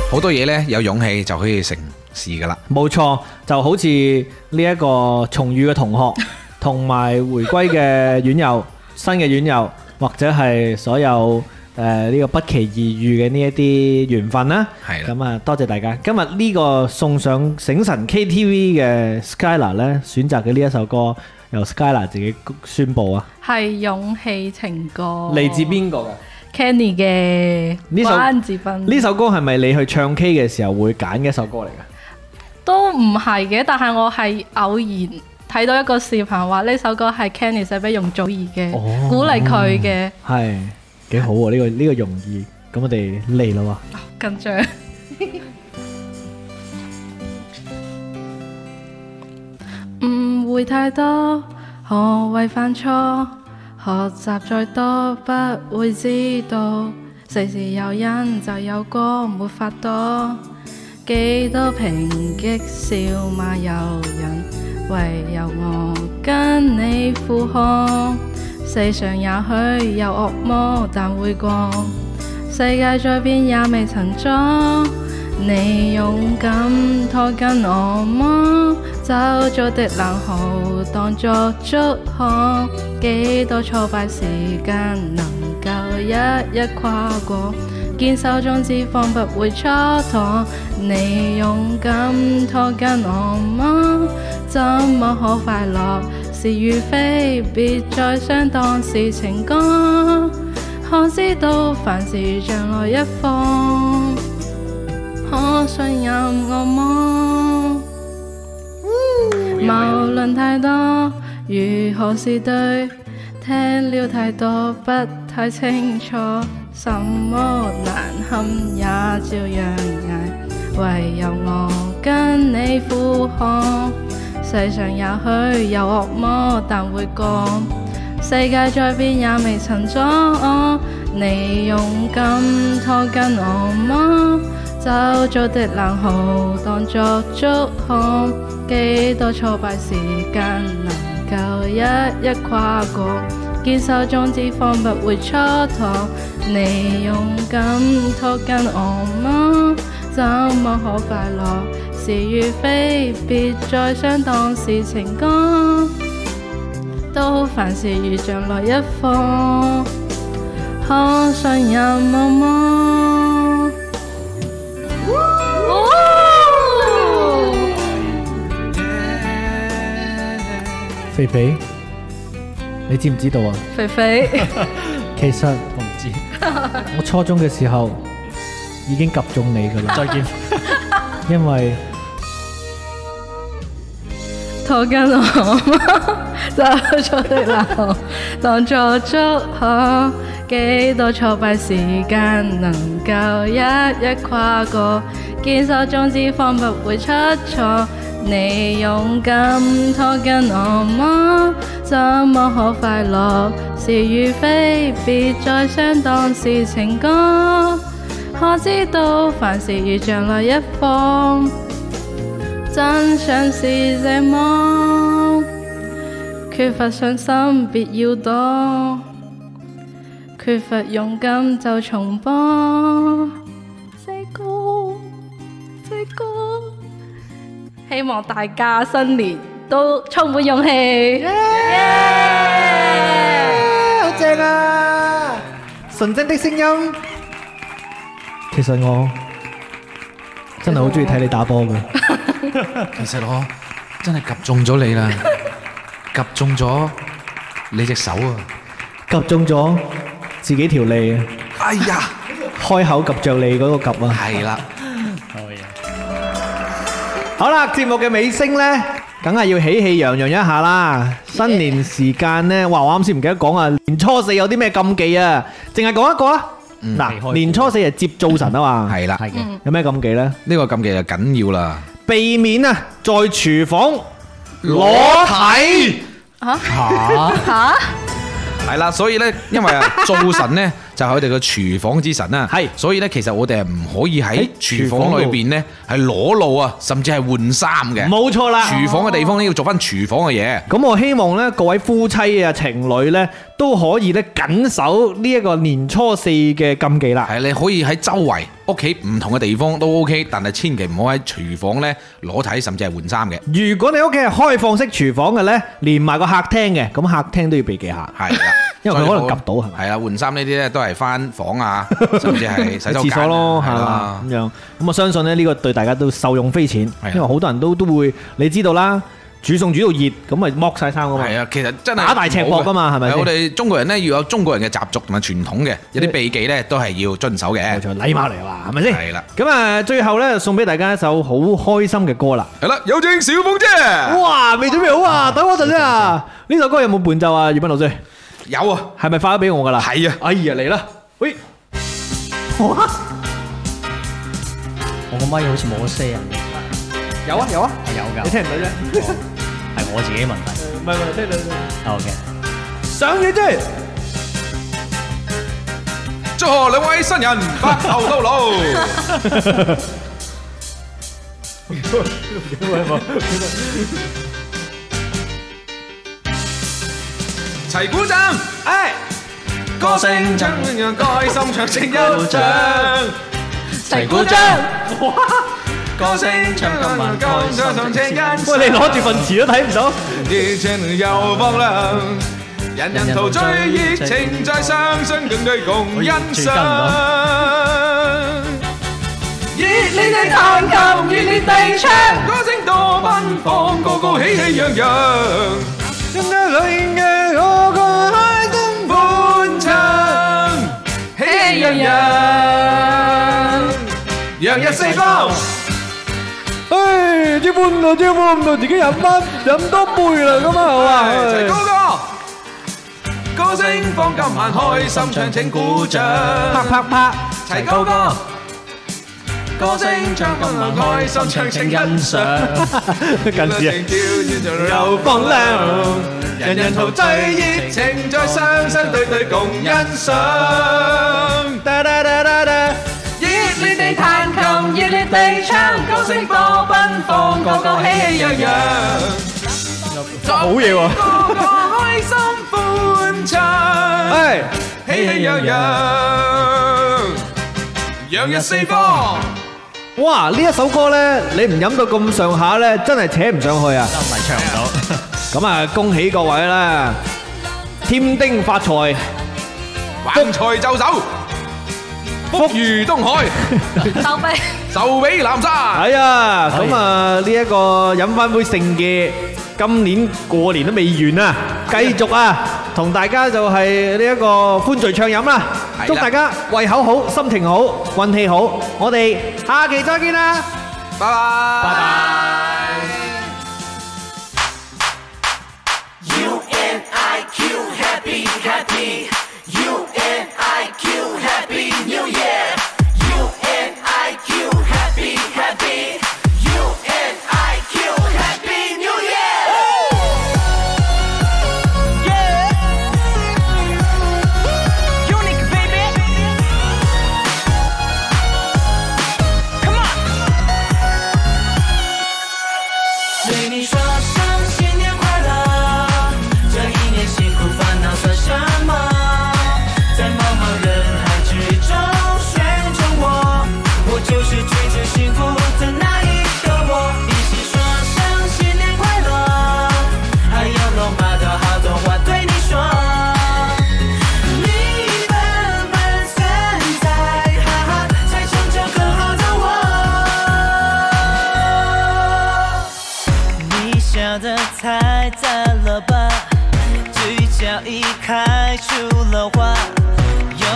S3: 好多嘢呢，有勇氣就可以成事噶啦。
S1: 冇錯，就好似呢一個重遇嘅同
S3: (laughs)
S1: 學，同埋回歸嘅院友、新嘅院友，或者係所有誒呢、個不期而遇嘅呢一啲緣分啦。
S3: 係啦，
S1: 咁啊，多謝大家。今日呢個送上醒神 KTV 嘅 Skyla 呢，選擇嘅呢一首歌，由 Skyla 自己宣佈啊，
S4: 係勇氣情歌，
S1: 嚟、自邊個嘅？
S4: Kenny 嘅
S1: 呢首
S4: 關智斌
S1: 呢首歌係咪你去唱 K 嘅時候會揀嘅一首歌嚟㗎？
S4: 都唔係嘅，但係我係偶然睇到一個視頻話呢首歌係 Kenny 寫俾容祖兒嘅，
S1: 哦
S4: 鼓勵佢嘅
S1: 係幾好喎、呢、個呢、個容易。咁我哋嚟啦喎！
S4: 緊張。 (laughs) 誤會太多，何謂犯錯？學習再多不會知道，時時有因就有果，沒法躲。幾多抨擊笑罵由人，唯有我跟你負荷。世上也許有惡魔，但會過。世界再變也未曾裝。你勇敢拖緊我麼？周遭的冷酷當作祝賀，幾多挫敗時間能夠一一跨過，堅守中脂肪不會蹉跎。你勇敢拖緊我麼？怎麼可快樂？是與非，別再相當是情歌。可知道凡事像來一方，可信任我麼？矛盾太多，如何是對？聽了太多，不太清楚，什麼難堪也照樣捱，唯有我跟你負荷。世上也許有惡魔，但會過。世界再變也未曾阻我，你勇敢拖緊我嗎？周遭的冷酷當作祝賀，幾多挫敗時間能夠一一跨過，堅守中脂肪不會蹉跎。你勇敢拖緊我嗎？怎麼可快樂？是與非，別再相當是情歌。都凡事如像來一課，可信任我嗎？
S1: 肥肥，你知唔知道 (laughs) 啊？
S4: 肥肥，
S1: 其實
S2: 我唔知，
S1: 我初中嘅時候已經及中你噶啦，
S2: 再
S1: (laughs)
S2: 見。
S1: 因為
S4: 拖緊我嗎？走錯的路，當作祝賀。幾多挫敗時間能夠一一跨過，堅守宗旨方不會出錯。你勇敢拖緊我嗎？怎麼可快樂？是與非，別再相當是情歌。可知道凡事如像來一方。真相是這麼，缺乏信心別要躲，缺乏勇敢就重播。細個，細個，希望大家新年都充滿勇氣。耶
S5: 正啊！純正的聲音，
S1: 其實我真係好中意睇你打波嘅。
S3: 其實我真係及中咗你啦，及中咗你隻手啊！
S1: 及中咗自己條脷，
S3: 哎呀，
S1: 開口及着你嗰個及啊！
S3: 係啦，
S1: 好啦，節目嘅尾聲呢，梗係要喜氣洋洋一下啦！新年時間呢，哇！我啱先唔記得講啊，年初四有啲咩禁忌啊？淨係講一個啊！嗱，年初四係接灶神啊 (laughs) 嘛，
S3: 係啦，
S2: 係嘅，
S1: 有咩禁忌呢？
S3: 呢個禁忌就緊要啦。
S1: 避免啊，在廚房
S3: 裸體
S4: 吓？
S3: 係啦，所以呢，因
S1: (laughs)
S3: 為啊，灶神呢，就係佢哋嘅廚房之神啊，
S1: 係
S3: 所以呢，其實我哋係唔可以喺
S1: 喺
S3: 廚
S1: 廚房度
S3: 房裏邊呢，係裸露啊，甚至係換衫嘅。
S1: 冇啊錯啦。
S3: 廚房嘅地方呢，要做翻廚房嘅嘢。
S1: 咁我希望咧，各位夫妻啊、情侶咧，都可以咧緊守呢一個年初四嘅禁忌啦。
S3: 係你可以喺周圍屋企唔同嘅地方都 OK，但係千祈唔好喺廚房呢裸體，甚至係換衫嘅。
S1: 如果你屋企係開放式廚房嘅咧，連埋個客廳嘅，咁客廳都要避忌下。
S3: 係啦，
S1: (laughs) 因為佢可能
S3: 所以
S1: 及到係啊咪
S3: 係啦，換衫呢啲咧都係翻
S1: (laughs)
S3: 房啊，甚至係洗
S1: 喺
S3: 手
S1: 廁
S3: 間啊
S1: 所咯，係
S3: 係
S1: 啦
S3: 啦，
S1: 咁樣。咁我相信咧，呢個對大家都受用非淺，
S3: 係啊
S1: 因為好多人都都會，你知道啦，煮餸煮到熱，咁咪剝晒衫噶嘛。
S3: 係啊，其實真係
S1: 打大赤膊㗎嘛係咪先
S3: 我哋中國人呢要有中國人嘅習俗同埋傳統嘅，有啲避忌呢都係要遵守
S1: 冇
S3: 嘅。
S1: 錯，禮貌嚟話係咪先？
S3: 係啦，
S1: 咁啊，最後咧送俾大家一首好開心嘅歌啦。
S3: 係啦，有請小鳳姐。
S1: 哇，未準備好啊！等我陣先啊！呢首歌有冇伴奏啊？葉斌老師，
S3: 有啊，
S1: 係咪發咗俾我噶啦？
S3: 係啊，
S1: 哎呀，嚟啦！喂，
S2: 啊我個咪好似冇咗聲啊，
S1: 有啊有啊，
S2: 係有
S1: 你
S2: 㗎，
S1: 聽唔到啫？
S2: 係我自己問題。
S1: 唔係唔係，聽到聽到。
S2: OK，
S1: 上嘢啫！
S3: 祝賀兩位新人白頭到老。齊鼓掌，哎，歌聲將讓開心唱聲悠長，
S4: 齊鼓掌，
S3: 歌聲唱今晚開心唱聲欣賞，
S1: 喂，你攞住份詞都睇唔到。
S3: 熱情又放亮，人人陶醉熱情在相信共對共欣賞。熱烈地彈琴，熱烈地唱，歌聲多奔放，個個喜氣洋洋。
S1: 唉，啲半到，啲半到，自己飲翻飲多杯啦，咁啊，好啊。
S2: 哎
S1: 拍拍拍，近視啊！又放亮，人人陶醉熱情在雙雙對對共欣賞。哒哒哒哒哒，好嘢喎！唉，哇！呢一首歌咧，你唔飲到咁上下咧，真係扯唔上去啊！
S2: 真係唱唔到。
S1: 咁啊，恭喜各位啦！添丁發財，
S4: 手臂
S1: 哎呀！咁啊，呢一個飲翻杯盛嘅，今年過年都未完啊，繼續啊，同大家就係呢一個歡聚暢飲啦！
S3: 係啦
S1: 祝大家胃口好、心情好、運氣好，我哋下期再見啦！
S6: Unique, baby. Come on.
S7: 太赞了吧？嘴角已开出了花，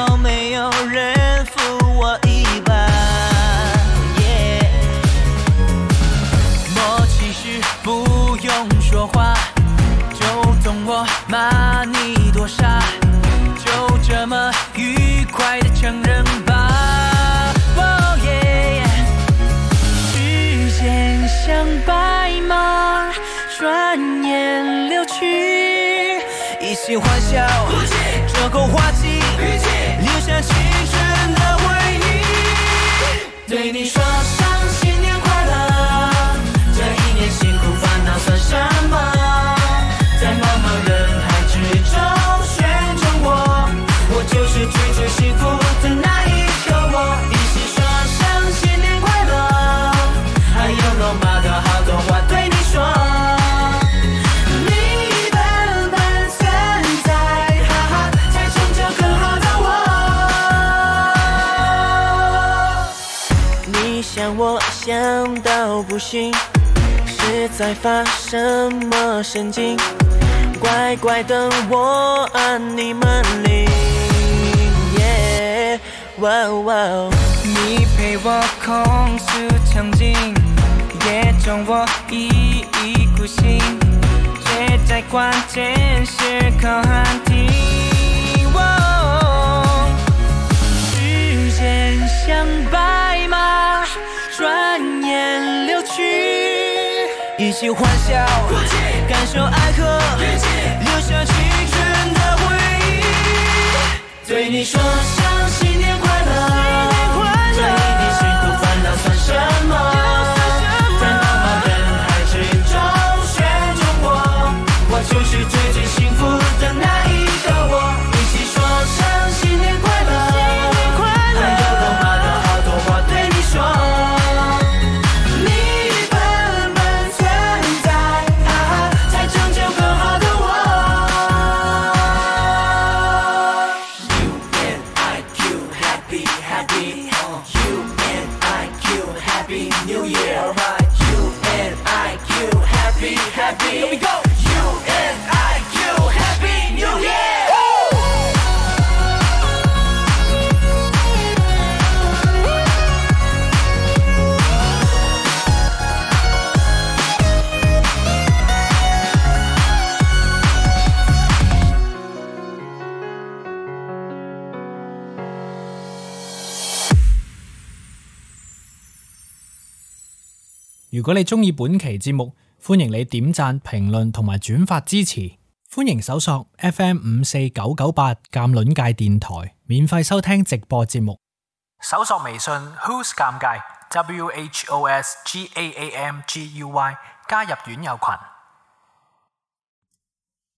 S7: 有没有人扶我一把耶默契是不用说话，就懂我骂你多傻，就这么愉快的承认吧。哦耶时间像白马，转眼流去，一起欢笑，折扣花季，留下青春的回忆。对你说声新年快乐，这一年辛苦烦恼算什么？在茫茫人海之中选中我，我就是追求幸福的那一个我。一起说声新年快乐，还有罗马的好多话对你说。你笨笨现在，哈哈，才成就更好的我。你想我想到不行，是在发什么神经？乖乖等我按你门铃。耶，哇哦，你陪我控诉场景，也懂我一意孤行，却在关键时刻喊停。哦时间像白马，转眼流去，一起欢笑，感受爱河，留下青春的回忆。对你说声新年快乐，这一年辛苦烦恼算什么？在茫茫人海之中选中我，我就是最最幸福的那一个我。一起说声新年快乐，还有罗马的好多话对你说。你笨笨存在，啊哈，才成就更好的我。
S8: 如果你中意本期節目，歡迎你點讚、評論同埋轉發支持。歡迎搜索 FM 五四九九八鑑論界電台，免費收聽直播節目。搜索微信 Who's 尷尬 W H O S G A A M G U Y 加入院友群。